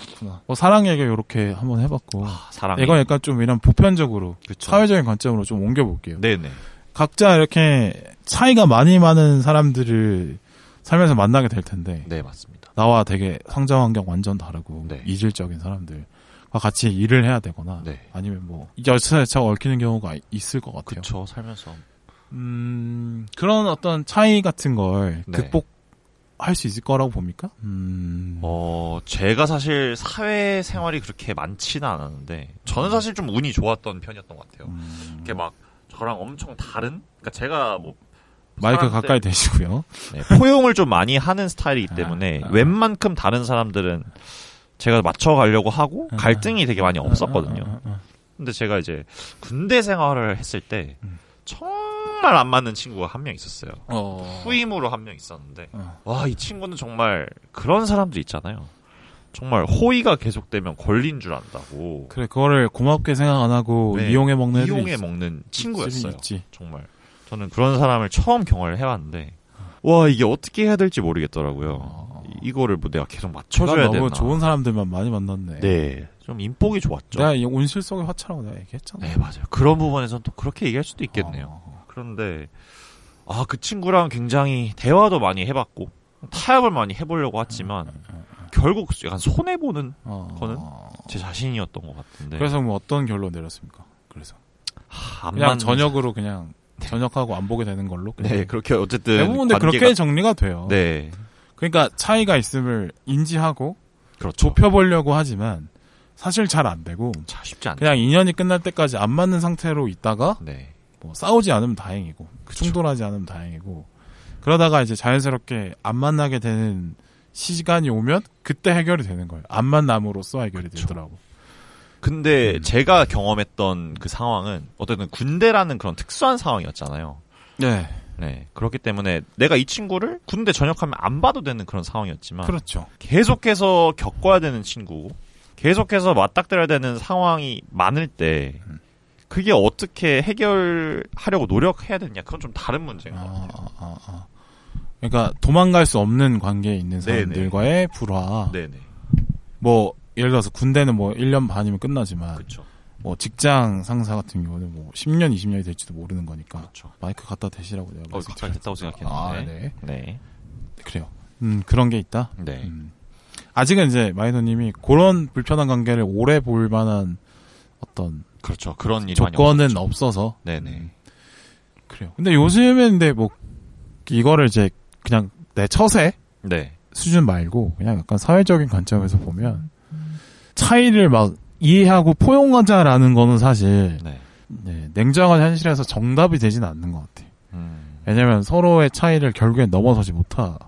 Speaker 1: 그렇구나. 뭐 사랑 얘기 이렇게 한번 해봤고.
Speaker 2: 아, 사랑.
Speaker 1: 이건 약간 좀 이런 보편적으로
Speaker 2: 그쵸.
Speaker 1: 사회적인 관점으로 좀 옮겨볼게요.
Speaker 2: 네네.
Speaker 1: 각자 이렇게 차이가 많이 많은 사람들을 살면서 만나게 될 텐데
Speaker 2: 네 맞습니다.
Speaker 1: 나와 되게 성장 환경 완전 다르고
Speaker 2: 네.
Speaker 1: 이질적인 사람들과 같이 일을 해야 되거나
Speaker 2: 네.
Speaker 1: 아니면 뭐 열차차 얽히는 경우가 있을 것 같아요.
Speaker 2: 그쵸 살면서
Speaker 1: 음, 그런 어떤 차이 같은 걸
Speaker 2: 네.
Speaker 1: 극복할 수 있을 거라고 봅니까? 음,
Speaker 2: 어 제가 사실 사회 생활이 그렇게 많지는 않았는데 저는 사실 좀 운이 좋았던 편이었던 것 같아요.
Speaker 1: 음,
Speaker 2: 이렇게 막 저랑 엄청 다른 그러니까 제가 뭐
Speaker 1: 마이크
Speaker 2: 사람들-
Speaker 1: 가까이 대시고요.
Speaker 2: 네, 포용을 좀 많이 하는 스타일이기
Speaker 1: 아,
Speaker 2: 때문에
Speaker 1: 아.
Speaker 2: 웬만큼 다른 사람들은 제가 맞춰가려고 하고
Speaker 1: 아.
Speaker 2: 갈등이 되게 많이 없었거든요.
Speaker 1: 아, 아, 아, 아.
Speaker 2: 근데 제가 이제 군대 생활을 했을 때
Speaker 1: 음.
Speaker 2: 정말 안 맞는 친구가 한 명 있었어요.
Speaker 1: 어.
Speaker 2: 후임으로 한 명 있었는데
Speaker 1: 어.
Speaker 2: 와 이 친구는 정말 그런 사람들 있잖아요. 정말 호의가 계속되면 걸린 줄 안다고
Speaker 1: 그래 그거를 고맙게 생각 안 하고
Speaker 2: 네,
Speaker 1: 이용해 먹는 애들이 그
Speaker 2: 이용해
Speaker 1: 있-
Speaker 2: 먹는 친구였어요.
Speaker 1: 있지.
Speaker 2: 정말 저는 그런 사람을 처음 경험을 해봤는데 와 이게 어떻게 해야 될지 모르겠더라고요. 이- 이거를 뭐 내가 계속
Speaker 1: 제가
Speaker 2: 맞춰줘야
Speaker 1: 어. 너무
Speaker 2: 되나?
Speaker 1: 좋은 사람들만 많이 만났네.
Speaker 2: 네, 좀 인복이 좋았죠.
Speaker 1: 내가 이 온실 속의 화차라고 내가 얘기했잖아.
Speaker 2: 네 맞아요. 그런 부분에선 또 그렇게 얘기할 수도 있겠네요.
Speaker 1: 어.
Speaker 2: 그런데 아 그 친구랑 굉장히 대화도 많이 해봤고 타협을 많이 해보려고 했지만 결국 약간 손해 보는
Speaker 1: 어.
Speaker 2: 그거는? 제 자신이었던 것 같은데.
Speaker 1: 그래서 뭐 어떤 결론 내렸습니까? 그래서
Speaker 2: 하, 안
Speaker 1: 그냥
Speaker 2: 맞는-
Speaker 1: 저녁으로
Speaker 2: *laughs*
Speaker 1: 그냥 저녁하고 안 보게 되는 걸로. 그냥.
Speaker 2: 네 그렇게 어쨌든
Speaker 1: 대부분 근데
Speaker 2: 관계가-
Speaker 1: 그렇게 정리가 돼요.
Speaker 2: 네
Speaker 1: 그러니까 차이가 있음을 인지하고
Speaker 2: 그렇죠.
Speaker 1: 좁혀보려고 하지만 사실 잘 안 되고
Speaker 2: 자, 쉽지 않네.
Speaker 1: 그냥 인연이 끝날 때까지 안 맞는 상태로 있다가
Speaker 2: 네.
Speaker 1: 뭐 싸우지 않으면 다행이고 충돌하지 않으면 다행이고 그러다가 이제 자연스럽게 안 만나게 되는 시간이 오면 그때 해결이 되는 거예요. 안 만남으로써 해결이
Speaker 2: 그쵸.
Speaker 1: 되더라고.
Speaker 2: 근데 제가 경험했던 그 상황은 어쨌든 군대라는 그런 특수한 상황이었잖아요.
Speaker 1: 네,
Speaker 2: 네. 그렇기 때문에 내가 이 친구를 군대 전역하면 안 봐도 되는 그런 상황이었지만
Speaker 1: 그렇죠.
Speaker 2: 계속해서 겪어야 되는 친구, 계속해서 맞닥뜨려야 되는 상황이 많을 때 그게 어떻게 해결하려고 노력해야 되냐 그건 좀 다른 문제인 것
Speaker 1: 아,
Speaker 2: 같아요.
Speaker 1: 아, 아, 아. 그러니까 도망갈 수 없는 관계에 있는
Speaker 2: 네네.
Speaker 1: 사람들과의 불화.
Speaker 2: 네네.
Speaker 1: 뭐 예를 들어서 군대는 뭐 1년 반이면 끝나지만
Speaker 2: 그렇죠.
Speaker 1: 뭐 직장 상사 같은 경우는 뭐 10년, 20년이 될지도 모르는 거니까
Speaker 2: 그렇죠.
Speaker 1: 마이크 갖다 대시라고 내가
Speaker 2: 어, 가까이 됐다고
Speaker 1: 아,
Speaker 2: 생각했는데.
Speaker 1: 네.
Speaker 2: 네.
Speaker 1: 그래요. 음, 그런 게 있다.
Speaker 2: 네.
Speaker 1: 음. 아직은 이제 마이너님이 그런 불편한 관계를 오래 볼 만한 어떤
Speaker 2: 그렇죠. 음. 그런 일이 많이
Speaker 1: 조건은 음. 없어서
Speaker 2: 네네.
Speaker 1: 그래요. 근데 요즘엔 근데 뭐 이거를 이제 그냥 내 처세
Speaker 2: 네.
Speaker 1: 수준 말고 그냥 약간 사회적인 관점에서 보면 차이를 막 이해하고 포용하자라는 거는 사실
Speaker 2: 네.
Speaker 1: 네, 냉정한 현실에서 정답이 되진 않는 것 같아. 요
Speaker 2: 음.
Speaker 1: 왜냐면 서로의 차이를 결국엔 넘어서지 못하거든.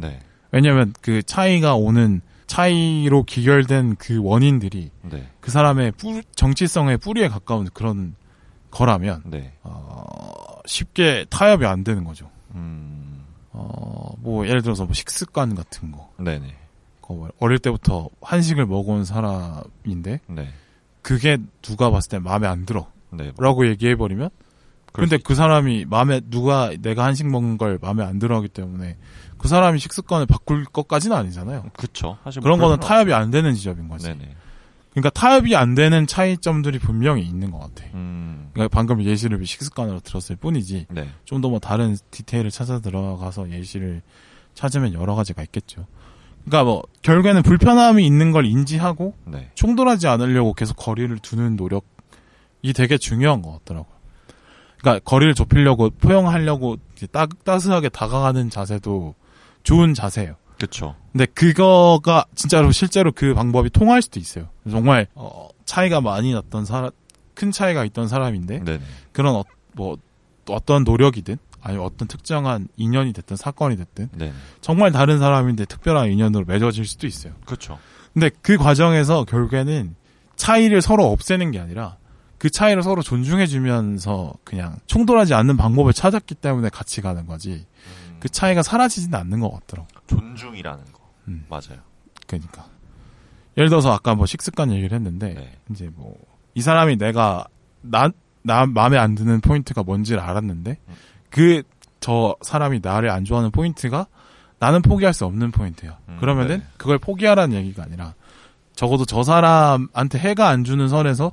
Speaker 2: 네.
Speaker 1: 왜냐면 그 차이가 오는 차이로 기결된 그 원인들이
Speaker 2: 네.
Speaker 1: 그 사람의 뿌- 정치성의 뿌리에 가까운 그런 거라면
Speaker 2: 네.
Speaker 1: 어, 쉽게 타협이 안 되는 거죠.
Speaker 2: 음.
Speaker 1: 어, 뭐 예를 들어서 뭐 식습관 같은 거
Speaker 2: 네네.
Speaker 1: 어, 어릴 때부터 한식을 먹어온 사람인데
Speaker 2: 네.
Speaker 1: 그게 누가 봤을 때 마음에 안 들어라고
Speaker 2: 네.
Speaker 1: 얘기해버리면 근데 그 사람이 마음에 누가 내가 한식 먹는 걸 마음에 안 들어하기 때문에 그 사람이 식습관을 바꿀 것까지는 아니잖아요.
Speaker 2: 그쵸. 사실
Speaker 1: 그런
Speaker 2: 뭐
Speaker 1: 거는 타협이 안 되는 지점인 거지.
Speaker 2: 네네.
Speaker 1: 그러니까 타협이 안 되는 차이점들이 분명히 있는 것 같아.
Speaker 2: 음.
Speaker 1: 그러니까 방금 예시를 식습관으로 들었을 뿐이지
Speaker 2: 네.
Speaker 1: 좀 더 뭐 다른 디테일을 찾아 들어가서 예시를 찾으면 여러 가지가 있겠죠. 그러니까 뭐 결국에는 불편함이 있는 걸 인지하고
Speaker 2: 네.
Speaker 1: 충돌하지 않으려고 계속 거리를 두는 노력이 되게 중요한 것 같더라고요. 그러니까 거리를 좁히려고 포용하려고 이제 따, 따스하게 다가가는 자세도 좋은 자세예요.
Speaker 2: 그쵸.
Speaker 1: 근데 그거가 진짜로 실제로 그 방법이 통할 수도 있어요. 정말 어, 차이가 많이 났던 사람, 큰 차이가 있던 사람인데
Speaker 2: 네네.
Speaker 1: 그런 어, 뭐 어떤 노력이든 아니 면 어떤 특정한 인연이 됐든 사건이 됐든
Speaker 2: 네.
Speaker 1: 정말 다른 사람인데 특별한 인연으로 맺어질 수도 있어요.
Speaker 2: 그쵸.
Speaker 1: 근데 그 과정에서 결국에는 차이를 서로 없애는 게 아니라 그 차이를 서로 존중해주면서 그냥 충돌하지 않는 방법을 찾았기 때문에 같이 가는 거지 그 차이가 사라지진 않는 것 같더라고.
Speaker 2: 존중이라는 거.
Speaker 1: 음.
Speaker 2: 맞아요.
Speaker 1: 그러니까 예를 들어서 아까 뭐 식습관 얘기를 했는데
Speaker 2: 네.
Speaker 1: 이제 뭐 이 사람이 내가 나, 나 마음에 안 드는 포인트가 뭔지를 알았는데
Speaker 2: 음.
Speaker 1: 그 저 사람이 나를 안 좋아하는 포인트가 나는 포기할 수 없는 포인트야.
Speaker 2: 음,
Speaker 1: 그러면은
Speaker 2: 네.
Speaker 1: 그걸 포기하라는 얘기가 아니라 적어도 저 사람한테 해가 안 주는 선에서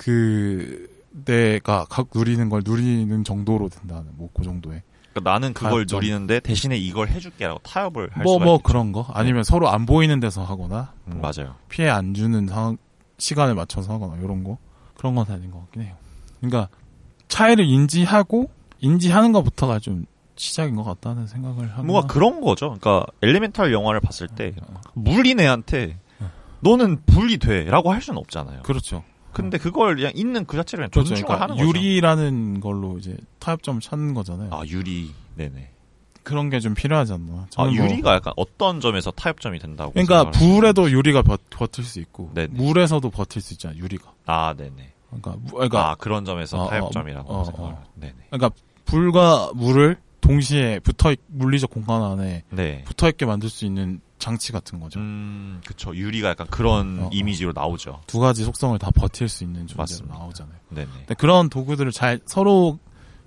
Speaker 1: 그 내가 각 누리는 걸 누리는 정도로 된다는 뭐 그 정도의
Speaker 2: 그러니까 나는 그걸
Speaker 1: 가점.
Speaker 2: 누리는데 대신에 이걸 해줄게라고 타협을 할
Speaker 1: 뭐 뭐
Speaker 2: 수가 있겠죠. 네.
Speaker 1: 그런 거 아니면 서로 안 보이는 데서 하거나
Speaker 2: 음, 맞아요.
Speaker 1: 피해 안 주는 상황, 시간을 맞춰서 하거나 이런 거 그런 건 아닌 것 같긴 해요. 그러니까 차이를 인지하고 인지하는 것부터가 좀 시작인 것 같다는 생각을 합니다.
Speaker 2: 뭔가 그런 거죠. 그러니까 엘리멘탈 영화를 봤을 때
Speaker 1: 음.
Speaker 2: 물린 애한테 너는 분리 돼라고 할 수는 없잖아요.
Speaker 1: 그렇죠.
Speaker 2: 근데 그걸 그냥 있는 그 자체를 그냥
Speaker 1: 그렇죠.
Speaker 2: 존중을
Speaker 1: 그러니까
Speaker 2: 하는 거죠.
Speaker 1: 유리라는 걸로 이제 타협점을 찾는 거잖아요.
Speaker 2: 아 유리. 네네.
Speaker 1: 그런 게 좀 필요하지 않나.
Speaker 2: 아
Speaker 1: 저는 뭐-
Speaker 2: 유리가 약간 어떤 점에서 타협점이 된다고?
Speaker 1: 그러니까
Speaker 2: 생각을 하세요?
Speaker 1: 불에도 유리가 버, 버틸 수 있고
Speaker 2: 네네.
Speaker 1: 물에서도 버틸 수 있잖아. 요 유리가.
Speaker 2: 아 네네.
Speaker 1: 그러니까 무- 그러니까
Speaker 2: 아 그런 점에서
Speaker 1: 어,
Speaker 2: 타협점이라고
Speaker 1: 어, 어,
Speaker 2: 생각을.
Speaker 1: 어.
Speaker 2: 네네.
Speaker 1: 그러니까 불과 물을 동시에 붙어 있- 물리적 공간 안에
Speaker 2: 네.
Speaker 1: 붙어 있게 만들 수 있는 장치 같은 거죠.
Speaker 2: 음 그쵸. 유리가 약간 그런
Speaker 1: 어, 어.
Speaker 2: 이미지로 나오죠.
Speaker 1: 두 가지 속성을 다 버틸 수 있는 존재로
Speaker 2: 맞습니다.
Speaker 1: 나오잖아요.
Speaker 2: 네네.
Speaker 1: 근데 그런 도구들을 잘 서로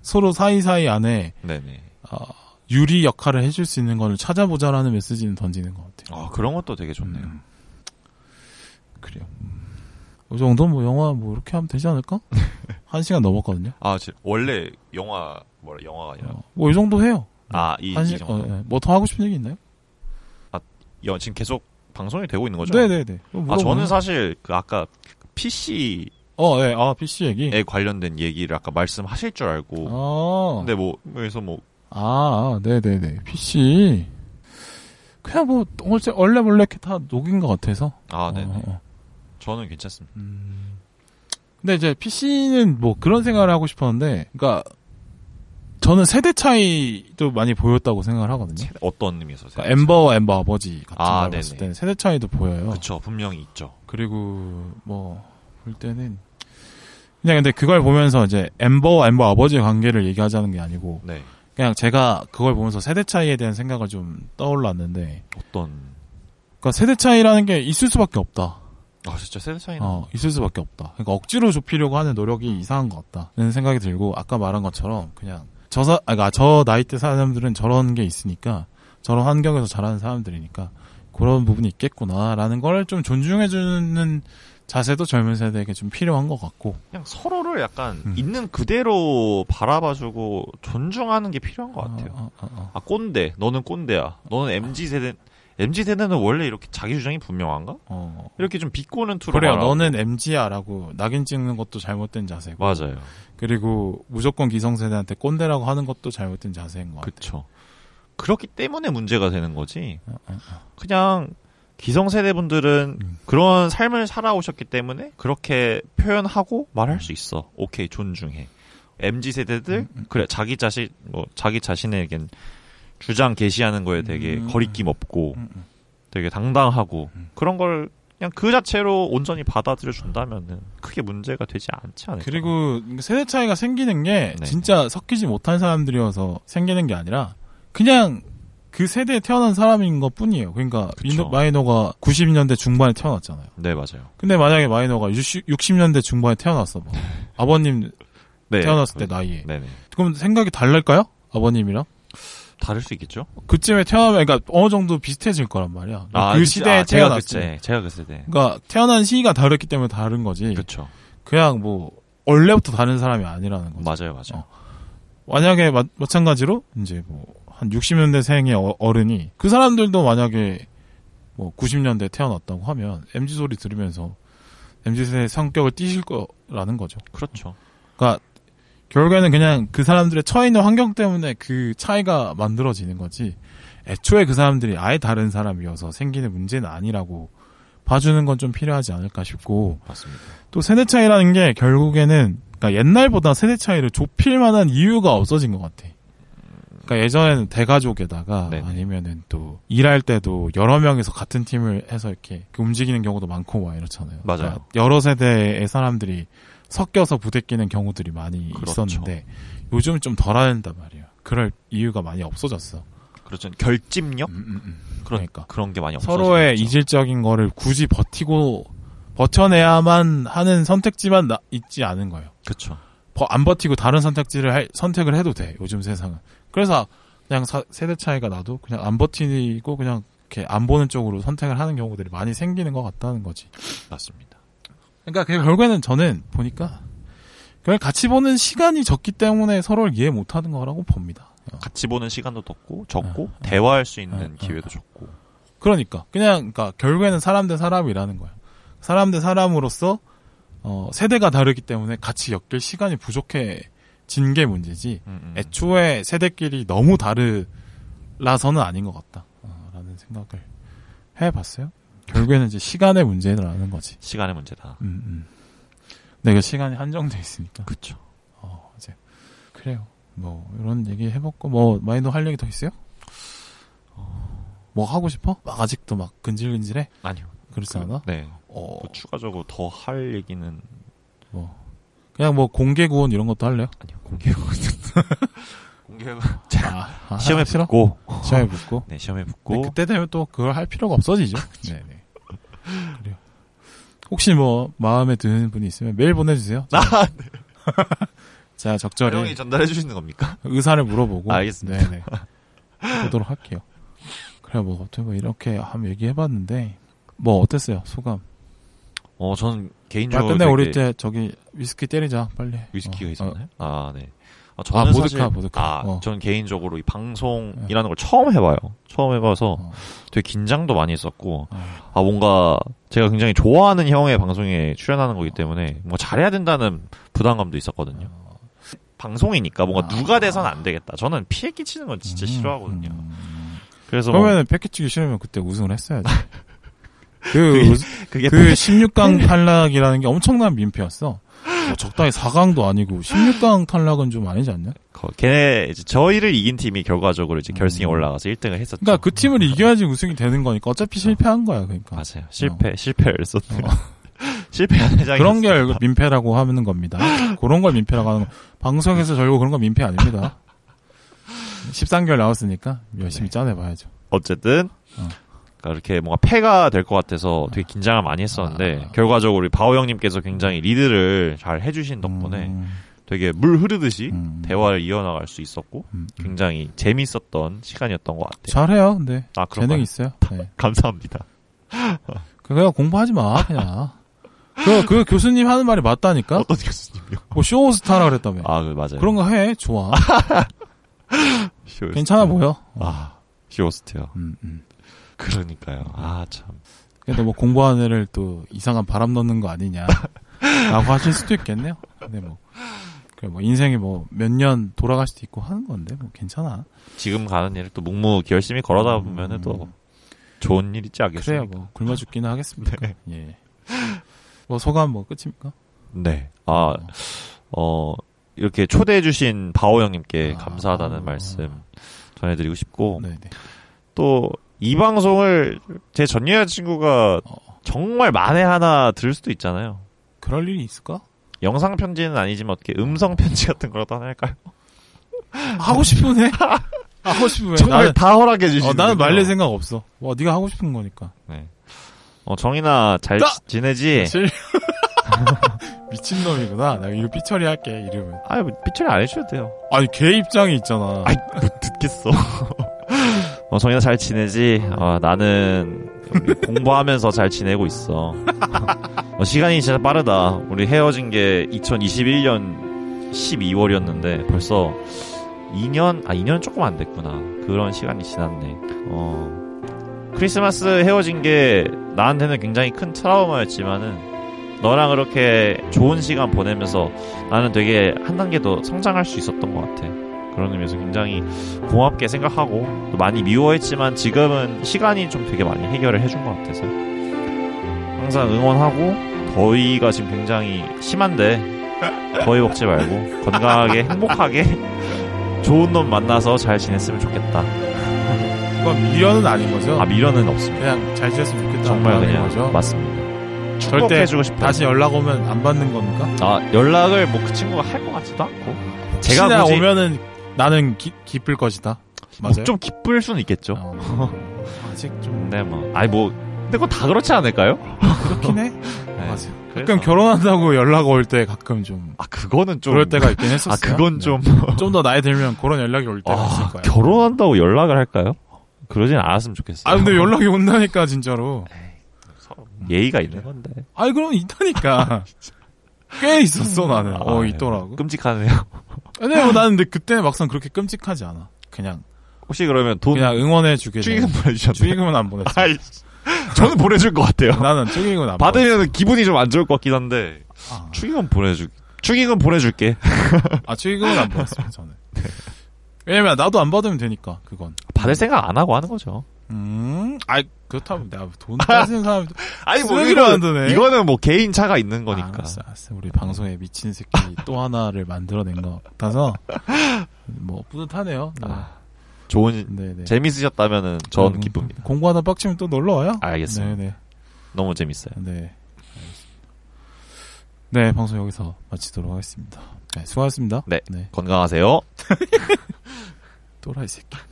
Speaker 1: 서로 사이사이 안에
Speaker 2: 네네.
Speaker 1: 어, 유리 역할을 해줄 수 있는 거를 찾아보자라는 메시지는 던지는 것 같아요.
Speaker 2: 아 그런 것도 되게 좋네요.
Speaker 1: 음.
Speaker 2: 아,
Speaker 1: 그래요. 음. 이 정도 뭐 영화 뭐 이렇게 하면 되지
Speaker 2: *laughs*
Speaker 1: 않을까? 한 시간 넘었거든요.
Speaker 2: 아 지- 원래 영화 뭐라 영화가 아니라
Speaker 1: 뭐 이 정도 해요.
Speaker 2: 아이
Speaker 1: 한 시, 어, 예.
Speaker 2: 정도.
Speaker 1: 뭐더 하고 싶은 얘기 있나요?
Speaker 2: 여, 지금 계속 방송이 되고 있는 거죠?
Speaker 1: 네네네. 음.
Speaker 2: 아, 저는 사실 그 아까 PC에
Speaker 1: 어, 예, 아 PC
Speaker 2: 네.
Speaker 1: 얘기.
Speaker 2: 관련된 얘기를 아까 말씀하실 줄 알고
Speaker 1: 아,
Speaker 2: 근데 뭐 그래서 뭐
Speaker 1: 아, 네네네. PC. 그냥 뭐 원래 원래 원래 이렇게 다 녹인 것 같아서.
Speaker 2: 아, 네.
Speaker 1: 어,
Speaker 2: 네
Speaker 1: 어.
Speaker 2: 저는 괜찮습니다.
Speaker 1: 음. 근데 이제 PC는 뭐 그런 생각을 하고 싶었는데, 그러니까 저는 세대 차이도 많이 보였다고 생각을 하거든요.
Speaker 2: 세대- 어떤 의미에서
Speaker 1: 그러니까 엠버와 어. 엠버 아버지 같은
Speaker 2: 아,
Speaker 1: 걸 봤을
Speaker 2: 네네.
Speaker 1: 때는 세대 차이도 보여요.
Speaker 2: 그쵸 분명히 있죠.
Speaker 1: 그리고 뭐 볼 때는 그냥 근데 그걸 보면서 이제 엠버와 엠버 아버지 의 관계를 얘기하자는 게 아니고
Speaker 2: 네.
Speaker 1: 그냥 제가 그걸 보면서 세대 차이에 대한 생각을 좀 떠올랐는데,
Speaker 2: 어떤
Speaker 1: 그러니까 세대 차이라는 게 있을 수밖에 없다.
Speaker 2: 아 진짜 세대 차이는
Speaker 1: 어, 있을 수밖에 없다. 그러니까 억지로 좁히려고 하는 노력이 이상한 것 같다는 생각이 들고 아까 말한 것처럼 그냥 저사 아까 그러니까 저 나이 대 사람들은 저런 게 있으니까 저런 환경에서 자라는 사람들이니까 그런 부분이 있겠구나라는 걸 좀 존중해 주는 자세도 젊은 세대에게 좀 필요한 것 같고
Speaker 2: 그냥 서로를 약간
Speaker 1: 음.
Speaker 2: 있는 그대로 바라봐주고 존중하는 게 필요한 것 같아요.
Speaker 1: 어, 어, 어, 어.
Speaker 2: 아 꼰대 너는 꼰대야. 너는 mz 세대 mz 세대는 원래 이렇게 자기 주장이 분명한가?
Speaker 1: 어.
Speaker 2: 이렇게 좀 비꼬는 투로
Speaker 1: 그래요.
Speaker 2: 말하고.
Speaker 1: 너는 MG야라고 낙인 찍는 것도 잘못된 자세고
Speaker 2: 맞아요.
Speaker 1: 그리고 무조건 기성세대한테 꼰대라고 하는 것도 잘못된 자세인 것 같아요.
Speaker 2: 그렇죠. 그렇기 때문에 문제가 되는 거지. 그냥 기성세대 분들은
Speaker 1: 어, 음.
Speaker 2: 그런 삶을 살아오셨기 때문에 그렇게 표현하고
Speaker 1: 음.
Speaker 2: 말할 수 있어. 오케이 존중해. mz 세대들
Speaker 1: 음.
Speaker 2: 그래 자기 자신 뭐 자기 자신에겐 주장 게시하는 거에 되게
Speaker 1: 음.
Speaker 2: 거리낌 없고
Speaker 1: 음, 음.
Speaker 2: 되게 당당하고 그런 걸 그냥 그 자체로 온전히 받아들여 준다면은 크게 문제가 되지 않지 않을까.
Speaker 1: 그리고 세대 차이가 생기는 게
Speaker 2: 네.
Speaker 1: 진짜 섞이지 못한 사람들이어서 생기는 게 아니라 그냥 그 세대에 태어난 사람인 것 뿐이에요. 그러니까
Speaker 2: 그쵸.
Speaker 1: 민- 마이너가 90년대 중반에 태어났잖아요.
Speaker 2: 네 맞아요.
Speaker 1: 근데 만약에 마이너가 60, 60년대 중반에 태어났어.
Speaker 2: *laughs*
Speaker 1: 뭐. 아버님
Speaker 2: 네.
Speaker 1: 태어났을 때 나이에.
Speaker 2: 네네.
Speaker 1: 그럼 생각이 달랄까요? 아버님이랑?
Speaker 2: 다를 수 있겠죠.
Speaker 1: 그쯤에 태어나면 그러니까 어느 정도 비슷해질 거란 말이야. 그
Speaker 2: 그치.
Speaker 1: 시대에
Speaker 2: 아, 제가
Speaker 1: 태어났을
Speaker 2: 그때 제가 그때 네.
Speaker 1: 그러니까 태어난 시기가 다르기 때문에 다른 거지.
Speaker 2: 그렇죠.
Speaker 1: 그냥 뭐 원래부터 다른 사람이 아니라는 거죠.
Speaker 2: 맞아요
Speaker 1: 어.
Speaker 2: 맞아요.
Speaker 1: 만약에 마, 마찬가지로 이제 뭐 한 60년대 생의 어- 어른이 그 사람들도 만약에 뭐 90년대 태어났다고 하면 MZ 소리 들으면서 MZ 세의 성격을 띠실 거라는 거죠.
Speaker 2: 그렇죠.
Speaker 1: 그러니까 결국에는 그냥 그 사람들의 처해 있는 환경 때문에 그 차이가 만들어지는 거지. 애초에 그 사람들이 아예 다른 사람이어서 생기는 문제는 아니라고 봐주는 건 좀 필요하지 않을까 싶고
Speaker 2: 맞습니다.
Speaker 1: 또 세대 차이라는 게 결국에는 그러니까 옛날보다 세대 차이를 좁힐 만한 이유가 없어진 것 같아. 그러니까 예전에는 대가족에다가
Speaker 2: 네네.
Speaker 1: 아니면은 또 일할 때도 여러 명이서 같은 팀을 해서 이렇게 그 움직이는 경우도 많고 막 이렇잖아요. 그러니까
Speaker 2: 맞아요.
Speaker 1: 여러 세대의 사람들이 섞여서 부대끼는 경우들이 많이
Speaker 2: 그렇죠.
Speaker 1: 있었는데 요즘 은 좀 덜 한단 말이에요. 그럴 이유가 많이 없어졌어.
Speaker 2: 그렇죠. 결집력
Speaker 1: 음, 음, 음.
Speaker 2: 그러니까 그런 게 많이 없어서
Speaker 1: 서로의 이질적인 거를 굳이 버티고 버텨내야만 하는 선택지만 나- 있지 않은 거예요.
Speaker 2: 그렇죠.
Speaker 1: 버- 안 버티고 다른 선택지를 할- 선택을 해도 돼 요즘 세상은 그래서 그냥 사- 세대 차이가 나도 그냥 안 버티고 그냥 이렇게 안 보는 쪽으로 선택을 하는 경우들이 많이 생기는 것 같다는 거지
Speaker 2: 맞습니다.
Speaker 1: 그러니까 그 결국에는 저는 보니까 그냥 같이 보는 시간이 적기 때문에 서로를 이해 못하는 거라고 봅니다 어.
Speaker 2: 같이 보는 시간도 적고 적고 대화할 수 있는 기회도 적고
Speaker 1: 그러니까 그냥 그러니까 결국에는 사람 대 사람이라는 거야 사람 대 사람으로서 어, 세대가 다르기 때문에 같이 엮일 시간이 부족해진 게 문제지
Speaker 2: 음, 음.
Speaker 1: 애초에 세대끼리 너무 다르라서는 아닌 것 같다. 어, 라는 생각을 해봤어요. 결국에는 이제 시간의 문제라는 거지.
Speaker 2: 시간의 문제다.
Speaker 1: 음, 음. 근데 그 시간이 한정돼 있으니까.
Speaker 2: 그렇죠.
Speaker 1: 어, 이제. 그래요. 뭐, 이런 얘기 해봤고, 뭐, 마이너 할 얘기 더 있어요? 뭐 하고 싶어? 막 아직도 막 근질근질해?
Speaker 2: 아니요.
Speaker 1: 그렇지 않아?
Speaker 2: 네.
Speaker 1: 어,
Speaker 2: 뭐 추가적으로 더 할 얘기는
Speaker 1: 뭐. 그냥 뭐 공개 구원 이런 것도 할래요?
Speaker 2: 아니요. 공개 *laughs* 공개
Speaker 1: 아, 아,
Speaker 2: 시험에
Speaker 1: 싫어?
Speaker 2: 붙고
Speaker 1: 시험에 붙고.
Speaker 2: 네 시험에
Speaker 1: 근데
Speaker 2: 붙고 아, 그렇죠.
Speaker 1: 그때 되면 또 그걸 할 필요가
Speaker 2: *laughs*
Speaker 1: 없어지죠. 네네. 그래요. 혹시 뭐 마음에 드는 분이 있으면 메일 보내주세요.
Speaker 2: 나
Speaker 1: 자
Speaker 2: *laughs* 형이
Speaker 1: 적절히
Speaker 2: 전달해 주시는 겁니까?
Speaker 1: 의사를 물어보고
Speaker 2: 알겠습니다.
Speaker 1: 네네. 보도록 할게요. 그래 뭐 어떻게 뭐 이렇게 한번 얘기해봤는데 뭐 어땠어요 소감?
Speaker 2: 어, 전
Speaker 1: 야
Speaker 2: 개인적으로
Speaker 1: 근데 우리
Speaker 2: 되게
Speaker 1: 이제 저기 위스키 때리자 빨리.
Speaker 2: 위스키가
Speaker 1: 어,
Speaker 2: 있었나요? 아 네. 아,
Speaker 1: 아, 보드카,
Speaker 2: 사실-
Speaker 1: 보드카.
Speaker 2: 아,
Speaker 1: 어. 네.
Speaker 2: 전 개인적으로 이 방송이라는 걸 처음 해봐요. 처음 해봐서
Speaker 1: 어.
Speaker 2: 되게 긴장도 많이 했었고,
Speaker 1: 어.
Speaker 2: 아, 뭔가 제가 굉장히 좋아하는 형의 방송에 출연하는 거기 때문에 뭔가 잘해야 된다는 부담감도 있었거든요. 방송이니까 뭔가
Speaker 1: 아.
Speaker 2: 누가 돼선 안 되겠다. 저는 피해 끼치는 건 진짜 싫어하거든요.
Speaker 1: 음.
Speaker 2: 그래서
Speaker 1: 그러면 패키지기 싫으면 그때 우승을 했어야지. 그
Speaker 2: *laughs* 그게-
Speaker 1: 우승-
Speaker 2: 그게
Speaker 1: 그
Speaker 2: 네.
Speaker 1: 16강 탈락이라는 게 엄청난 민폐였어. 뭐 적당히 4강도 아니고 16강 탈락은 좀 아니지 않냐?
Speaker 2: 거- 걔네 이제 저희를 이긴 팀이 결과적으로 이제 결승에
Speaker 1: 음.
Speaker 2: 올라가서 1등을 했었죠.
Speaker 1: 그러니까 그 팀을 이겨야지 우승이 되는 거니까 어차피 실패한 거야. 그러니까
Speaker 2: 맞아요. 실패 실패를 썼네요. *laughs* 실패한 회장이
Speaker 1: 어. 그런 게 민폐라고 하는 겁니다. 그런 걸 민폐라고 하는 거. 방송에서 절고 그런 건 민폐 아닙니다. 13개월 나왔으니까 열심히
Speaker 2: 네.
Speaker 1: 짜내봐야죠.
Speaker 2: 어쨌든
Speaker 1: 어.
Speaker 2: 그러니까 이렇게 뭔가 패가 될 것 같아서 되게 긴장을 많이 했었는데
Speaker 1: 아.
Speaker 2: 결과적으로 바오 형님께서 굉장히 리드를 잘 해주신 덕분에
Speaker 1: 음,
Speaker 2: 되게 물 흐르듯이
Speaker 1: 음,
Speaker 2: 대화를 이어나갈 수 있었고
Speaker 1: 음, 음.
Speaker 2: 굉장히 재밌었던 시간이었던 것 같아요.
Speaker 1: 잘해요. 근데
Speaker 2: 아 그런
Speaker 1: 재능
Speaker 2: 거
Speaker 1: 있어요. 네.
Speaker 2: 감사합니다.
Speaker 1: 그거 공부하지 마 그냥. 그, 그 교수님 하는 말이 맞다니까?
Speaker 2: 어떤 교수님요?
Speaker 1: 뭐, 쇼스타라 그랬다며.
Speaker 2: 아, 그 맞아요.
Speaker 1: 그런 거 해. 좋아.
Speaker 2: 쇼호스트.
Speaker 1: 괜찮아 보여.
Speaker 2: 아, 쇼호스트요.
Speaker 1: 음, 음.
Speaker 2: 그러니까요. 아 참.
Speaker 1: 근데 뭐 공부하는 애를 또 이상한 바람 넣는 거
Speaker 2: *laughs*
Speaker 1: 아니냐. 라고 하실 수도 있겠네요. 근데 뭐. 그래 뭐 인생이 뭐 몇 년 돌아갈 수도 있고 하는 건데 뭐 괜찮아.
Speaker 2: 지금 가는 일을 또 묵묵히 열심히 걸어다 보면은
Speaker 1: 음.
Speaker 2: 또 좋은 일 있지
Speaker 1: 그래야
Speaker 2: 않겠습니까?
Speaker 1: 뭐 굶어 죽기는 하겠습니까. 예. 뭐 소감 뭐 끝입니까?
Speaker 2: 네. 아,
Speaker 1: 어.
Speaker 2: 어, 이렇게 초대해주신 바오 형님께
Speaker 1: 아,
Speaker 2: 감사하다는
Speaker 1: 아.
Speaker 2: 말씀 전해드리고 싶고,
Speaker 1: 네네.
Speaker 2: 또, 이 방송을 제 전 여자친구가
Speaker 1: 어.
Speaker 2: 정말 만에 하나 들을 수도 있잖아요.
Speaker 1: 그럴 일이 있을까?
Speaker 2: 영상 편지는 아니지만 어떻게 음성 편지 같은 거라도 하나 할까요? *laughs*
Speaker 1: 하고 싶은 해. 아, 하고 싶으면 해.
Speaker 2: 정말
Speaker 1: 나는
Speaker 2: 다 허락해 주시는
Speaker 1: 어, 나는 말릴 생각 없어. 와, 네가 하고 싶은 거니까.
Speaker 2: 어, 정인아 잘
Speaker 1: 나-
Speaker 2: 지- 지내지?
Speaker 1: 실 *laughs* 미친 놈이구나. 나 이거 삐처리 할게 이름은.
Speaker 2: 아유 뭐, 삐처리 안 해주셔도 돼요.
Speaker 1: 아니 걔 입장이 있잖아.
Speaker 2: 아이, 못 듣겠어. *laughs* 어, 정인아 잘 지내지? 어, 나는 우리 공부하면서 잘 지내고 있어. *laughs* 어, 시간이 진짜 빠르다. 우리 헤어진 게 2021년 12월이었는데 벌써 2년, 아, 2년 조금 안 됐구나. 그런 시간이 지났네. 어, 크리스마스 헤어진 게 나한테는 굉장히 큰 트라우마였지만은 너랑 그렇게 좋은 시간 보내면서 나는 되게 한 단계 더 성장할 수 있었던 것 같아. 그런 의미에서 굉장히 고맙게 생각하고 또 많이 미워했지만 지금은 시간이 좀 되게 많이 해결을 해준 것 같아서 항상 응원하고 더위가 지금 굉장히 심한데 더위 먹지 말고 건강하게 행복하게 *laughs* 좋은 놈 만나서 잘 지냈으면 좋겠다.
Speaker 1: 그건 미련은 아닌 거죠.
Speaker 2: 아 미련은 없습니다.
Speaker 1: 그냥 잘 지냈으면 좋겠다.
Speaker 2: 정말
Speaker 1: 라는
Speaker 2: 그냥
Speaker 1: 거죠.
Speaker 2: 맞습니다.
Speaker 1: 아, 절대
Speaker 2: 축복해주고 싶어요.
Speaker 1: 다시 연락 오면 안 받는 겁니까?
Speaker 2: 아 연락을 뭐 그 친구가 할 것 같지도 않고 제가
Speaker 1: 혹시나
Speaker 2: 굳이
Speaker 1: 오면은 나는 기, 기쁠 것이다.
Speaker 2: 뭐
Speaker 1: 맞아요.
Speaker 2: 좀 기쁠 수는 있겠죠.
Speaker 1: 어. 아직 좀
Speaker 2: 근데 뭐 아니 뭐 근데 그건 다 그렇지 않을까요?
Speaker 1: 그렇긴 해.
Speaker 2: *laughs* 네.
Speaker 1: 맞아. 요
Speaker 2: 그래서-
Speaker 1: 가끔 그러니까 결혼한다고 연락 올 때 가끔 좀
Speaker 2: 아 그거는 좀
Speaker 1: 그럴 때가 있긴 했었어요. 네.
Speaker 2: 아 그건 좀
Speaker 1: 좀더 나이 들면 그런 연락이 올 때가 있을
Speaker 2: 아,
Speaker 1: 거야.
Speaker 2: 결혼한다고 연락을 할까요? 그러진 않았으면 좋겠어요.
Speaker 1: 아 근데 연락이 온다니까 진짜로.
Speaker 2: 예의가 있는 건데
Speaker 1: 아니 그럼
Speaker 2: *laughs*
Speaker 1: 있다니까. 꽤 있었어 나는. 어
Speaker 2: 아,
Speaker 1: 있더라고.
Speaker 2: 끔찍하네요. *laughs*
Speaker 1: 근데 뭐 나는 근데 그때 막상 그렇게 끔찍하지 않아. 그냥
Speaker 2: 혹시 그러면 돈 *laughs*
Speaker 1: 그냥 응원해 주게.
Speaker 2: 축의금 보내주셨나요?
Speaker 1: 주의금은 안 보냈어.
Speaker 2: 아이, 저는 보내줄 것 같아요.
Speaker 1: 나는 축의금은 안 보냈어.
Speaker 2: 받으면 기분이 좀 안 좋을 것 같긴 한데
Speaker 1: 아.
Speaker 2: 축의금 보내줄 축의금 보내줄게. *laughs*
Speaker 1: 아 축의금은 안 보냈어요 저는.
Speaker 2: 네.
Speaker 1: 왜냐면 나도 안 받으면 되니까 그건.
Speaker 2: 받을 생각 안 하고 하는 거죠.
Speaker 1: 음, 아 그렇다면 내가 돈
Speaker 2: *laughs*
Speaker 1: 따지는 사람
Speaker 2: 아니
Speaker 1: 뭐 쓰레기로 이거는- 만드네.
Speaker 2: 이거는 뭐 개인 차가 있는 거니까.
Speaker 1: 아, 알았어, 알았어. 우리 방송에 미친 새끼 또 하나를 만들어낸 것 같아서 뭐 뿌듯하네요. 네,
Speaker 2: 좋은
Speaker 1: 네, 네.
Speaker 2: 재밌으셨다면은 전
Speaker 1: 음,
Speaker 2: 아, 기쁩니다.
Speaker 1: 공부하다 빡치면 또 놀러 와요.
Speaker 2: 알겠습니다.
Speaker 1: 네,
Speaker 2: 너무 재밌어요.
Speaker 1: 네, 네. 네, 방송 여기서 마치도록 하겠습니다. 네, 수고하셨습니다.
Speaker 2: 네.
Speaker 1: 네,
Speaker 2: 건강하세요.
Speaker 1: 또라이 새끼.